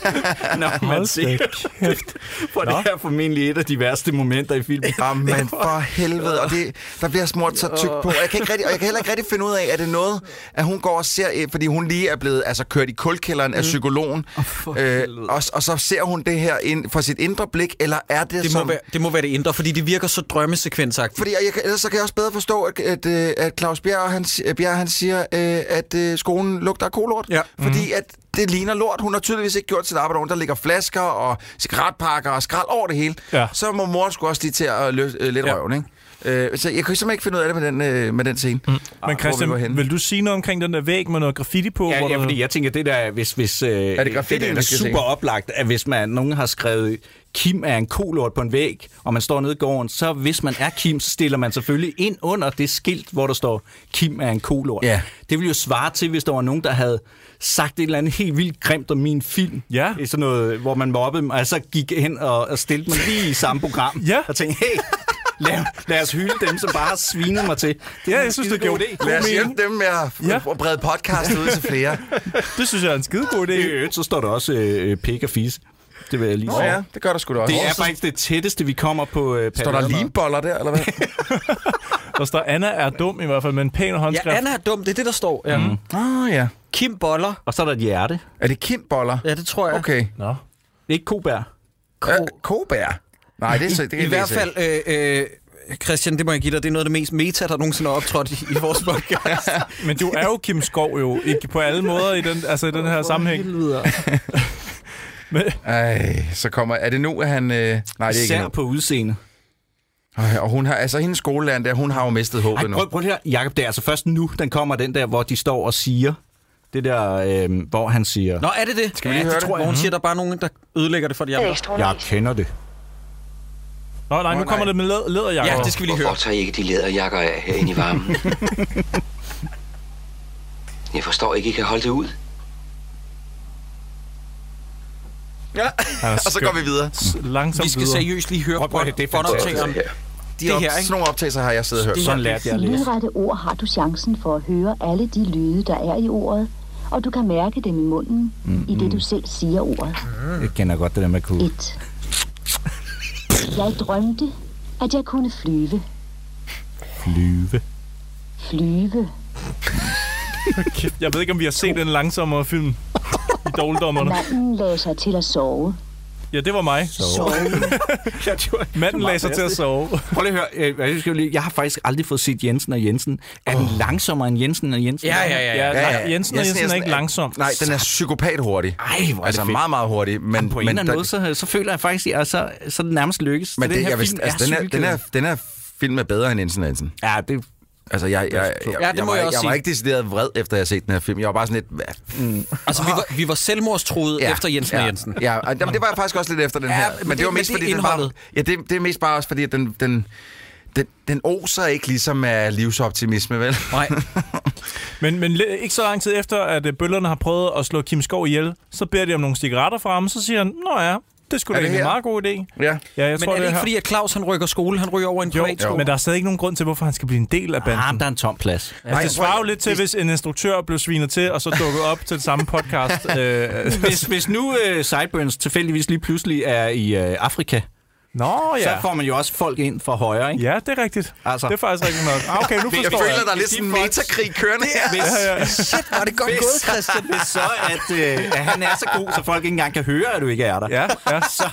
C: når man
D: Hold
C: ser
D: da
C: kæft. For det er formentlig et af de værste momenter i filmen.
B: Jamen for helvede, og det, der bliver smurt så tyk på. Og Jeg kan, ikke rigtig, og jeg kan heller ikke rigtig finde ud af, er det noget, at hun går og ser, øh, fordi hun lige er blevet altså, kørt i kulkælderen af psykologen, øh, og, og så ser hun det her ind, fra sit indre blik, eller er
A: Det
B: det,
A: må,
B: som...
A: være, det må være det indre, fordi det virker så drømmesekvensagtigt.
B: Fordi og jeg, kan- ellers så kan jeg også bedre forstå, at, at, øh, at Claus Bjerg, han, si- øh, Bjerg, han siger, øh, at øh, skolen lugter af kolort.
A: Ja.
B: Fordi at det ligner lort. Hun har tydeligvis ikke gjort sit arbejde ordentligt. Der ligger flasker og cigaretpakker og skrald over det hele.
D: Ja.
B: Så må mor sgu også lige til at løfte øh, lidt
D: Ja.
B: ja. røven, ikke? Øh, så jeg kunne simpelthen ikke finde ud af det med den, øh, med den scene. Mm.
D: Men Christian, vil du sige noget omkring den der væg med noget graffiti på?
C: Ja,
D: hvor
C: ja,
D: der-
C: fordi jeg tænker, det der, hvis, hvis, øh, er
B: det graffiti,
C: det
B: der
C: er
B: skal
C: super
B: tænke?
C: oplagt, at hvis man, nogen har skrevet, Kim er en kolort på en væg, og man står nede i gården, så hvis man er Kim, så stiller man selvfølgelig ind under det skilt, hvor der står, Kim er en kolort.
B: Ja.
C: Det ville jo svare til, hvis der var nogen, der havde sagt et eller andet helt vildt grimt om min film.
D: Ja.
C: Det er Sådan noget, hvor man mobbede dem, og jeg så gik hen og, og stillede mig lige i samme program,
D: Ja.
C: og tænkte, hey, lad, lad os hylde dem, som bare har svinet mig til. Det
D: Ja,
C: er en
D: jeg synes, det er
C: skidegod
D: god-
C: idé.
B: Lad os hjælpe dem med at
D: Ja.
B: ja. brede podcast ud til flere.
D: Det synes jeg er en skidegod
C: I
D: idé.
C: øvrigt, så står der også øh, øh, pik og fis. Det vil jeg lige sige.
B: ja, det gør der sgu da også.
C: Det er faktisk det tætteste, vi kommer på øh,
B: Står der
C: pavilloner.
B: limboller der, eller hvad?
D: Der står, Anna er dum i hvert fald, men pæn
A: Ja,
D: håndskrift.
A: Anna er dum, det er det, der står. Ja.
D: Mhm.
A: Mm.
B: Åh, oh, ja.
A: Kim Boller.
C: Og så er der et hjerte.
B: Er det kindboller?
A: Ja, det tror jeg.
B: Okay.
D: Nå.
C: Ikke kobær.
B: Øh, Kobær? Nej, det er så... Det kan
A: I
B: jeg
A: hvert
B: læse.
A: fald, øh, øh, Christian, det må jeg give dig, det er noget af det mest meta, der nogensinde er optrådt i, i vores podcast.
D: Men du er jo Kim Skov jo, ikke på alle måder i den, altså i den her sammenhæng. Men,
B: Ej, så kommer... Er det nu, at han... Øh... Nej, det er ikke
C: Især
B: nu.
C: på udseende.
B: Ej, og hun har... Altså, hendes skolelærer der, hun har jo mistet håbet
C: Ej,
B: nu.
C: prøv, prøv lige her. Jakob, det er altså først nu, den kommer den der, hvor de står og siger. Det der, øh, hvor han siger,
A: Nå, er det det? Skal
B: vi lige
A: ja,
B: høre
A: det?
B: det? Mhm.
A: tror jeg. Hvor hun siger, der er bare nogen, der ødelægger det for de andre.
C: jeg kender det.
D: nå nej, nu
B: Åh, nej.
D: kommer det med læder, læderjakker.
A: Ja, det skal vi lige høre.
E: Hvorfor tager I ikke de læderjakker af herinde i varmen? Jeg forstår ikke, I kan holde det ud.
B: Ja.
D: er
B: og så
D: skøn.
B: går vi videre.
D: Langsomt
A: Vi skal
D: videre.
A: seriøst lige høre
C: Prøv at høre, det er
A: båndoptageren.
E: her.
B: de det op, her,
A: ikke?
B: sådan nogle optagelser har jeg siddet og hørt.
K: lydrette ord har du chancen for at høre alle de lyde, der er i ordet, og du kan mærke dem i munden, mm, i det du selv siger ordet.
C: Jeg kender godt det der med kunne.
K: Et. Jeg drømte, at jeg kunne flyve.
C: Flyve.
K: Flyve.
D: Kæft, Jeg ved ikke, om vi har set den langsommere film i Dårligdommerne.
K: Manden lagde sig til at sove.
D: Ja, det var mig.
K: Sove.
D: Manden lagde sig til at sove.
C: Prøv lige at høre. øh, Jeg, skal lige, jeg har faktisk aldrig fået set Jensen og Jensen. Er den langsommere end Jensen og Jensen?
D: Jensen og Jensen er ikke langsom.
B: Nej, den er psykopat hurtig.
C: Ej, hvor er
B: Altså
C: det fedt.
B: meget, meget hurtig. Men,
C: På en
B: men
C: eller anden
B: der-
C: måde, så, så føler jeg faktisk, at jeg så, så er det nærmest lykkes.
B: Men
C: Så
B: det,
C: den her
B: jeg vidste,
C: film
B: altså, den, her, den, her, den her film er bedre end Jensen og Jensen.
C: Ja, det...
B: Altså, jeg, jeg, jeg,
A: Ja, det
B: jeg,
A: må
B: var,
A: jeg også
B: jeg var
A: sige.
B: ikke decideret vred, efter jeg havde set den her film. Jeg var bare sådan lidt... hvad
C: Mm.
B: f-
A: Altså, vi var, vi var selvmordstroede ja, efter Jensen
B: ja,
A: og Jensen.
B: Ja, og jamen, det var jeg faktisk også lidt efter den
A: Ja,
B: her.
A: men
B: Men, men det
A: det-
B: var
A: men
B: mest
A: det er
B: fordi, den var,
A: indholdet.
B: ja, det, det er mest bare også fordi, at den, den, den, den oser ikke ligesom af livsoptimisme, vel?
A: Nej.
D: Men, men le- ikke så lang tid efter, at øh, bøllerne har prøvet at slå Kim Skov ihjel, så beder de om nogle cigaretter fra ham, så siger han, Nå ja, det skulle
B: Er det
D: da egentlig en
B: her?
D: meget god idé.
B: Ja.
D: Ja, jeg
A: Men
D: tror,
A: er det ikke
D: her.
A: fordi, at Claus han rykker skole? Han ryger over i en privat
D: Jo,
A: skole?
D: men der er stadig ikke nogen grund til, hvorfor han skal blive en del af banden.
C: Ah, der er en tom plads.
D: Ja, det svarer jo lidt til, hvis en instruktør blev svinet til, og så dukkede op til det samme podcast. Øh,
C: Hvis, hvis nu uh, Sideburns tilfældigvis lige pludselig er i uh, Afrika,
D: Nå ja.
C: så får man jo også folk ind fra højre, ikke?
D: Ja, det er rigtigt.
C: Altså,
D: Det er faktisk rigtigt nok. Ah, okay, nu
B: Jeg
D: forstår jeg.
B: føler, der er lidt sådan en metakrig kørende her.
D: Ja, ja.
A: Shit, var det godt gået, Christian.
C: hvis så at, øh, at han er så god, så folk ikke engang kan høre, at du ikke er der.
D: Ja, ja.
C: Så,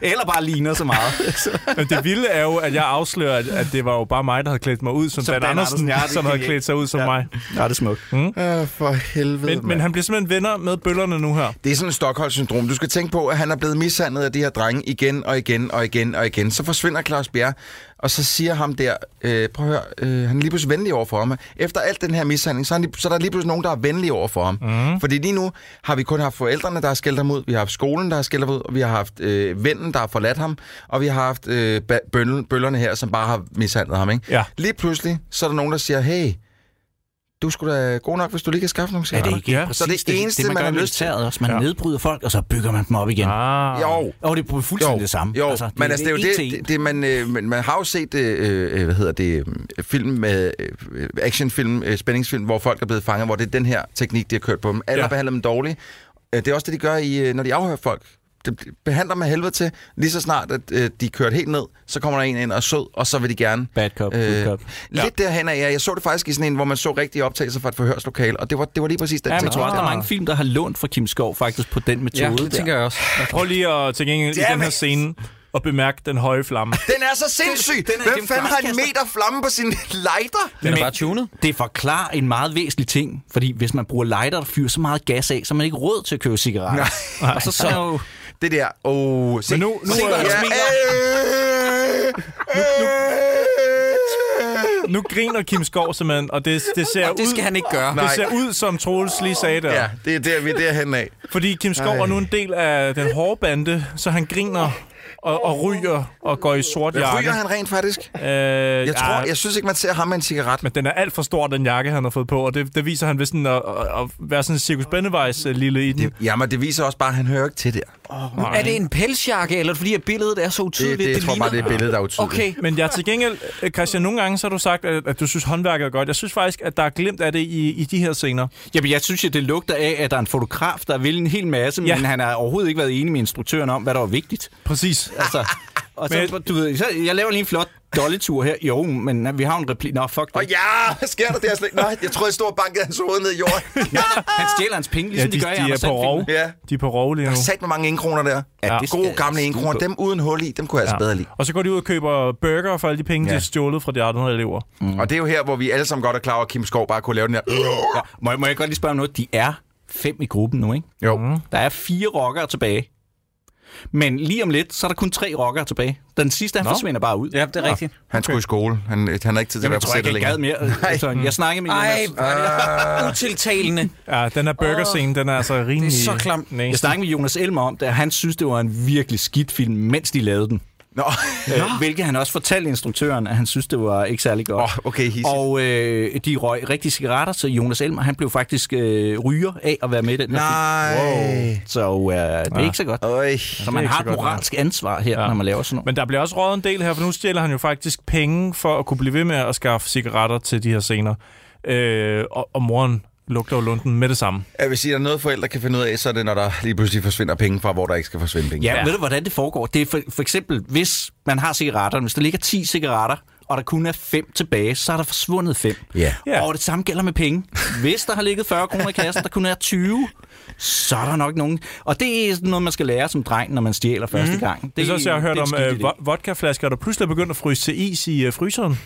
C: eller bare ligner så meget. Så,
D: Men det vilde er jo, at jeg afslører, at, at det var jo bare mig, der havde klædt mig ud som, som Dan, Andersen, Andersen
C: ja, det
D: som
C: kan
D: havde
C: jeg
D: klædt sig ud som ja. mig.
C: ja, det er smukt.
B: Ja, for helvede,
D: Men, men han bliver simpelthen venner med bøllerne nu her.
B: Det er sådan et Stockholm-syndrom. Du skal tænke på, at han er blevet mishandlet af de her drenge igen og igen og igen og igen. Så forsvinder Claus Bjerre, og så siger ham der, øh, prøv at høre, øh, han er lige pludselig venlig over for ham. Efter alt den her mishandling, så er, han lige, så er der lige pludselig nogen, der er venlige over for ham.
C: Mhm.
B: Mm. Fordi lige nu har vi kun haft forældrene, der har skældt ham ud, vi har haft skolen, der har skældt ham ud, og vi har haft øh, vennen, der har forladt ham, og vi har haft øh, ba- bøl- bøllerne her, som bare har mishandlet ham. Ikke?
D: Ja.
B: Lige pludselig, så er der nogen, der siger, hey, du er sgu da god nok, hvis du lige kan skaffe nogle
C: Er det
B: cigaretter.
C: ikke
D: Ja.
C: ja. præcis
B: Så det eneste,
C: det,
B: man
C: gør
B: har
C: i
B: lyst til-
C: militæret også? Man
D: Ja.
C: ja. nedbryder folk, og så bygger man dem op igen. Ah.
D: Ah.
B: Jo,
C: Og det er fuldstændig det samme.
B: Jo,
C: altså,
B: men altså, det er jo
C: en
B: det,
C: til en.
B: det, det man, øh, man, man har jo set, øh, øh, hvad hedder det, øh, film med, øh, actionfilm, øh, spændingsfilm, hvor folk er blevet fanget, hvor det er den her teknik, de har kørt på dem. Alle
D: Ja.
B: ja. behandler dem dårligt. Øh, Det er også det, de gør, i, øh, når de afhører folk. Det behandler dem af helvede til. Lige så snart, at øh, de er kørt helt ned, så kommer der en ind og er sød, og så vil de gerne... øh,
C: Bad cop, good cop.
B: Lidt derhen af, ja. Jeg så det faktisk i sådan en, hvor man så rigtige optagelser fra et forhørslokale, og det var, det var lige præcis den
C: Ja, men jeg
B: teknik.
C: tror også, der er mange film, der har lånt fra Kim Skov faktisk på den metode.
A: Ja, det tænker jeg også.
D: Prøv lige at tænke ind i
B: Damn
D: den her
B: it.
D: scene og bemærke den høje flamme.
B: Den er så sindssyg!
C: den er
B: Hvem
C: Jim
B: fanden har en
C: Gaffigas-
B: meter flamme på sin lighter?
A: Den er
C: Men-
A: bare tunet.
C: Det forklarer en meget væsentlig ting, fordi hvis man bruger lighter, der fyrer så meget gas af, så har man ikke råd til at købe cigaretter. Nej. Og så, så jo,
B: Det der, åh... Oh, se,
D: Men nu- nu
B: se,
D: er der
B: ja, øh, øh,
D: Nu griner Kim Skov simpelthen, og det, det ser
A: Og det skal
D: ud...
A: han ikke gøre.
D: Ah, Det
B: Nej.
D: ser ud, som Troels lige sagde der.
B: Ja, det er der, vi er derhen af.
D: Fordi Kim Skov
B: Ej.
D: er nu en del af den hårde bande, så han griner og, og ryger og går i sort jakke.
B: Ryger han rent faktisk?
D: Øh,
B: Jeg tror, jeg synes ikke, man ser ham med en cigaret.
D: Men den er alt for stor, den jakke, han har fået på, og det, det viser han ved sådan at, at, at være sådan en Cirkus Bennevejs øh, lille i den.
B: Det, jamen, det viser også bare, at han hører ikke til der.
A: Er det en pelsjakke, eller er det fordi, at billedet er så
B: Det,
A: utydeligt?
B: det, jeg tror bare, det
A: ligner-
B: er billedet, der er utydeligt.
A: Okay,
D: Men jeg er til gengæld, øh, Christian, nogle gange så har du sagt, at, at du synes, håndværket er godt. Jeg synes faktisk, at der er glemt af det i, i de her scener.
C: jamen, jeg synes, at det lugter af, at der er en fotograf, der vil en hel masse,
D: Ja.
C: ja. men han har overhovedet ikke været enig med instruktøren om, hvad der var vigtigt.
D: Præcis.
C: Altså, og så,
D: Men-
C: du ved, så, jeg laver lige en flot dolletur her. Jo, men vi har jo en replik. Nå, fuck
B: Og
C: det.
B: ja, hvad sker der der slet ikke? Nej, jeg troede, jeg stod og bankede hans hoved ned i jorden.
C: Han stjæler hans penge, ligesom ja, de, de, gør i
D: de
C: Anders
D: er på rov.
C: Sand-filmen.
B: Ja.
D: De er på rov lige nu.
B: Der er sat med mange indkroner der.
C: Ja,
B: Ja,
C: det skal
B: Gode
C: jeg
B: gamle
C: skide
B: indkroner.
C: på.
B: Dem uden hul i, dem kunne jeg altså bedre lide.
D: Og så går de ud og køber burger for alle de penge, ja. de
B: Ja.
D: har stjålet fra de andre elever.
B: Mm. Og det er jo her, hvor vi alle sammen godt er klar over, at Kim Skov bare kunne lave den her...
C: Ja. Må, jeg- må jeg godt lige spørge om noget? De er fem i gruppen nu, ikke?
B: Jo.
C: Der er fire rockere tilbage. Men lige om lidt, så er der kun tre rockere tilbage. Den sidste, han Nå. forsvinder bare ud.
A: ja, det er rigtigt.
B: Han skulle i skole. Han, han havde ikke tid til at
C: Jamen,
B: være
C: jeg
B: på
C: tror ikke,
B: sættet
C: jeg
B: længere.
C: gad mere. Altså, jeg snakkede med
A: Ej,
C: Jonas.
A: hvor er
B: Ah.
A: det utiltalende.
D: Ja, den her burgerscene, den er altså rimelig...
A: så klamt.
D: Nej.
C: Jeg snakkede med Jonas Elmer om det, og han synes, det var en virkelig skidt film, mens de lavede den.
B: Nå.
C: Øh, hvilket han også fortalte instruktøren, at han synes, det var ikke særlig godt.
B: Oh, okay, hissigt.
C: Og øh, de røg rigtig cigaretter, så Jonas Elmer, han blev faktisk øh, ryger af at være med i den her film.
B: Nej.
C: Wow. Så øh, det er
A: Ah.
D: Ja.
C: ikke så godt.
B: Øj,
C: Så man har et moralsk ansvar her, når man laver sådan noget.
D: Men der bliver også røget en del her, for nu stjæler han jo faktisk penge for at kunne blive ved med at skaffe cigaretter til de her scener. Øh, og, og moren lugter jo lunden med det samme.
B: Jeg vil sige, at der er noget, forældre kan finde ud af, så er det, når der lige pludselig forsvinder penge fra, hvor der ikke skal forsvinde penge.
C: Ja, ja, ved du, hvordan det foregår? Det er for, for eksempel, hvis man har cigaretter, hvis der ligger 10 cigaretter, og der kun er 5 tilbage, så er der forsvundet 5.
B: Ja.
D: Ja.
C: Og det samme gælder med penge. Hvis der har ligget 40 kroner i kassen, der kun er 20, så er der nok nogen. Og det er sådan noget, man skal lære som dreng, når man stjæler første
D: Mhm.
C: gang.
D: Det, det er også, jeg har hørt
C: det er
D: om
C: en skidt
D: øh,
C: idé.
D: vo- vodkaflasker, der pludselig er begyndt at fryse til is i øh, fryseren.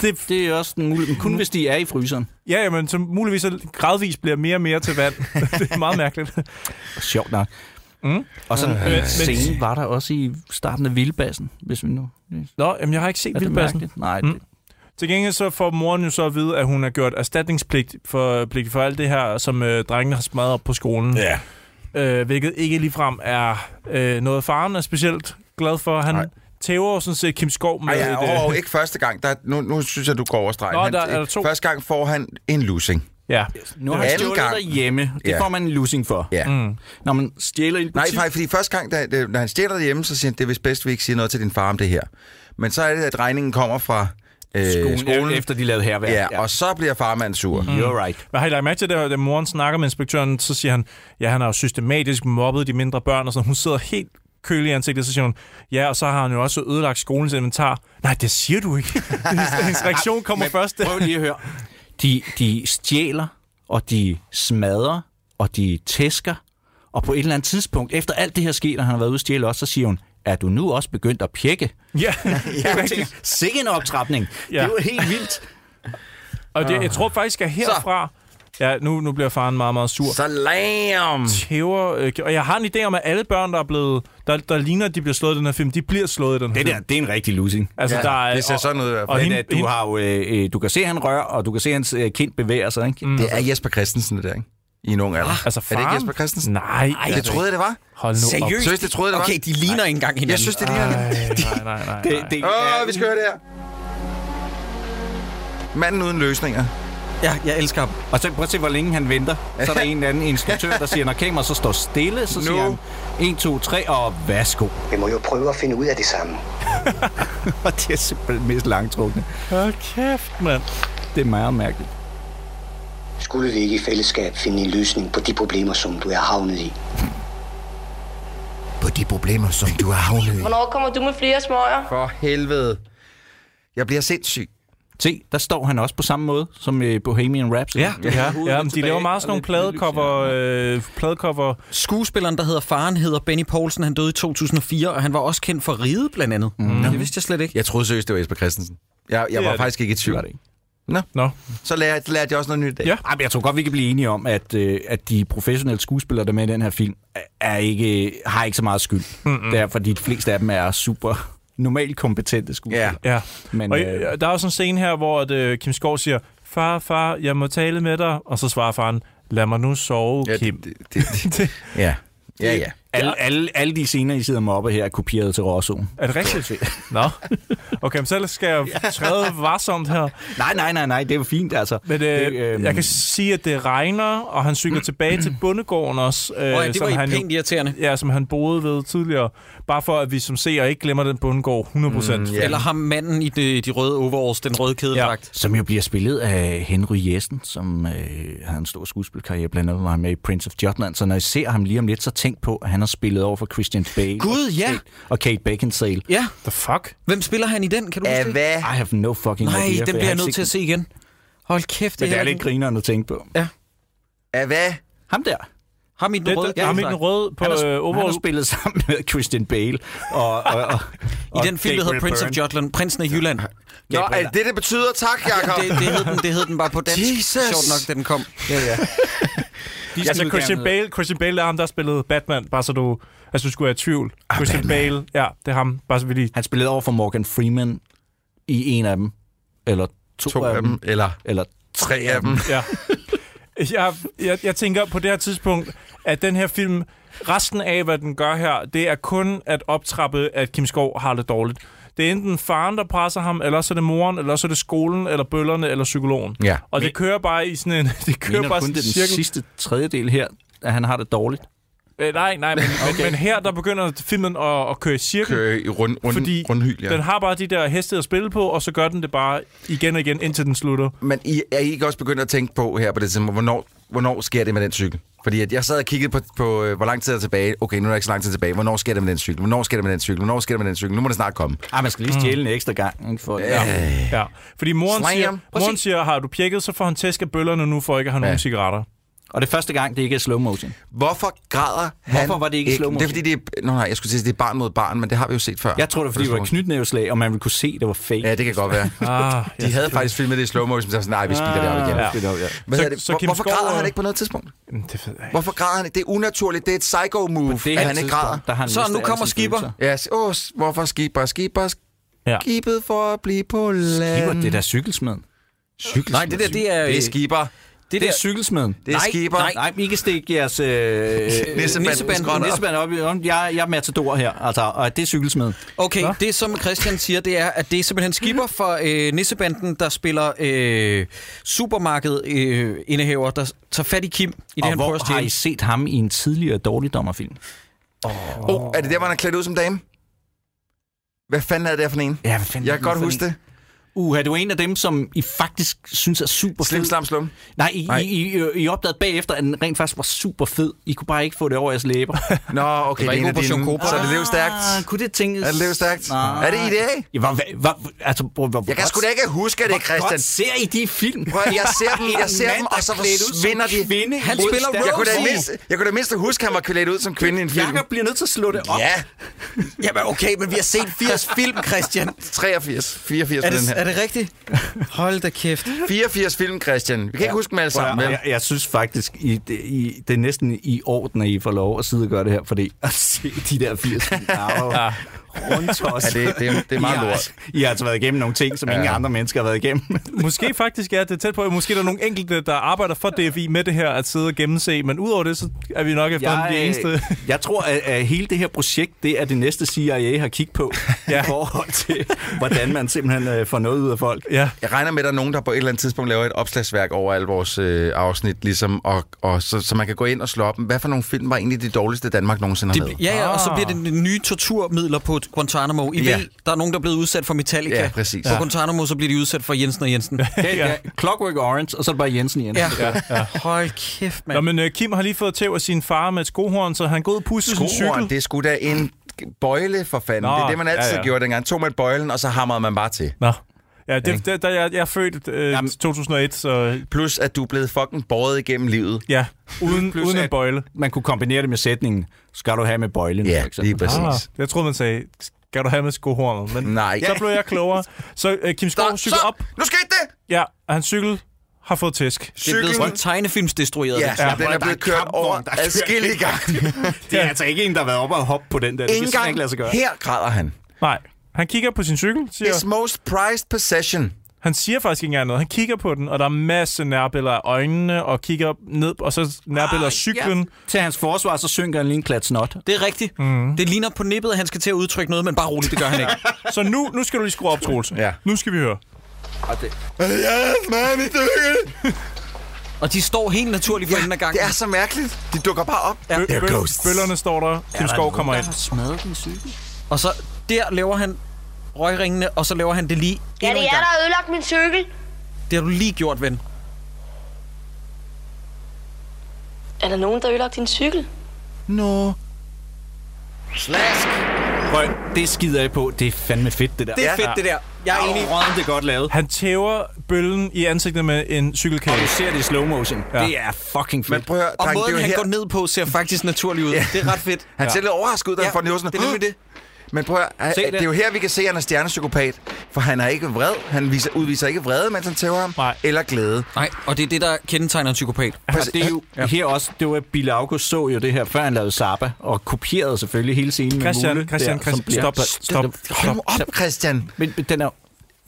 C: det, det er også en mulighed, men kun
D: Mhm.
C: hvis de er i fryseren.
D: Ja, jamen, som muligvis så gradvist bliver mere og mere til vand. det er meget mærkeligt.
C: Sjovt nok.
D: Mm.
C: Og sådan en
D: Men- men-
C: scene var der også i starten af Vildbassen, hvis vi nu...
D: Nå, jamen, jeg har ikke set
C: Er det
D: Vildbassen.
C: mærkeligt? Nej,
D: Mm.
C: det,
D: Til gengæld så får moren jo så at vide, at hun har gjort erstatningspligt for, pligt for alt det her, som øh, drengene har smadret op på skolen.
B: Ja.
D: Øh, hvilket ikke ligefrem er øh, noget, faren er specielt glad for. Han
B: Nej.
D: tæver jo sådan set Kim Skov med...
B: Ej,
D: et,
B: ja,
D: øh,
B: og, og ikke første gang. Der, nu, nu synes jeg, du går over stregen.
D: Nå,
B: Han-
D: der er der to.
B: Første gang får han en losing.
D: ja.
C: Nu har
B: Anden
C: han stjålet
B: gang.
C: derhjemme. Det
B: Ja.
C: får man en losing for.
B: Ja.
D: Mm.
C: Når man stjæler i en
B: Nej,
C: butik...
B: nej, fordi første gang, da, da, når han stjæler det hjemme, så siger han, det er vist bedst, vi ikke siger noget til din far om det her. Men så er det, at regningen kommer fra øh, skolen. skolen.
C: efter de lavede herværk.
B: Ja, og så bliver farmand sur. Mm.
C: You're right.
D: Men har I lagt mærke til, det, da moren snakker med inspektøren, så siger han, ja, han har jo systematisk mobbet de mindre børn, og sådan. hun sidder helt kølig i ansigtet, så siger hun, ja, og så har han jo også ødelagt skolens inventar. Nej, det siger du ikke. Hendes reaktion kommer
C: Men
D: først.
C: Prøv lige at høre. De, de stjæler, og de smadrer, og de tæsker, og på et eller andet tidspunkt, efter alt det her sker, og han har været ude at stjæle også, så siger hun, er du nu også begyndt at pjekke?
D: Ja,
C: Ja, tænker, Sikke en optrapning.
D: Ja.
C: Ja. Det var helt vildt.
D: og det, jeg tror faktisk, at herfra... Ja, nu, nu bliver faren meget, meget sur.
B: Salam!
D: Tæver, øh, og jeg har en idé om, at alle børn, der er blevet... Der, der ligner, at de bliver slået i den her film, de bliver slået i den her
C: Det
D: film.
C: der, det er en rigtig losing.
D: Altså, der er,
B: Det ser sådan ud i hvert
D: og
B: fald.
D: hende,
C: Men, øh, du,
D: hende,
C: har jo, øh, øh, du kan se, at han rører, og du kan se, at hans øh, kind bevæger sig. Ikke?
B: Det er Jesper Christensen, det der, ikke? I en ung alder.
D: altså,
B: er det ikke
D: faren?
B: Jesper Christensen?
D: Nej,
B: Ej, det troede jeg, det var.
D: Hold nu op.
A: Seriøst?
B: Seriøst, det troede jeg, det var.
A: Okay, de ligner ikke engang hinanden.
B: Jeg synes, det ligner det.
D: Nej, nej, nej, nej.
C: Det, det
B: Åh,
C: er
B: vi skal høre det her. Manden uden løsninger.
A: Ja, jeg elsker ham.
C: Og så prøv at se, hvor længe han venter. Så er der en eller anden instruktør, der siger, når kameraet så står stille, så siger
B: Nu.
C: han 1, 2, 3, og værsgo.
J: Vi må jo prøve at finde ud af det samme.
C: Og det er simpelthen mest langtrukne.
D: Hold kæft, mand.
C: Det er meget mærkeligt.
J: Skulle vi ikke i fællesskab finde en løsning på de problemer, som du er havnet i?
B: På de problemer, som du har havnet i.
H: Hvornår kommer du med flere smøger?
B: For helvede. Jeg bliver sindssyg.
C: Se, der står han også på samme måde som øh, Bohemian Rhapsody.
D: Ja, ja men de
C: tilbage,
D: laver meget
C: og
D: sådan nogle
C: lidt lys,
D: pladecover, øh, pladecover.
A: Skuespilleren, der hedder Faren, hedder Benny Poulsen. Han døde i 2004, og han var også kendt for Ride, blandt andet. Mm. Det vidste jeg slet ikke.
B: Jeg troede seriøst, det var Jesper Christensen. Jeg, jeg
D: Det er
B: var
D: det.
B: faktisk ikke i
C: Det var
B: tvivl.
C: det ikke.
D: Nå,
B: Så lærte, lærte jeg også noget nyt i dag.
D: Ja.
C: Ej, men jeg tror godt, vi kan blive enige om, at, øh, at de professionelle skuespillere, der er med i den her film, er ikke, har ikke så meget skyld. Mm-hmm. Det er, fordi de fleste af dem er super normalt kompetente skuespillere.
D: ja.
C: Men,
D: Og
C: øh,
D: øh, der er også en scene her, hvor at, øh, Kim Skov siger, far, far, jeg må tale med dig. Og så svarer faren, lad mig nu sove,
B: Ja,
D: Kim.
B: det, det, det, det. ja. Ja, ja.
C: alle, alle, alle de scener, I sidder med oppe her, er kopieret til Råzonen.
D: Er det rigtigt? Nå. Okay, men så skal jeg træde varsomt her.
C: Nej, nej, nej, nej, det var fint, altså.
D: Men øh, øh, jeg kan sige, at det regner, og han cykler tilbage til bondegården også. Øh,
A: Øh, det var
D: han
A: I
D: jo-
A: pænt irriterende.
D: Ja, som han boede ved tidligere. Bare for, at vi som seer ikke glemmer den bondegård 100%. Mm,
A: Ja. Eller ham manden i de, de røde overalls, den røde kædedragt.
C: Som jo bliver spillet af Henry Jessen, som øh, har en stor skuespilkarriere, blandt andet var han med i Prince of Jutland. Så når I ser ham lige om lidt, så tænk på, at han har spillet over for Christian Bale
A: Gud, ja.
C: og Kate Beckinsale.
A: Ja.
D: The fuck?
A: Hvem spiller han i den? Kan du huske
B: Ja,
A: det?
B: hvad?
C: I have no fucking
A: Nej,
C: idea.
A: den
C: for
A: bliver
C: har
A: jeg
C: ikke
A: nødt til
C: set
A: at se igen. Hold kæft,
C: den. Men det er
A: heller
C: lidt grineren at tænke på.
B: Ja, hvad?
C: Ham der.
A: Ham i den
D: Det,
A: røde altså,
D: der, ham i den
A: kædedragt.
D: røde på
C: Han har,
D: øh,
C: øh, han har
D: overall.
C: spillet sammen med Christian Bale og, og, og, og
A: I den film, der hedder
C: Gabriel
A: Prince of
C: Byrne.
A: Jutland, Prinsen af Jylland.
B: Nå,
C: Gabriel-
B: er det det, det betyder? Tak, Jacob.
A: Det, det, hed den, det hed den bare på dansk.
B: Jesus!
A: Sjovt nok, da den kom.
C: Ja, ja. De
D: Ja, så
C: smider
D: Christian
C: gerne-
D: Bale, Christian Bale er ham, der spillede Batman, bare så du, altså, du skulle være i tvivl. Ah, Christian Batman. Bale, ja, det er ham. Bare så vi lige...
C: Han spillede over for Morgan Freeman i en af dem. Eller to,
B: To af dem, eller
C: Eller
B: tre af dem.
D: Ja. jeg, jeg, jeg tænker på det her tidspunkt, at den her film Resten af, hvad den gør her, det er kun at optrappe, at Kim Skov har det dårligt. Det er enten faren, der presser ham, eller så er det moren, eller så er det skolen, eller bøllerne, eller psykologen.
B: Ja.
D: Og det kører bare i sådan en... Det kører
C: Mener du
D: bare
C: kun,
D: sådan
C: det er den
D: cirkel.
C: sidste tredjedel her, at han har det dårligt?
D: Øh, nej, nej, men, okay. men her der begynder filmen at, at køre i cirkel.
B: Køre i rund, rund,
D: fordi
B: rundhyl, ja.
D: den har bare de der heste at spille på, og så gør den det bare igen og igen, indtil den slutter.
B: Men I, er I ikke også begyndt at tænke på her på det tidspunkt, hvornår, hvornår sker det med den cykel? Fordi at jeg sad og kiggede på, på øh, hvor lang tid er der tilbage. Okay, nu er der ikke så lang tid tilbage. Hvornår sker det med den cykel? Hvornår sker det med den cykel? Hvornår sker det med den cykel? Nu må det snart komme.
C: Ah, man skal lige stjæle mm. en ekstra gang. Ikke? For, ja.
D: Ja. Fordi moren
B: Slam.
D: siger,
B: Prøv at
D: moren
B: se.
D: siger, har du pjekket, så får han tæsk af bøllerne nu, for ikke at have ja. nogen cigaretter.
C: Og det er første gang, det ikke er slow motion.
B: Ah, Hvorfor græder han
C: Hvorfor var det ikke slow
B: Det er
C: motion?
B: fordi, det er, nå, nej, jeg skulle sige, det er barn mod barn, men det har vi jo set før.
C: Jeg tror, det var, fordi det var et knytnæveslag, og man ville kunne se, at det var fake.
B: Ja, det kan godt være.
D: Ah,
B: De havde faktisk filmet det i slow motion, så var sådan, nej, vi speeder det op igen.
C: Ah, Ja. Fedt op, ja.
B: Hvad
D: Så-
B: er det?
D: så
B: Hvor,
D: Kim
B: hvorfor
D: Skov
B: græder
D: er-
B: han ikke på noget tidspunkt?
D: Det ved jeg ikke.
B: Hvorfor græder han ikke? Det er unaturligt. Det er et psycho-move,
C: Det er
B: at han ikke græder.
C: Der har han
A: Så
C: mistet
A: nu
C: alle
A: kommer
C: sine
A: Skipper.
C: følelser.
B: Ja, yes. oh, hvorfor skipper, skipper,
D: Ja.
B: skibet for at blive på land?
C: Skipper, det er da cykelsmeden.
A: Nej, det der, det er...
B: Det er
A: øh,
B: skipper.
A: det
C: Det
A: der,
C: er cykelsmeden.
B: Det er
A: Nej,
B: skipper.
A: nej.
C: Nej, I kan stikke jeres øh,
B: Nisseband.
C: nisseband, nisseband op i øjnene. Jeg, jeg er matador her, altså, og det er cykelsmed.
A: okay, det som Christian siger, det er, at det er simpelthen skipper for øh, nissebanden, der spiller øh, supermarkedindehaver, øh, indehaver, der tager fat i Kim, i det
C: Og
A: han prøver at
C: hvor har I
A: stjæle.
C: set ham i en tidligere dårligdommerfilm?
B: Oh, er det der, hvor han er klædt ud som dame? Hvad fanden er det for en?
C: Ja, hvad fanden
B: Jeg
C: er
B: kan
C: det
B: godt
C: for
B: huske
C: en?
B: det.
C: Uha, du er en af dem, som I faktisk synes er super
B: Slim,
C: fed.
B: slam, slum.
C: Nej, I,
B: Nej.
C: I, I, I opdagede bagefter, at den rent faktisk var super fed. I kunne bare ikke få det over jeres læber.
B: Nå, okay, det,
A: ikke
B: er en af
A: Operation
B: dine.
A: Cobra.
B: Så er det lever stærkt.
C: Ah, kunne det tænkes?
B: Er det lever stærkt?
C: Nej.
B: Er det IDA?
C: Ja, hvor, hvor, hvor, altså, hvor, hvor,
B: Jeg kan sgu da ikke huske det,
C: Hvor
B: Christian.
C: godt ser I de film?
B: Prøv at- jeg ser dem, jeg ser
C: En
B: dem,
C: mand,
B: og så
C: der er klædt ud som
B: forsvinder de.
C: kvinde
A: Han
C: mod
A: spiller
C: stærk-
B: Jeg kunne da i
A: Rosie.
B: mindst, jeg kunne da i mindst huske, at han var klædt ud som kvinde i en film.
C: Jakob bliver nødt til at slå det op.
B: Ja,
A: Jamen okay, men vi har set 80 film, Christian.
B: 83, 84
A: Er
B: på den
A: det,
B: her.
A: er det rigtigt? Hold da kæft.
B: 84 film, Christian. Vi kan ikke huske dem alle
C: Prøv at-
B: sammen, vel?
C: jeg, jeg synes faktisk, I, det, I, det er næsten i orden, at I får lov at sidde og gøre det her, fordi at se de der 80 milliarder ja. rundt os.
B: Ja, det- det er- det er meget
C: I har,
B: lort.
C: I har altså været igennem nogle ting, som ja. ingen andre mennesker har været igennem.
D: Måske faktisk er det tæt på. Måske er der nogle enkelte, der arbejder for DFI med det her at sidde og gennemse, men udover det, så er vi nok efterhånden de eneste.
C: øh, jeg tror, at, at hele det her projekt, det er det næste CIA har kigget på ja.
D: Ja.
C: i forhold til, hvordan man simpelthen øh, får noget ud af folk.
D: Ja.
B: Jeg regner med, at der er nogen, der på et eller andet tidspunkt laver et opslagsværk over alle vores øh, afsnit, ligesom, og, og så, så man kan gå ind og slå op. Hvad for nogle film var egentlig de dårligste, Danmark nogensinde har
A: Det,
B: lavet?
A: ja, ja, og så bliver det nye torturmidler på Guantanamo. I
B: Ah. Ja.
A: ja. ved, der er nogen, der er blevet udsat for Metallica.
B: Ja, præcis.
A: På
B: Ja.
A: Guantanamo, så bliver de udsat for Jensen og Jensen.
C: Okay, ja. Clockwork Orange, og så er det bare Jensen igen.
A: Ja. ja. Hold kæft,
D: Nå,
A: mand.
D: men øh, Kim har lige fået tæv af sin far med et skohorn, så han er gået og pusset sin cykel.
B: Skohorn, det er sgu da en bøjle for fanden.
D: Nå,
B: det er det, man altid
D: ja,
B: ja, ja.
D: ja.
B: gjorde dengang. Tog man bøjlen, og så hamrede man bare til.
D: Nå. Ja, det, det, der, jeg, jeg er født øh, 2001, så
B: Plus, at du er blevet fucking båret igennem livet.
D: ja, uden,
B: Plus
D: uden
B: at-
D: en bøjle.
C: Man kunne kombinere det med sætningen, skal du have med bøjlen?
B: Ja,
C: for eksempel?
B: lige præcis.
D: Jeg troede, man sagde, skal du have med skohornet? Men
B: Nej.
D: så blev jeg klogere. Så øh, Kim Skov cykler op.
B: Nu skete det!
D: Ja, og hans cykel har fået tæsk.
A: Det er blevet sådan
B: Cyklen...
A: tegnefilmsdestrueret.
B: Ja,
A: Ja.
B: ja, den
C: der
B: er
C: er
B: blevet
C: en
B: kørt
C: kampvogn,
B: over
C: der kører-
B: adskillige gange.
C: Det er altså ikke en, der har været oppe og hoppe på den der. Det
B: Ingen
C: kan simpelthen ikke lade sig gøre.
B: gang her græder han.
D: Nej, han kigger på sin cykel, siger...
B: His most prized possession.
D: Han siger faktisk ikke engang noget. Han kigger på den, og der er masse nærbilleder af øjnene, og kigger op ned, og så nærbilleder af cyklen.
C: Ja. Til hans forsvar, så synker han lige en klat snot.
A: Det er rigtigt. Mm. Det ligner på nippet, at han skal til at udtrykke noget, men bare roligt, det gør han ikke.
D: Så nu, nu skal du lige skrue op, Troels.
B: Ja.
D: Nu skal vi høre.
B: Ja, man, det
A: Og de står helt naturligt for ja, enden af gangen.
B: Det er så mærkeligt. De dukker bare op.
A: Ja.
D: Bø- bø- Bøllerne står der. Kim Skov kommer ind.
C: smadret din cykel.
A: Og så der laver han røgringene, og så laver han det lige
H: Ja,
A: endnu
H: det
A: en
H: er jer,
A: gang.
H: der har ødelagt min cykel.
A: Det har du lige gjort, ven.
I: Er der nogen, der har ødelagt din cykel?
B: Nå. Slask.
C: Prøv, det skider jeg på. Det er fandme fedt, det der.
A: Det er
B: Ja.
A: ja. fedt, det der. Jeg er enig.
C: Røden, det er godt lavet.
D: Han tæver bøllen i ansigtet med en
C: Og
D: cykelkage.
C: du ser det i slow motion. Ja.
D: Ja.
C: Det er fucking
B: Men
C: fedt.
B: prøv at høre,
A: Og
B: drenge, det er
A: måden,
B: jo
A: han
B: her.
A: går ned på, ser faktisk naturlig ud. Det er ret fedt.
B: Han ser lidt overrasket ud, da han får den i hovedet,
A: det er
B: sådan,
A: nemlig det.
B: Men prøv at høre,
C: Se
B: det. det
C: det.
B: er jo her, vi kan se, at han er stjernepsykopat. For han er ikke vred. Han viser, udviser ikke vrede, mens han tæver ham.
D: Nej.
B: Eller glæde.
A: Nej, og det er det, der kendetegner en psykopat.
C: Og det er jo ja. her også, det var, at Bille August så jo det her, før han lavede Zappa, og kopierede selvfølgelig hele scenen med
D: Christian,
C: Mule.
D: Christian,
C: der, som
D: Christian,
C: bliver-
D: stop, stop,
B: Hold nu
D: stop.
B: op, Christian.
C: Men, men den er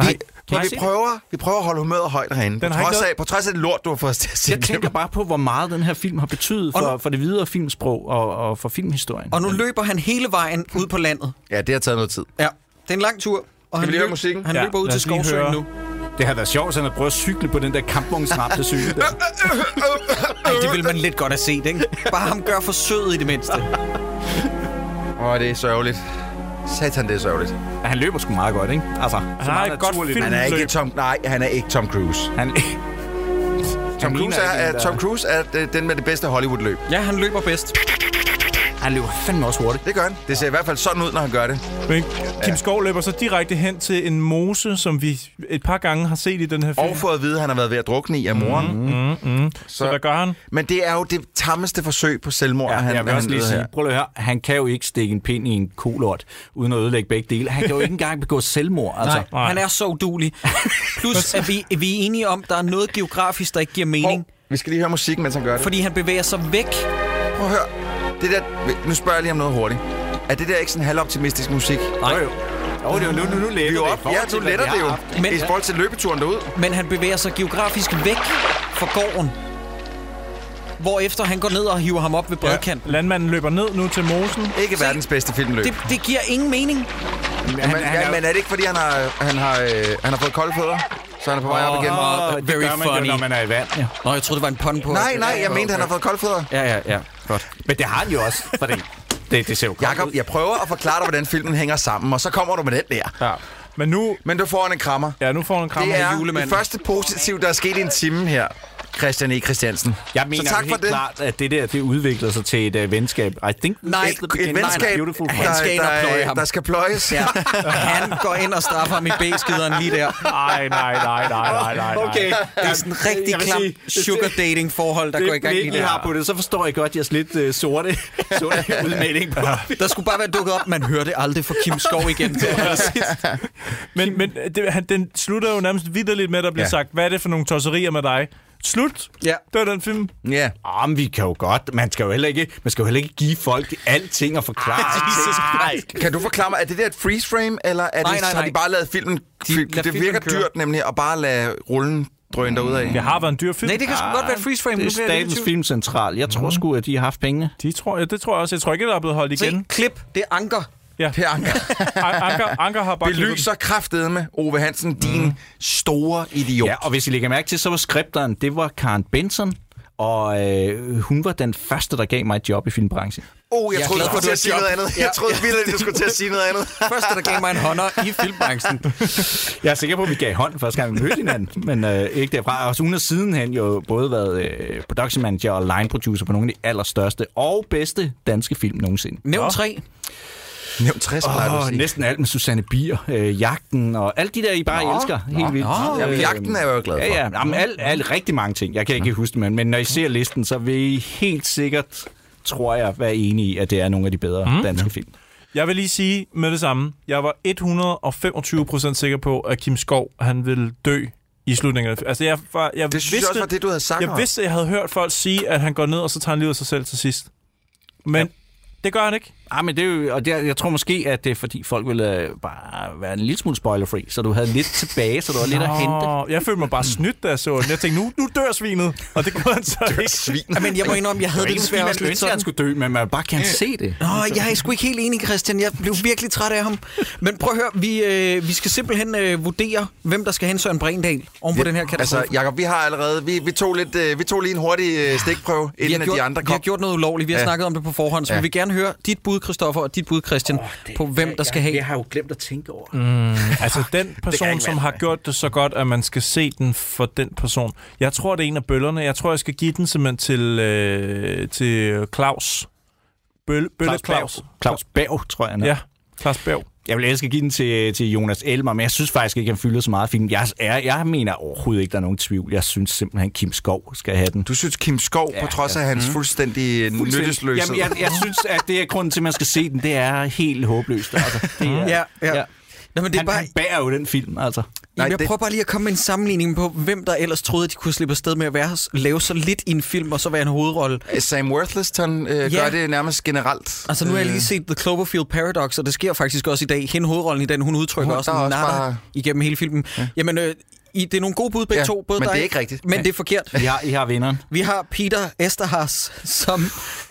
B: Vi, men vi prøver, vi prøver at holde humøret højt herinde. Den
C: Den
B: på,
C: har ikke
B: trods af,
C: noget-
B: på trods af det lort, du har fået os til at sige.
C: Jeg tænker bare på, hvor meget den her film har betydet for, for det videre filmsprog og, og for filmhistorien.
A: Og nu løber han hele vejen ud på landet.
B: Ja, det har taget noget tid.
A: Ja, det er en lang tur. Og han, løb, han
C: Ja,
A: løber ud
C: lad
A: til
C: os lige
A: Skovsøen
C: høre.
A: nu.
C: Det har været sjovt, sådan at prøve at cykle på den der kampvognsramte cykel. Der.
A: Ej, det vil man lidt godt have set, ikke? Bare ham gør forsøget i det mindste.
B: Åh, oh, det er sørgeligt. Satan, det er sørgeligt.
C: Ja, han løber sgu meget godt, ikke? Altså, han
D: har et godt
B: Han er ikke
D: filmløb.
B: Tom... Nej, han er ikke Tom Cruise.
C: Han,
B: Tom,
C: ligner
B: Cruise er,
C: ikke en,
B: er,
C: der-
B: Tom Cruise er øh, den med det bedste Hollywood-løb.
A: Ja, han løber bedst.
C: han løber fandme også hurtigt.
B: Det gør han. Det ser i hvert fald sådan ud, når han gør det.
D: Men Kim Skov løber så direkte hen til en mose, som vi et par gange har set i den her film.
B: Og fået at vide, at han har været ved at drukne i af moren. Mm.
C: Mhm.
D: Mm, mm. Så, så hvad gør han?
B: Men det er jo det tammeste forsøg på selvmord,
C: Ja,
B: han,
C: jeg vil
B: han
C: også lige
B: lavede
C: sige,
B: her.
C: prøv lige at høre, han kan jo ikke stikke en pind i en kolort, uden at ødelægge begge dele. Han kan jo ikke engang begå selvmord, altså.
A: Nej, han er så udulig. Plus, at vi, vi er enige om, at der er noget geografisk, der ikke giver mening.
B: Vi skal lige høre musikken, mens han gør det.
A: Fordi han bevæger sig væk.
B: Prøv at høre. Det der, nu spørger jeg lige om noget hurtigt. Er det der ikke sådan halvoptimistisk musik?
C: Nej. Jo, jo, det er jo nu, nu, nu
B: Vi er jo
C: letter det. i
B: op.
C: forhold
B: Ja,
C: til,
B: du
C: hvad
B: letter
C: vi
B: det
C: har
B: jo.
C: haft.
A: Men-
B: I forhold til løbeturen derud.
A: Men han bevæger sig geografisk væk fra gården. Hvorefter han går ned og hiver ham op ved bredkanten.
D: Landmanden løber ned nu til mosen.
B: Ikke verdens bedste filmløb.
A: Det, det giver ingen mening.
B: Men,
C: han er
B: ja,
C: jo-
B: men er det ikke, fordi han har, han har, øh, han har fået kolde fødder? Så han er på vej op igen?
C: Åh, det
A: Very
C: gør man
A: funny.
C: Jo, når man er i vand, ja.
A: Nå, jeg troede, det var en pun på...
B: Nej, nej, jeg mente, han har fået kolde fødder.
A: Ja, ja, ja. Godt.
C: Men det har han jo også, fordi det, det ser jo godt
B: Jakob,
C: ud.
B: jeg prøver at forklare dig, hvordan filmen hænger sammen, og så kommer du med den der.
D: Ja. Men nu,
B: Men du får en krammer.
D: ja, nu får han en krammer
B: Det
D: af
B: er
D: julemanden.
B: det første positiv, der er sket i en time her. Christian E. Christiansen.
C: Jeg mener
B: så tak
C: helt
B: for det.
C: klart, at det der, det udvikler sig til et uh, venskab. I think
A: Nej,
C: it's the
A: et
C: beginning
B: Et
C: of
B: venskab,
C: beautiful
B: der,
C: friendship.
A: Han skal ind og pløje
B: der,
A: ham.
B: der skal pløjes.
A: Ja. Han går ind og straffer ham i B-skideren lige der.
D: Nej, nej, nej, nej, nej, nej.
C: Okay.
A: Det er sådan en rigtig
C: Jeg vil
A: klam
C: sige, hvis det-
A: sugar dating forhold, der går i
C: det
A: gang
C: blik,
A: lige
C: I
A: der.
C: har på det, så forstår jeg godt jeres lidt øh, sorte, sorte udmelding på
A: Der skulle bare være dukket op, man hørte aldrig fra Kim Skov igen.
D: Men, men det, han, den slutter jo nærmest vidderligt med, at der bliver
B: Ja.
D: ja. sagt, hvad er det for nogle tosserier med dig? Slut.
A: Ja.
D: Det var den film.
B: Ja.
C: Ah, men vi kan jo godt. Man skal jo heller ikke, man skal jo heller ikke give folk alting og forklare. Ah, Jesus
B: Kan du forklare mig, er det der et freeze frame, eller er
A: Nej,
B: det,
A: nej,
B: har
A: nej.
B: de bare lavet filmen...
A: lader
B: det
A: filmen
B: virker
A: køre.
B: dyrt nemlig at bare lade rullen drøne derudad.
D: Det har været en dyr film.
A: Nej, det kan sgu godt være et freeze frame.
C: Ah, det Mhm. er
A: Nu bliver jeg lidt i tvivl.
C: Statens Filmcentral. Jeg tror sgu, at de har haft pengene.
D: Ah, De tror, ja, det tror jeg også. Jeg tror ikke, der er blevet holdt igen.
A: Se, klip. Det er anker.
D: Ja.
B: Det er Anker.
D: An- Anker, Anker har bare
B: Det
D: klippet
B: lyser kraftedeme, Ove Hansen,
A: Mm.
B: din store idiot.
C: Ja, og hvis I lægger mærke til, så var skripteren, det var Karen Benson. Og øh, hun var den første, der gav mig et job i filmbranchen.
B: Oh, jeg,
A: Jeg er
B: troede,
A: glad
B: du
A: for, du
B: skulle til
A: har
B: at sige
A: job.
B: noget andet.
A: Ja.
B: Jeg troede vildt, du skulle til at sige noget andet.
A: Første, der gav mig en hånder i filmbranchen.
C: Jeg er sikker på, at vi gav hånd første gang, vi mødte hinanden, men øh, ikke derfra. Og hun har sidenhen jo både været øh, production manager og line producer på nogle af de allerstørste og bedste danske film nogensinde.
A: Nævn tre.
B: Nævn 60, plejer du at
C: Og
B: sige.
C: næsten alt med Susanne Bier, øh, Jagten og alt de der, I bare nå, elsker. Helt vildt.
B: nå. Jamen, Jagten er jeg jo glad for.
C: Ja, ja. Jamen, al, al, rigtig mange ting. Jeg kan ikke huske det, men, men når I ser listen, så vil I helt sikkert, tror jeg, være enige i, at det er nogle af de bedre mm. danske film.
D: Jeg vil lige sige med det samme. Jeg var 125% sikker på, at Kim Skov han ville dø i slutningen af Altså, jeg, var, jeg
B: Det synes jeg
D: vidste,
B: også var det, du havde sagt.
D: jeg
B: Jacob.
D: vidste, at jeg havde hørt folk sige, at han går ned, og så tager han livet af sig selv til sidst. Men ja. det gør han ikke.
C: Ah, men det er jo, og det er, jeg tror måske, at det er, fordi folk ville øh, bare være en lille smule spoiler-free, så du havde lidt tilbage, så du var lidt at hente.
D: Åh, jeg følte mig bare snydt, da jeg så den. Jeg tænkte, nu, nu dør svinet. Og det gjorde han så ikke.
B: Svin.
A: Men jeg må indrømme, jeg havde det desværre også lidt sådan.
C: skulle dø, men man bare kan se det.
A: Nå, jeg er sgu ikke helt enig, Christian. Jeg blev virkelig træt af ham. Men prøv at høre, vi, øh, vi skal simpelthen øh, vurdere, hvem der skal hen Søren Brindal oven på den her katastrofe.
B: Altså, Jacob, vi har allerede... Vi, vi, tog, lidt, øh, vi tog lige en hurtig øh, stikprøve,
A: vi har,
B: inden at
A: gjort,
B: de andre
A: vi
B: kom.
A: har gjort noget ulovligt. Vi har
B: Ja.
A: ja. snakket om det på forhånd, så
B: Ja.
A: ja. vi vil gerne høre dit bud, Christoffer, og dit bud, Christian, oh, på hvem der skal have.
C: har jo glemt at tænke over.
D: Altså, den person, som har gjort det så godt, at man skal se den for den person. Jeg tror, det er en af bøllerne. Jeg tror, jeg skal give den simpelthen til, øh, til Claus. Bølle, Bølle Claus.
C: Claus Berg, tror jeg. han er.
D: Ja, Claus Berg.
C: Jeg vil elske at give den til, til Jonas Elmer, men jeg synes faktisk ikke, han fylder så meget film. Jeg, er, jeg mener overhovedet ikke, der er nogen tvivl. Jeg synes simpelthen, Kim Skov skal have den.
B: Du synes, Kim Skov, ja, på trods af hans mm. fuldstændig nyttesløshed...
C: Jamen, jeg, jeg synes, at det er grunden til, at man skal se den. Det er helt håbløst. Altså, det er,
A: Ja, ja. Nå, men det er
C: han,
A: bare-
C: han bærer jo den film, altså.
A: Nej, Jamen, jeg det... prøver bare lige at komme med en sammenligning på, hvem der ellers troede, at de kunne slippe afsted med at være, lave så lidt i en film, og så være en hovedrolle.
B: Øh, Sam Worthington øh, gør det nærmest generelt.
A: Altså, nu har jeg
B: Øh.
A: lige set The Cloverfield Paradox, og det sker faktisk også i dag. Hende hovedrollen i den, hun udtrykker
B: Hun-
A: også
B: der er
A: en
B: også
A: nada
B: bare-
A: igennem hele filmen. Ja. Jamen, øh, I, det er nogle gode bud begge
B: Ja,
A: to, både
B: men
A: dig,
B: det er ikke rigtigt.
A: Men
B: Nej.
A: det er forkert.
C: I har, I har vinderen.
A: Vi har Peter Esterhars, som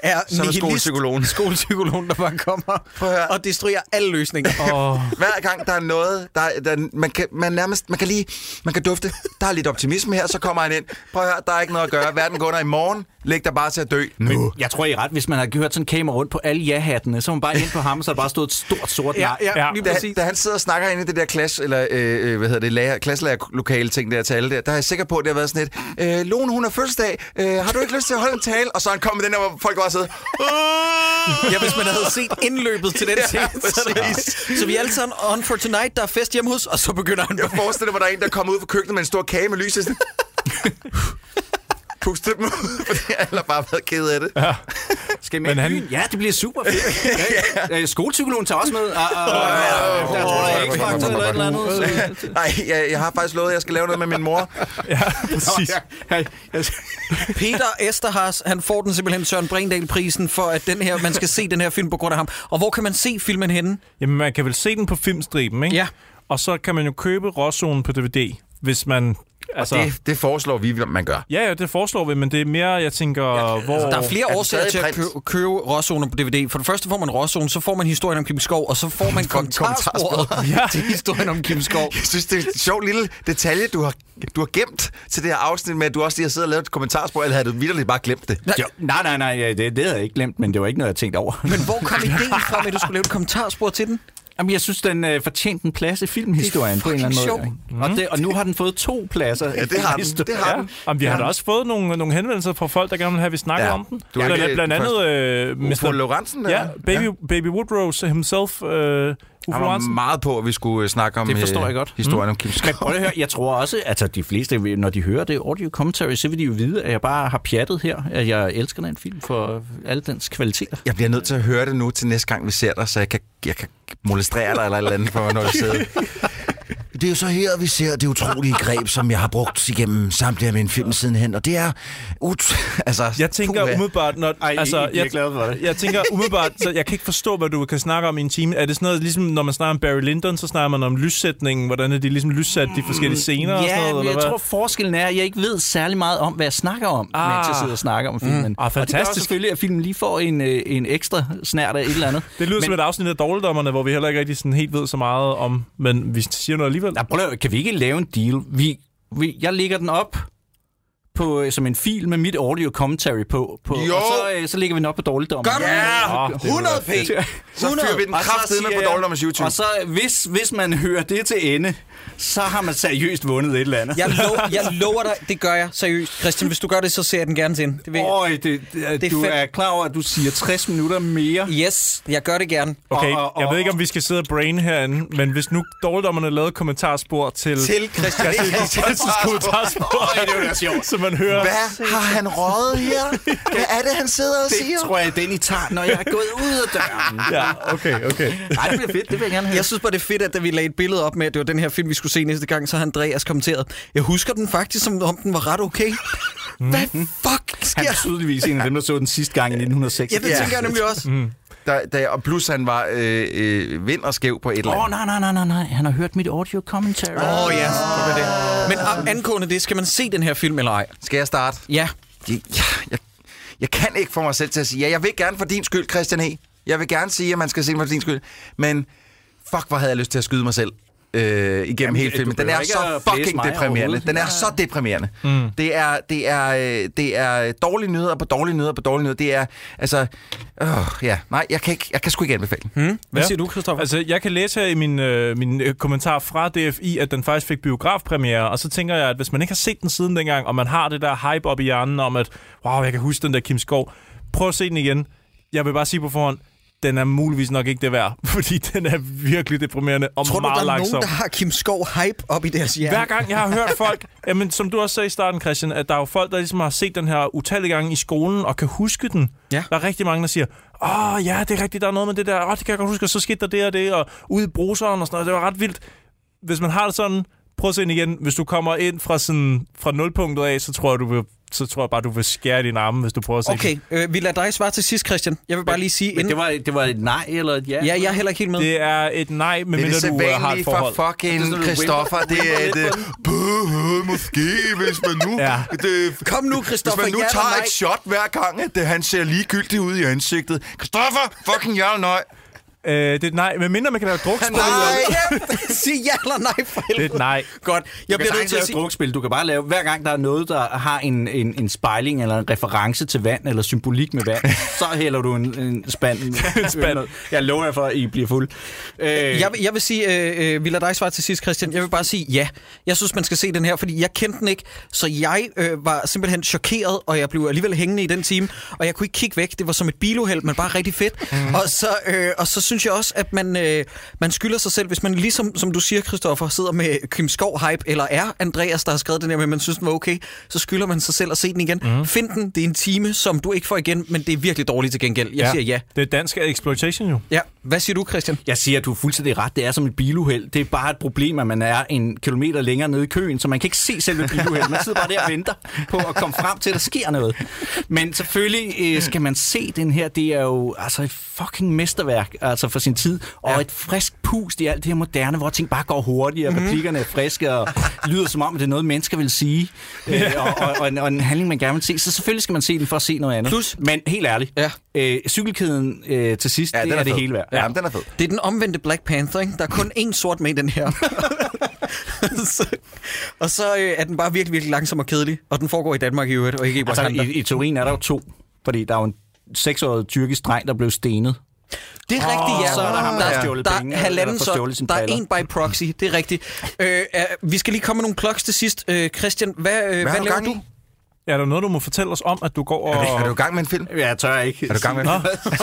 A: er
B: Som er
A: nihilist.
B: skolepsykologen.
A: Skolepsykologen, der bare kommer og destruerer alle løsninger.
D: Oh.
B: Hver gang der er noget, der, er- der man, kan, man nærmest, man kan lige, man kan dufte, der er lidt optimisme her, så kommer han ind. Prøv at høre, der er ikke noget at gøre. Verden går under i morgen. Læg dig bare til at dø. Nu.
C: Jeg tror, I er ret. Hvis man har hørt sådan kamera rundt på alle ja-hattene, så er man bare ind på ham, så er der bare stod et stort sort nej.
B: da, da han sidder og snakker inde i det der klasse, eller, øh, øh, hvad hedder det, lærer, klasselærerlokale ting der til alle der, der er jeg sikker på, at det har været sådan et, øh, Lone, hun har fødselsdag, øh, har du ikke lyst til at holde en tale? Og så er han kommet med den der, hvor folk bare sidder, "Øh." "Åh!"
A: Ja, hvis man havde set indløbet til den
B: Ja,
A: scene. så, er det bare-
B: præcis.
A: så vi er alle sammen on for tonight, der er fest hjemme hos, og så begynder han
B: Jeg forestiller mig, der er en, der kommer ud fra køkkenet med en stor kage med lys, og sådan, puste dem ud, fordi alle har bare været ked af det.
D: Ja.
C: Skal I med
D: Men
C: han...
D: han-
C: byen? Ja, det bliver super fedt. ja. Øh, Skolepsykologen tager også med. Ah, ah, ah, der tror jeg ikke faktor eller et eller andet.
B: Nej, jeg, jeg har faktisk lovet, at jeg skal lave noget med min mor.
D: Præcis.
C: Ja, ja.
A: Peter Esterhars, han får den simpelthen Søren Brindahl-prisen for, at den her, man skal se den her film på grund af ham. Og hvor kan man se filmen henne?
D: Jamen, man kan vel se den på filmstriben, ikke?
A: Ja.
D: Og så kan man jo købe Råzonen på DVD, hvis man... Altså,
B: Det, det foreslår vi, man gør.
D: Ja, ja, det foreslår vi, men det er mere, jeg tænker, ja,
B: altså,
D: hvor...
A: Der er flere
B: den
A: årsager
B: stadig
A: til at
B: print?
A: købe, købe råzoner på DVD. For det første får man råzonen, så får man historien om Kim Skov, og så får man kommentarsporet ja. til historien om Kim Skov.
B: Jeg synes, det er en sjov lille detalje, du har, du har gemt til det her afsnit med, at du også lige har siddet og lavet et kommentarspor, eller havde du vitterligt bare glemt det?
C: Jo, nej, nej, nej, ja, det, det havde jeg ikke glemt, men det var ikke noget, jeg tænkte over.
A: Men hvor kom ideen fra, at du skulle lave et kommentarspor til den?
C: Jamen, jeg synes, den øh, fortjente en plads i filmhistorien på en eller anden
A: fucking
C: måde. Mm. Og, det, og nu har den fået to pladser.
B: Ja, det har den. Det har
D: Ja,
B: den.
D: Jamen, vi har da også fået nogle, nogle henvendelser fra folk, der gerne vil have, at vi snakker
B: Ja.
D: ja. om den.
B: Du er
D: blandt,
B: ikke
D: blandt
B: den
D: andet... Øh,
B: Ufo
D: Mr.
B: Lorentzen?
D: Ja,
B: eller?
D: Baby, ja. Baby Woodrose himself, øh, Ufo
B: Han var
D: Lorentzen.
B: meget på, at vi skulle øh, snakke om
C: Det forstår
B: øh,
C: jeg godt.
B: historien mm. om Kim Skov.
C: Men prøv lige at høre, jeg tror også, at altså, de fleste, vil- når de hører det audio commentary, så vil de jo vide, at jeg bare har pjattet her, at jeg elsker den film for alle dens kvaliteter.
B: Jeg bliver nødt til at høre det nu til næste gang, vi ser dig, så jeg kan, jeg kan molestrere dig eller et eller andet for, når du sidder. Det er jo så her, vi ser det utrolige greb, som jeg har brugt igennem samtlige af mine film sidenhen, og det er... Ut- altså,
D: Jeg tænker
B: puha.
D: umiddelbart, når... altså,
C: Ej, I- I bliver
D: jeg,
C: glade for det.
D: Jeg tænker umiddelbart, så jeg kan ikke forstå, hvad du kan snakke om i en time. Er det sådan noget, ligesom når man snakker om Barry Lyndon, så snakker man om lyssætningen, hvordan er de ligesom lyssat de forskellige scener og sådan
C: Mm, Ja,
D: noget,
C: men jeg
D: eller hvad?
C: tror, forskellen er, at jeg ikke ved særlig meget om, hvad jeg snakker om, ah. mens jeg sidder og snakker om filmen. Mm. Og
D: Ah,
C: det gør også
D: fantastisk.
C: selvfølgelig, at filmen lige får en, øh, en ekstra snært af et eller andet.
D: Det lyder men,
C: men,
D: som et afsnit af Dårligdommerne, hvor vi heller ikke rigtig sådan helt ved så meget om, men vi siger noget alligevel.
C: Nej, prøv lige at- kan vi ikke lave en deal? Vi, vi, jeg lægger den op på, øh, som en fil med mit audio commentary på, på
B: Jo.
C: og så, øh, så lægger vi den op på dårligdommen.
A: Gør det!
D: Åh, det ville være
A: 100 p!
D: fedt.
B: Så fyrer vi den
C: Og så
B: kraftedeme
C: siger
B: på
C: jeg-
B: Dårligdommers YouTube.
C: Og så, hvis, hvis man hører det til ende, så har man seriøst vundet et eller andet.
A: Jeg, lov, jeg lover dig, det gør jeg seriøst. Christian, hvis du gør det, så ser jeg den gerne til hende. Det vil jeg.
C: Øj, det, det,
A: Det
C: det
A: er
C: du
A: fem-
C: er klar over, at du siger 60 minutter mere.
A: Yes, jeg gør det gerne.
D: Okay,
C: Og- og-
D: jeg ved
C: og-
D: ikke, om vi skal sidde og brain herinde, men hvis nu dårligdommerne lavede kommentarspor til...
B: Til Christian
D: Christians kommentarspor,
C: det ville være sjovt.
D: så man hører...
B: Hvad har han røget her? Hvad er det, han sidder og
C: Det
B: siger?
C: tror jeg, den I tager, når jeg er gået ud af døren.
D: Ja, okay, okay.
C: Nej, det bliver fedt. Det vil jeg gerne høre.
A: Jeg synes bare, det er fedt, at da vi lagde et billede op med, at det var den her film, vi skulle se næste gang, så har Andreas kommenteret. Jeg husker den faktisk, som om den var ret okay. Hvad fuck sker?
C: Han er tydeligvis en af dem, der så den sidste gang i 1906.
A: Ja, det tænker jeg nemlig også.
B: Da, da, og plus han var øh, øh, vind og skæv på et eller
C: Åh, oh,
B: andet.
C: nej, nej, nej, nej, nej. Han har hørt mit audio commentary.
A: Åh oh, ja, det var det. Men a- angående det, skal man se den her film eller ej?
B: Skal jeg starte?
A: Ja.
B: Jeg, jeg- jeg, jeg kan ikke få mig selv til at sige, ja, jeg vil gerne for din skyld, Christian E. Jeg vil gerne sige, at man skal se den for din skyld. Men fuck, hvor havde jeg lyst til at skyde mig selv øh, igennem Jamen, hele
C: du
B: filmen. Den
C: behøver
B: er
C: ikke
B: så
C: at blæse
B: fucking
C: mig
B: deprimerende.
C: overhovedet.
B: Den er
C: Ja.
B: så deprimerende. Mm. Det, er, det, er, øh, det er dårlige nyheder på dårlige nyheder på dårlige nyheder. Det er, altså, øh, ja, nej, jeg kan, ikke, jeg kan sgu ikke anbefale den. Hmm?
A: Hvad siger du, Christoffer?
D: Altså, jeg kan læse her i min, øh, min øh, kommentar fra DFI, at den faktisk fik biografpremiere, og så tænker jeg, at hvis man ikke har set den siden dengang, og man har det der hype op i hjernen om, at wow, jeg kan huske den der Kim Skov, prøv at se den igen. Jeg vil bare sige på forhånd, den er muligvis nok ikke det værd, fordi den er virkelig deprimerende og
A: Tror du,
D: meget
A: der er
D: langsom.
A: nogen, der har Kim Skov hype op i deres hjerne?
D: Hver gang jeg har hørt folk, jamen, som du også sagde i starten, Christian, at der er jo folk, der ligesom har set den her utallige gange i skolen og kan huske den.
A: Ja.
D: Der er rigtig mange, der siger, åh oh, ja, det er rigtigt, der er noget med det der, åh, oh, det kan jeg godt huske, og så skete der det og det, og ude i bruseren og sådan noget, det var ret vildt. Hvis man har det sådan, prøv at se ind igen, hvis du kommer ind fra, sådan, fra nulpunktet af, så tror jeg, du vil så tror jeg bare, du vil skære dine arme, hvis du prøver at se
A: Okay,
D: den.
A: øh, vi lader dig svare til sidst, Christian. Jeg vil bare lige sige...
C: Men det var, det var et nej eller et ja?
A: Ja, jeg er heller ikke helt med.
D: Det er et nej,
B: Det er
D: medmindre
B: det
D: du øh, har
B: sædvanlige
D: et
B: for
D: forhold.
B: fucking Christoffer. Det er et... øh, Bøh, måske, hvis man nu...
D: Ja.
B: Det,
A: Kom nu,
B: Hvis
A: Christoffer,
B: man nu
A: ja eller
B: tager
A: nej?
B: et shot hver gang, at det, han ser ligegyldig ud i ansigtet. Christoffer, fucking ja eller nej.
D: Øh, det er et nej, medmindre man kan lave drukspil.
A: ja, sig ja eller nej for
D: Det er
A: helvede.
D: et nej.
A: Godt. Jeg
C: Jeg du
A: bliver
C: kan
A: nødt
C: ikke
A: til at
C: lave
A: sige...
C: drukspil. Du kan bare lave, hver gang der er noget, der har en, en, en spejling eller en reference til vand eller symbolik med vand, så hælder du en, en spand. en
D: spand.
C: Jeg lover jer for, at I bliver fuld. Øh,
A: Jeg, vil- jeg vil sige, øh, øh, vi lader dig svare til sidst, Christian. Jeg vil bare sige ja. Jeg synes, man skal se den her, fordi jeg kendte den ikke. Så jeg øh, var simpelthen chokeret, og jeg blev alligevel hængende i den time. Og jeg kunne ikke kigge væk. Det var som et biluheld, men bare rigtig fedt. Mm. Og, så, øh, og så synes jeg også, at man, øh, man skylder sig selv, hvis man ligesom, som du siger, Christoffer, sidder med Kim Skov-hype, eller er Andreas, der har skrevet den her, men man synes, den var okay, så skylder man sig selv at se den igen. Mm. Find den. Det er en time, som du ikke får igen, men det er virkelig dårligt til gengæld. Jeg ja. siger ja.
D: Det er dansk exploitation jo.
A: Ja, hvad siger du, Christian?
C: Jeg siger, at du er fuldstændig ret. Det er som et biluheld. Det er bare et problem, at man er en kilometer længere nede i køen, så man kan ikke se selve biluheldet. Man sidder bare der og venter på at komme frem til, at der sker noget. Men selvfølgelig øh, skal man se den her. Det er jo altså et fucking mesterværk altså for sin tid. Og ja. et frisk pust i alt det her moderne, hvor ting bare går hurtigt, og replikkerne er friske, og lyder som om, at det er noget, mennesker vil sige. Øh, og, og, og, en, og en handling, man gerne vil se. Så selvfølgelig skal man se den for at se noget andet.
A: Plus-
C: Men helt ærligt,
A: Ja.
C: øh, cykelkæden øh, til sidst, ja, det er, er det
B: fed.
C: hele værd.
B: Ja. Jamen, den er fed.
A: Det er den omvendte Black Panther, ikke? Der er kun én sort med i den her. så, og så øh, er den bare virkelig, virkelig langsom og kedelig. Og den foregår i Danmark i øvrigt, og ikke i
C: Altså,
A: Wakanda.
C: i, i teorien er der jo to, fordi der er jo en seksårig tyrkisk dreng, der blev stenet.
A: det er rigtigt, ja.
C: så er der ham, der har stjålet
A: der,
C: penge,
A: Der er
C: eller
A: halvanden
C: der får stjålet
A: så,
C: sine
A: der er
C: briller.
A: en by proxy, det er rigtigt. Øh, øh, vi skal lige komme med nogle plugs til sidst. Øh, Christian, hvad, øh, hvad,
B: har
A: hvad
B: du
A: laver
B: gang
A: du?
B: i?
D: Er der noget, du må fortælle os om, at du går og...
B: Er du i gang med en film?
C: Ja, jeg tør ikke.
B: Er du i gang med en film?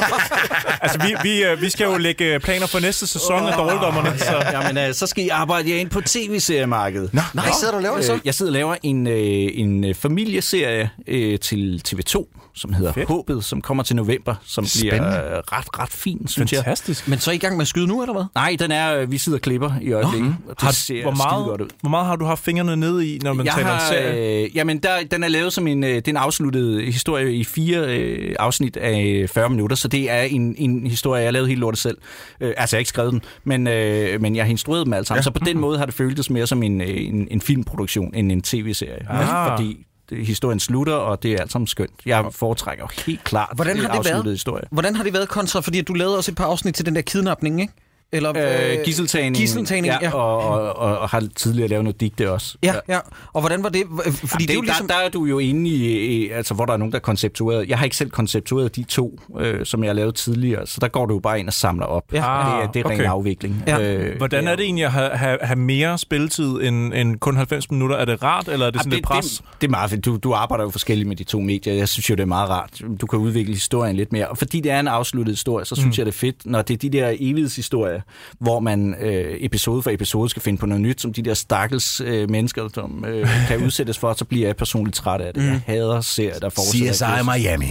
D: Altså, vi, vi, øh, vi skal jo lægge øh, planer for næste sæson af Dårligdommerne, så...
C: Jamen, øh, så skal I arbejde jer ind på tv-seriemarkedet.
B: Nå, nej, sidder du og laver det så?
C: Øh, jeg sidder og laver en, øh, en øh, familieserie øh, til TV2, som hedder
D: Fedt.
C: Fedt. Håbet, som kommer til november, som
B: Spændende.
C: bliver øh, ret, ret fin, synes jeg.
D: Fantastisk.
A: Men så er I i gang med at skyde nu, eller hvad?
C: Nej, den er, øh, vi sidder og klipper i øjeblikket, Nå, og det ser
D: Hvor
C: skide godt ud.
D: meget, hvor meget har du haft fingrene nede i, når man
C: jeg
D: taler om
C: har,
D: serie?
C: øh, jamen, der, den er lavet som en, øh, det er en afsluttet historie i fire øh, afsnit af 40 minutter, så det er en, en historie, jeg har lavet helt lortet selv. Øh, altså, jeg har ikke skrevet den, men, øh, men jeg har instrueret dem alle sammen. Ja. Så på den måde har det føltes mere som en, øh, en, en filmproduktion end en tv-serie.
D: Ah.
C: Ah. Fordi det, historien slutter, og det er alt sammen skønt. Jeg foretrækker jo helt klart
A: Hvordan har
C: øh,
A: det været?
C: afsluttede historier.
A: Hvordan har det været kontra? Fordi at du lavede også et par afsnit til den der kidnapning, ikke? Eller,
C: Øh, gisseltagning,
A: Gisseltagning, ja.
C: ja. Og, og, og, og har tidligere lavet noget digte også.
A: Ja, ja. Og hvordan var det? Fordi
C: Fordi
A: det er jo ligesom...
C: der, der er du jo inde i, øh, altså, hvor der er nogen, der er konceptueret. Jeg har ikke selv konceptueret de to, øh, som jeg har lavet tidligere, så der går du jo bare ind og samler op.
A: Ja.
C: det, er, det er ren
D: Okay.
C: afvikling.
A: Ja.
C: Øh,
D: Hvordan er det egentlig at have, have, have mere spilletid end, end kun 90 minutter? Er det rart, eller er det sådan
C: Jamen,
D: lidt pres?
C: Ah, Det, det er meget fedt. Du, du arbejder jo forskelligt med de to medier. Jeg synes jo, det er meget rart. Du kan udvikle historien lidt mere. Og fordi det er en afsluttet historie, så synes mm. jeg, det er fedt, når det er de der evighedshistorier, hvor man øh, episode for episode skal finde på noget nyt, som de der stakkels øh, mennesker, som øh, kan udsættes for, så bliver jeg personligt træt af det. Mm. Jeg hader serier, der fortsætter.
B: Miami.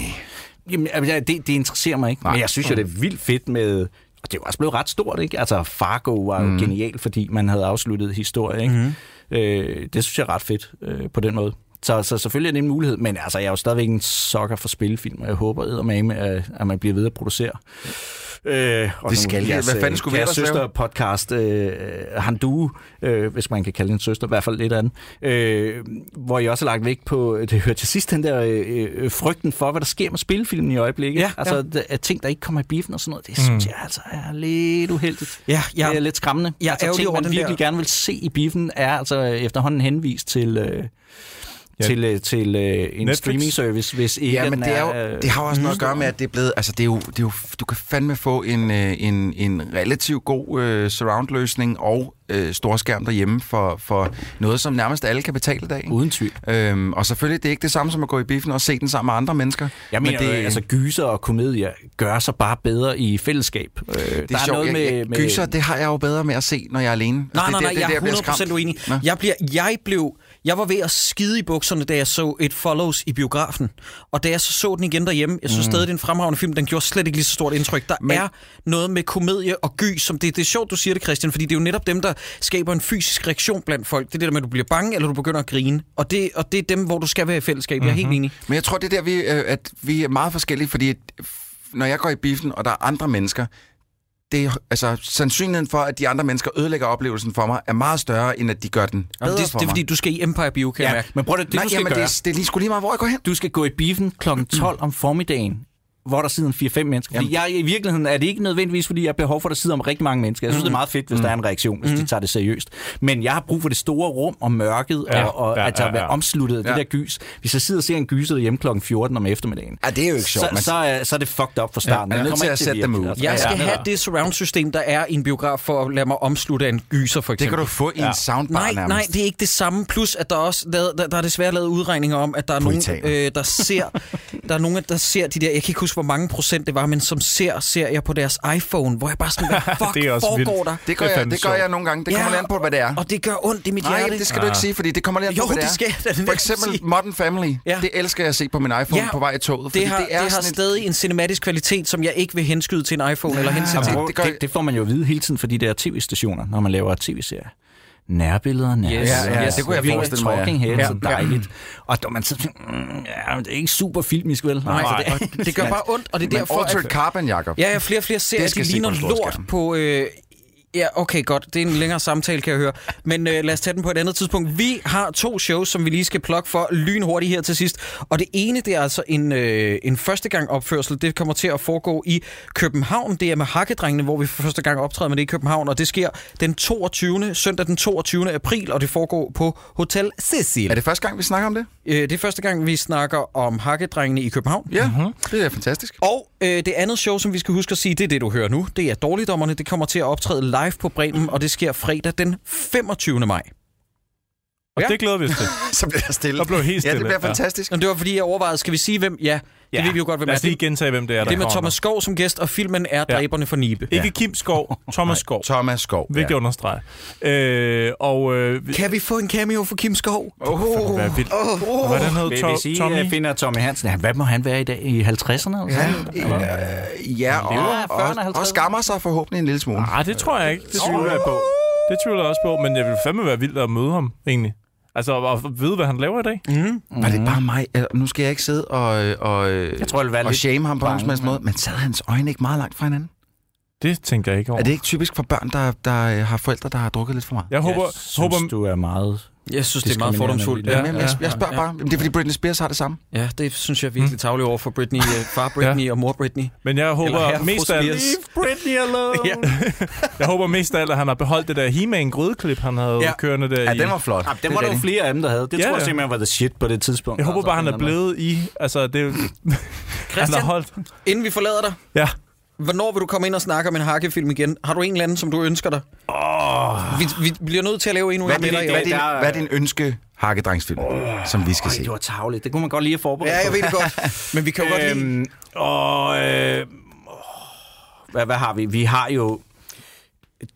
C: Jamen, altså, jeg- det, det interesserer mig ikke. Men jeg synes jo, det er vildt fedt med... Og det er jo også blevet ret stort, ikke? Altså, Fargo var jo mm. genial, fordi man havde afsluttet historie, ikke?
B: Mm-hmm.
C: Mm. Øh, det synes jeg er ret fedt øh, på den måde. Så, så selvfølgelig er det en mulighed, men altså, jeg er jo stadigvæk en sokker for spilfilm, og jeg håber eddermame, at, at man bliver ved at producere. Øh, og
B: Det skal
C: nu, øh,
B: I. Hvad fanden skulle vi
C: kære
B: ellers lave?
C: søsterpodcast, øh, Handu, øh, hvis man kan kalde en søster, i hvert fald lidt af den, øh, hvor jeg også har lagt vægt på, det hører til sidst, den der øh, øh, frygten for, hvad der sker med spilfilmen i øjeblikket.
A: Ja,
C: altså,
A: ja. Mm.
C: d- at ting, der ikke kommer i biffen og sådan noget, det synes jeg altså er lidt uheldigt.
A: Ja, ja.
C: Det er lidt skræmmende.
A: Jeg er
C: altså,
A: ærgerlig
C: ting,
A: over
C: man
A: den
C: virkelig
A: der-
C: gerne vil se i biffen, er altså efterhånden henvist til... Øh,
D: Ja.
C: til, øh, til øh, en
D: Netflix.
C: streaming service, hvis ikke
B: Ja,
C: den
B: men det, er
C: øh,
B: jo, det har jo også noget at gøre med, at det er blevet... Altså, det er jo, det er jo, du kan fandme få en, øh, en, en relativt god øh, surround-løsning, og øh, storskærm derhjemme for, for noget, som nærmest alle kan betale i dag. Ikke?
C: Uden tvivl.
B: Øhm, og selvfølgelig, det er ikke det samme som at gå i biffen og se den sammen med andre mennesker.
C: Jeg mener,
B: men det,
C: altså gyser og komedier gør sig bare bedre i fællesskab. Øh, det
B: det er, sjovt. jeg, jeg, Gyser, det har jeg jo bedre med at se, når jeg er alene. Altså,
A: Nej,
B: det,
A: nej, nej,
B: det,
A: jeg
B: det,
A: er 100% uenig. Jeg, bliver, jeg, blev, jeg var ved at skide i bukserne, da jeg så et Follows i biografen. Og da jeg så så den igen derhjemme, jeg synes
B: Mm.
A: mm. stadig, det er en fremragende film. Den gjorde slet ikke lige så stort indtryk. Der Men... er noget med komedie og gys, som det, det er sjovt, du siger det, Christian, fordi det er jo netop dem, der skaber en fysisk reaktion blandt folk. Det er det der med, at du bliver bange, eller du begynder at grine. Og det, og det er dem, hvor du skal være i fællesskab. Mm-hmm. Jeg er helt enig.
B: Men jeg tror, det er der, vi, øh, at vi er meget forskellige, fordi at f- når jeg går i biffen, og der er andre mennesker, det er, altså, sandsynligheden for, at de andre mennesker ødelægger oplevelsen for mig, er meget større, end at de gør den bedre
A: Jamen, det,
B: for
A: det er
B: mig.
A: fordi, du skal i Empire Bio, kan
B: Ja,
A: jeg mærke.
C: Men prøv det, det
B: Nej,
C: du skal
B: jamen, det
C: gøre.
B: er- det er lige sgu lige meget, hvor jeg går hen.
C: Du skal gå i biffen kl. 12 om formiddagen, hvor der sidder en 4-5 mennesker. Fordi jeg, i virkeligheden er det ikke nødvendigvis, fordi jeg har behov for, at der sidder om rigtig mange mennesker. Jeg synes, mm. det
B: Mhm.
C: er meget fedt, hvis mm. der er en reaktion, hvis mm. de tager det seriøst. Men jeg har brug for det store rum og mørket,
B: Ja,
C: ja, og, og
B: ja,
C: ja, at der
B: ja,
C: ja,
B: ja.
C: være omsluttet af ja.
B: Ja.
C: det der gys. Hvis jeg sidder og ser en gyser hjemme kl. 14 om eftermiddagen,
B: ja, det er jo ikke
C: så,
B: sjovt, men-
C: så, er, så er det fucked up for starten.
B: Ja, man er
C: Jeg
B: nødt
C: kommer
B: til
C: ikke
B: at sætte
C: virke,
B: dem ud.
C: altså.
A: Jeg skal
C: Ja, ja.
A: have det surround-system, der er i en biograf, for at lade mig omslutte af en gyser, for eksempel.
B: kan du få i en soundbar
A: nej,
B: nærmest.
A: Nej, det er ikke det samme. Plus, at der også lavet, der, der er desværre lavet udregninger om, at der er nogen, øh, der ser, der er nogen, der ser de der, jeg kan ikke huske, hvor mange procent det var, men som ser serier på deres iPhone, hvor jeg bare sådan, hvad fuck
B: Det
A: det
B: er også
A: foregår
B: vildt.
A: der?
B: Det gør Det er jeg- fandme det gør sjovt. jeg nogle gange. Det kommer lidt an på, hvad det er.
A: Og det gør ondt i mit
B: Nej,
A: hjerte.
B: det skal du ikke sige, fordi det kommer lidt an
A: Ah. jo,
B: på, hvad
A: det,
B: det
A: skal jeg da
B: er. For
A: netop
B: eksempel
A: sige.
B: Modern Family. Ja. Det elsker jeg at se på min iPhone
A: Ja.
B: på vej i toget. fordi
A: Det har, det
B: er
A: har
B: sådan et-
A: stadig en cinematisk kvalitet, som jeg ikke vil henskyde til en iPhone eller hensætte til.
C: Jamen, Altså, det, det, det får man jo at vide hele tiden for de der tv-stationer, når man laver tv-serier. Nærbilleder, nærbilleder.
B: Ja, ja, det kunne jeg
C: virkelig
B: forestille mig, ja.
C: Talking head,
B: Ja.
C: så dejligt. Og når man så mm, ja, men det er ikke super filmisk, vel?
A: Nej,
C: Altså,
A: det, og det gør bare ondt, og det er
B: Men
A: derfor...
B: Altered Carbon, Jacob.
A: Ja, ja, flere og flere serier,
B: Det
A: de
B: skal se
A: ligner
B: på en stor
A: lort på... Øh, ja, okay, godt. Det er en længere samtale, kan jeg høre. Men øh, lad os tage den på et andet tidspunkt. Vi har to shows, som vi lige skal plukke for lynhurtigt her til sidst. Og det ene, det er altså en, øh, en første gang opførsel. Det kommer til at foregå i København. Det er med Hakkedrengene, hvor vi for første gang optræder med det i København. Og det sker den 22. søndag den 22. april, og det foregår på Hotel Cecil. Er
B: det første gang, vi snakker om det?
A: Øh, det er første gang, vi snakker om Hakkedrengene i København.
B: Ja, mm-hmm. det er fantastisk.
A: Og øh, det andet show, som vi skal huske at sige, det er det, du hører nu. Det er Dårligdommerne. Det kommer til at optræde live på Bremen, og det sker fredag den 25. maj.
D: Og det glæder vi os til.
B: så bliver jeg stille.
D: Så blev helt stille.
A: Ja. Det var fordi, jeg overvejede, skal vi sige hvem? Ja, det
D: Ja.
A: ved vi jo godt, hvem
D: Lad
A: er.
D: os lige gentage, hvem det er, der
A: Det er med
D: kommer.
A: Thomas Skov som gæst, og filmen er
D: Ja.
A: Dræberne for Nibe.
D: Ikke Kim Skov, Thomas Skov.
B: Thomas Skov.
D: Vigtigt at understrege. Øh, og, øh, vi-
A: Kan vi få en cameo for Kim Skov?
D: Åh, det kunne være vildt.
A: oh,
D: Hvordan hed
C: Hvis-
D: To-
C: Hvis I
D: Tommy?
C: Tommy? øh, finder Tommy Hansen, ja, hvad må han være i dag? I 50'erne? eller
B: Ja,
C: sådan noget?
B: øh, ja
C: Det var
B: og,
C: 40'erne,
B: og, og skammer sig forhåbentlig en lille smule.
D: Nej, Ah, det tror jeg ikke. Det tvivler jeg på. Det tvivler jeg også på, men jeg vil fandme være vild at møde ham, egentlig. Altså, og og vide, hvad han laver i dag.
B: Mm. Var det bare mig? Eller, Nu skal jeg ikke sidde og, øh, og, jeg
C: tror, jeg vil være
B: og
C: lidt
B: shame ham på nogen
C: bange,
B: som helst måde, men sad hans øjne ikke meget langt fra hinanden?
D: Det tænker jeg ikke over.
B: Er det ikke typisk for børn, der, der øh, har forældre, der har drukket lidt for meget?
D: Jeg håber-
C: synes, du er meget...
A: Jeg synes, det er meget fordomsfuldt.
B: Ja, jeg, jeg, jeg spørger bare. Jamen, Det er, fordi Britney Spears har det samme.
A: Ja, det synes jeg er
D: Mm.
A: virkelig tavligt over for Britney, øh, far Britney ja. og mor Britney.
D: Men
A: Eller
D: jeg
A: herre
D: håber,
A: fru
D: mest af alt,
A: Spears.
C: Britney alone!
A: Ja.
D: jeg håber mest af alt, at han har beholdt det der He-Man grødklip, han havde
C: Ja.
D: kørende der i.
C: Ja, Øh, Ah, den var der jo flere af dem, der havde. Det
D: Ja,
C: tror
D: ja.
C: jeg simpelthen var the shit på det tidspunkt.
D: Jeg håber
C: Altså, på
D: bare, han
C: en
D: er
C: eller anden
D: blevet i. Altså, det er jo- han har
A: Christian?
D: holdt.
A: Inden vi forlader dig,
D: Ja.
A: hvornår vil du komme ind og snakke om en hakkefilm igen? Har du en eller anden, som du ønsker dig? Oh. Vi, vi bliver nødt til at lave en
B: Hvad
A: uge
B: er din,
A: med dig. i
B: hvad er
A: år.
B: din, hvad er din ønske hakkedrengsfilm, oh, som vi skal se?
C: måde. Det var tavligt. Det kunne man godt lige have forberedt
A: Ja, jeg
C: på.
A: ved det godt. Men vi kan jo godt lide...
C: Øhm, og, øh, åh, hvad, hvad har vi? Vi har jo...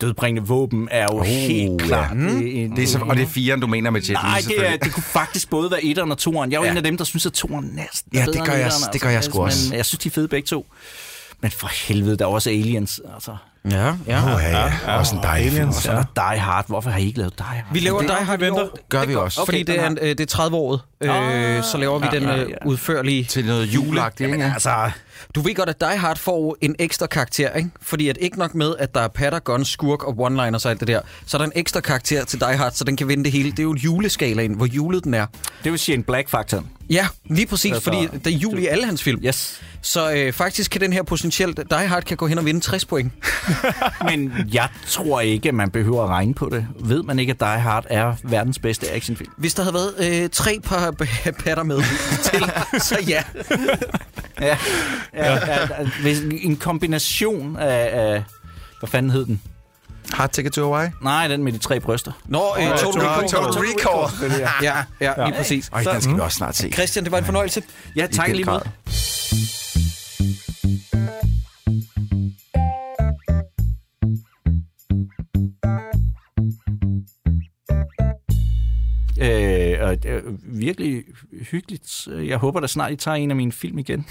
C: Dødbringende våben er jo oh, helt klart. en-
B: Mm. Det er så, og det er firen, du mener med Jet Li,
C: Nej, det, er,
B: selvfølgelig.
C: det kunne faktisk både være etteren og toeren. Jeg er jo ja. en af dem, der synes, at toeren næsten er
B: Ja,
C: bedre
B: det gør
C: end
B: jeg-
C: etteren, altså.
B: det gør jeg sgu også.
C: Men jeg synes, de er fede begge to. Men for helvede, der er også Aliens. Altså.
A: Ja, ja.
B: Åh, ja, ja. Også en dejlig film.
C: Og så er der Die Hard. Hvorfor har I ikke lavet Die Hard?
A: Vi laver dig, har vi venter.
B: Gør vi også.
A: Fordi det er, en- øh, det er 30-året, øh, så laver vi den øh, udførlige...
B: Til noget juleagtigt, ikke?
C: Altså,
A: Du ved godt, at Die Hard får en ekstra karakter, ikke? Fordi at ikke nok med, at der er patter, guns, skurk og one-liners og alt det der, så er der en ekstra karakter til Die Hard, så den kan vinde det hele. Det er jo en juleskala ind, hvor julet den er.
C: Det vil sige en black-faktor.
A: Ja, lige præcis,
C: Altså,
A: fordi der er jul i alle hans film.
C: Yes.
A: Så øh, faktisk kan den her potentielt, Die Hard kan gå hen og vinde 60 point.
C: Men jeg tror ikke, at man behøver at regne på det. Ved man ikke, at Die Hard er verdens bedste actionfilm?
A: Hvis der havde været øh, tre par p- patter med til, så ja.
C: Ja. ja, ja, ja. Hvis en kombination af, af... Hvad fanden hed den?
B: Hard Ticket to Hawaii?
C: Nej, den med de tre bryster.
A: Nå, øh,
B: Nå,
A: Total,
B: Total
A: Recall.
B: Recall. Total Recall, selvfølgelig,
A: ja,
B: ja.
A: ja,
B: Ja.
A: lige præcis.
B: Ej, den skal vi også snart se.
A: Christian, det var en fornøjelse.
C: Ja,
B: I tak, den lige måde. grad.
C: Øh, og det er virkelig hyggeligt. Jeg håber da snart, I tager en af mine film igen.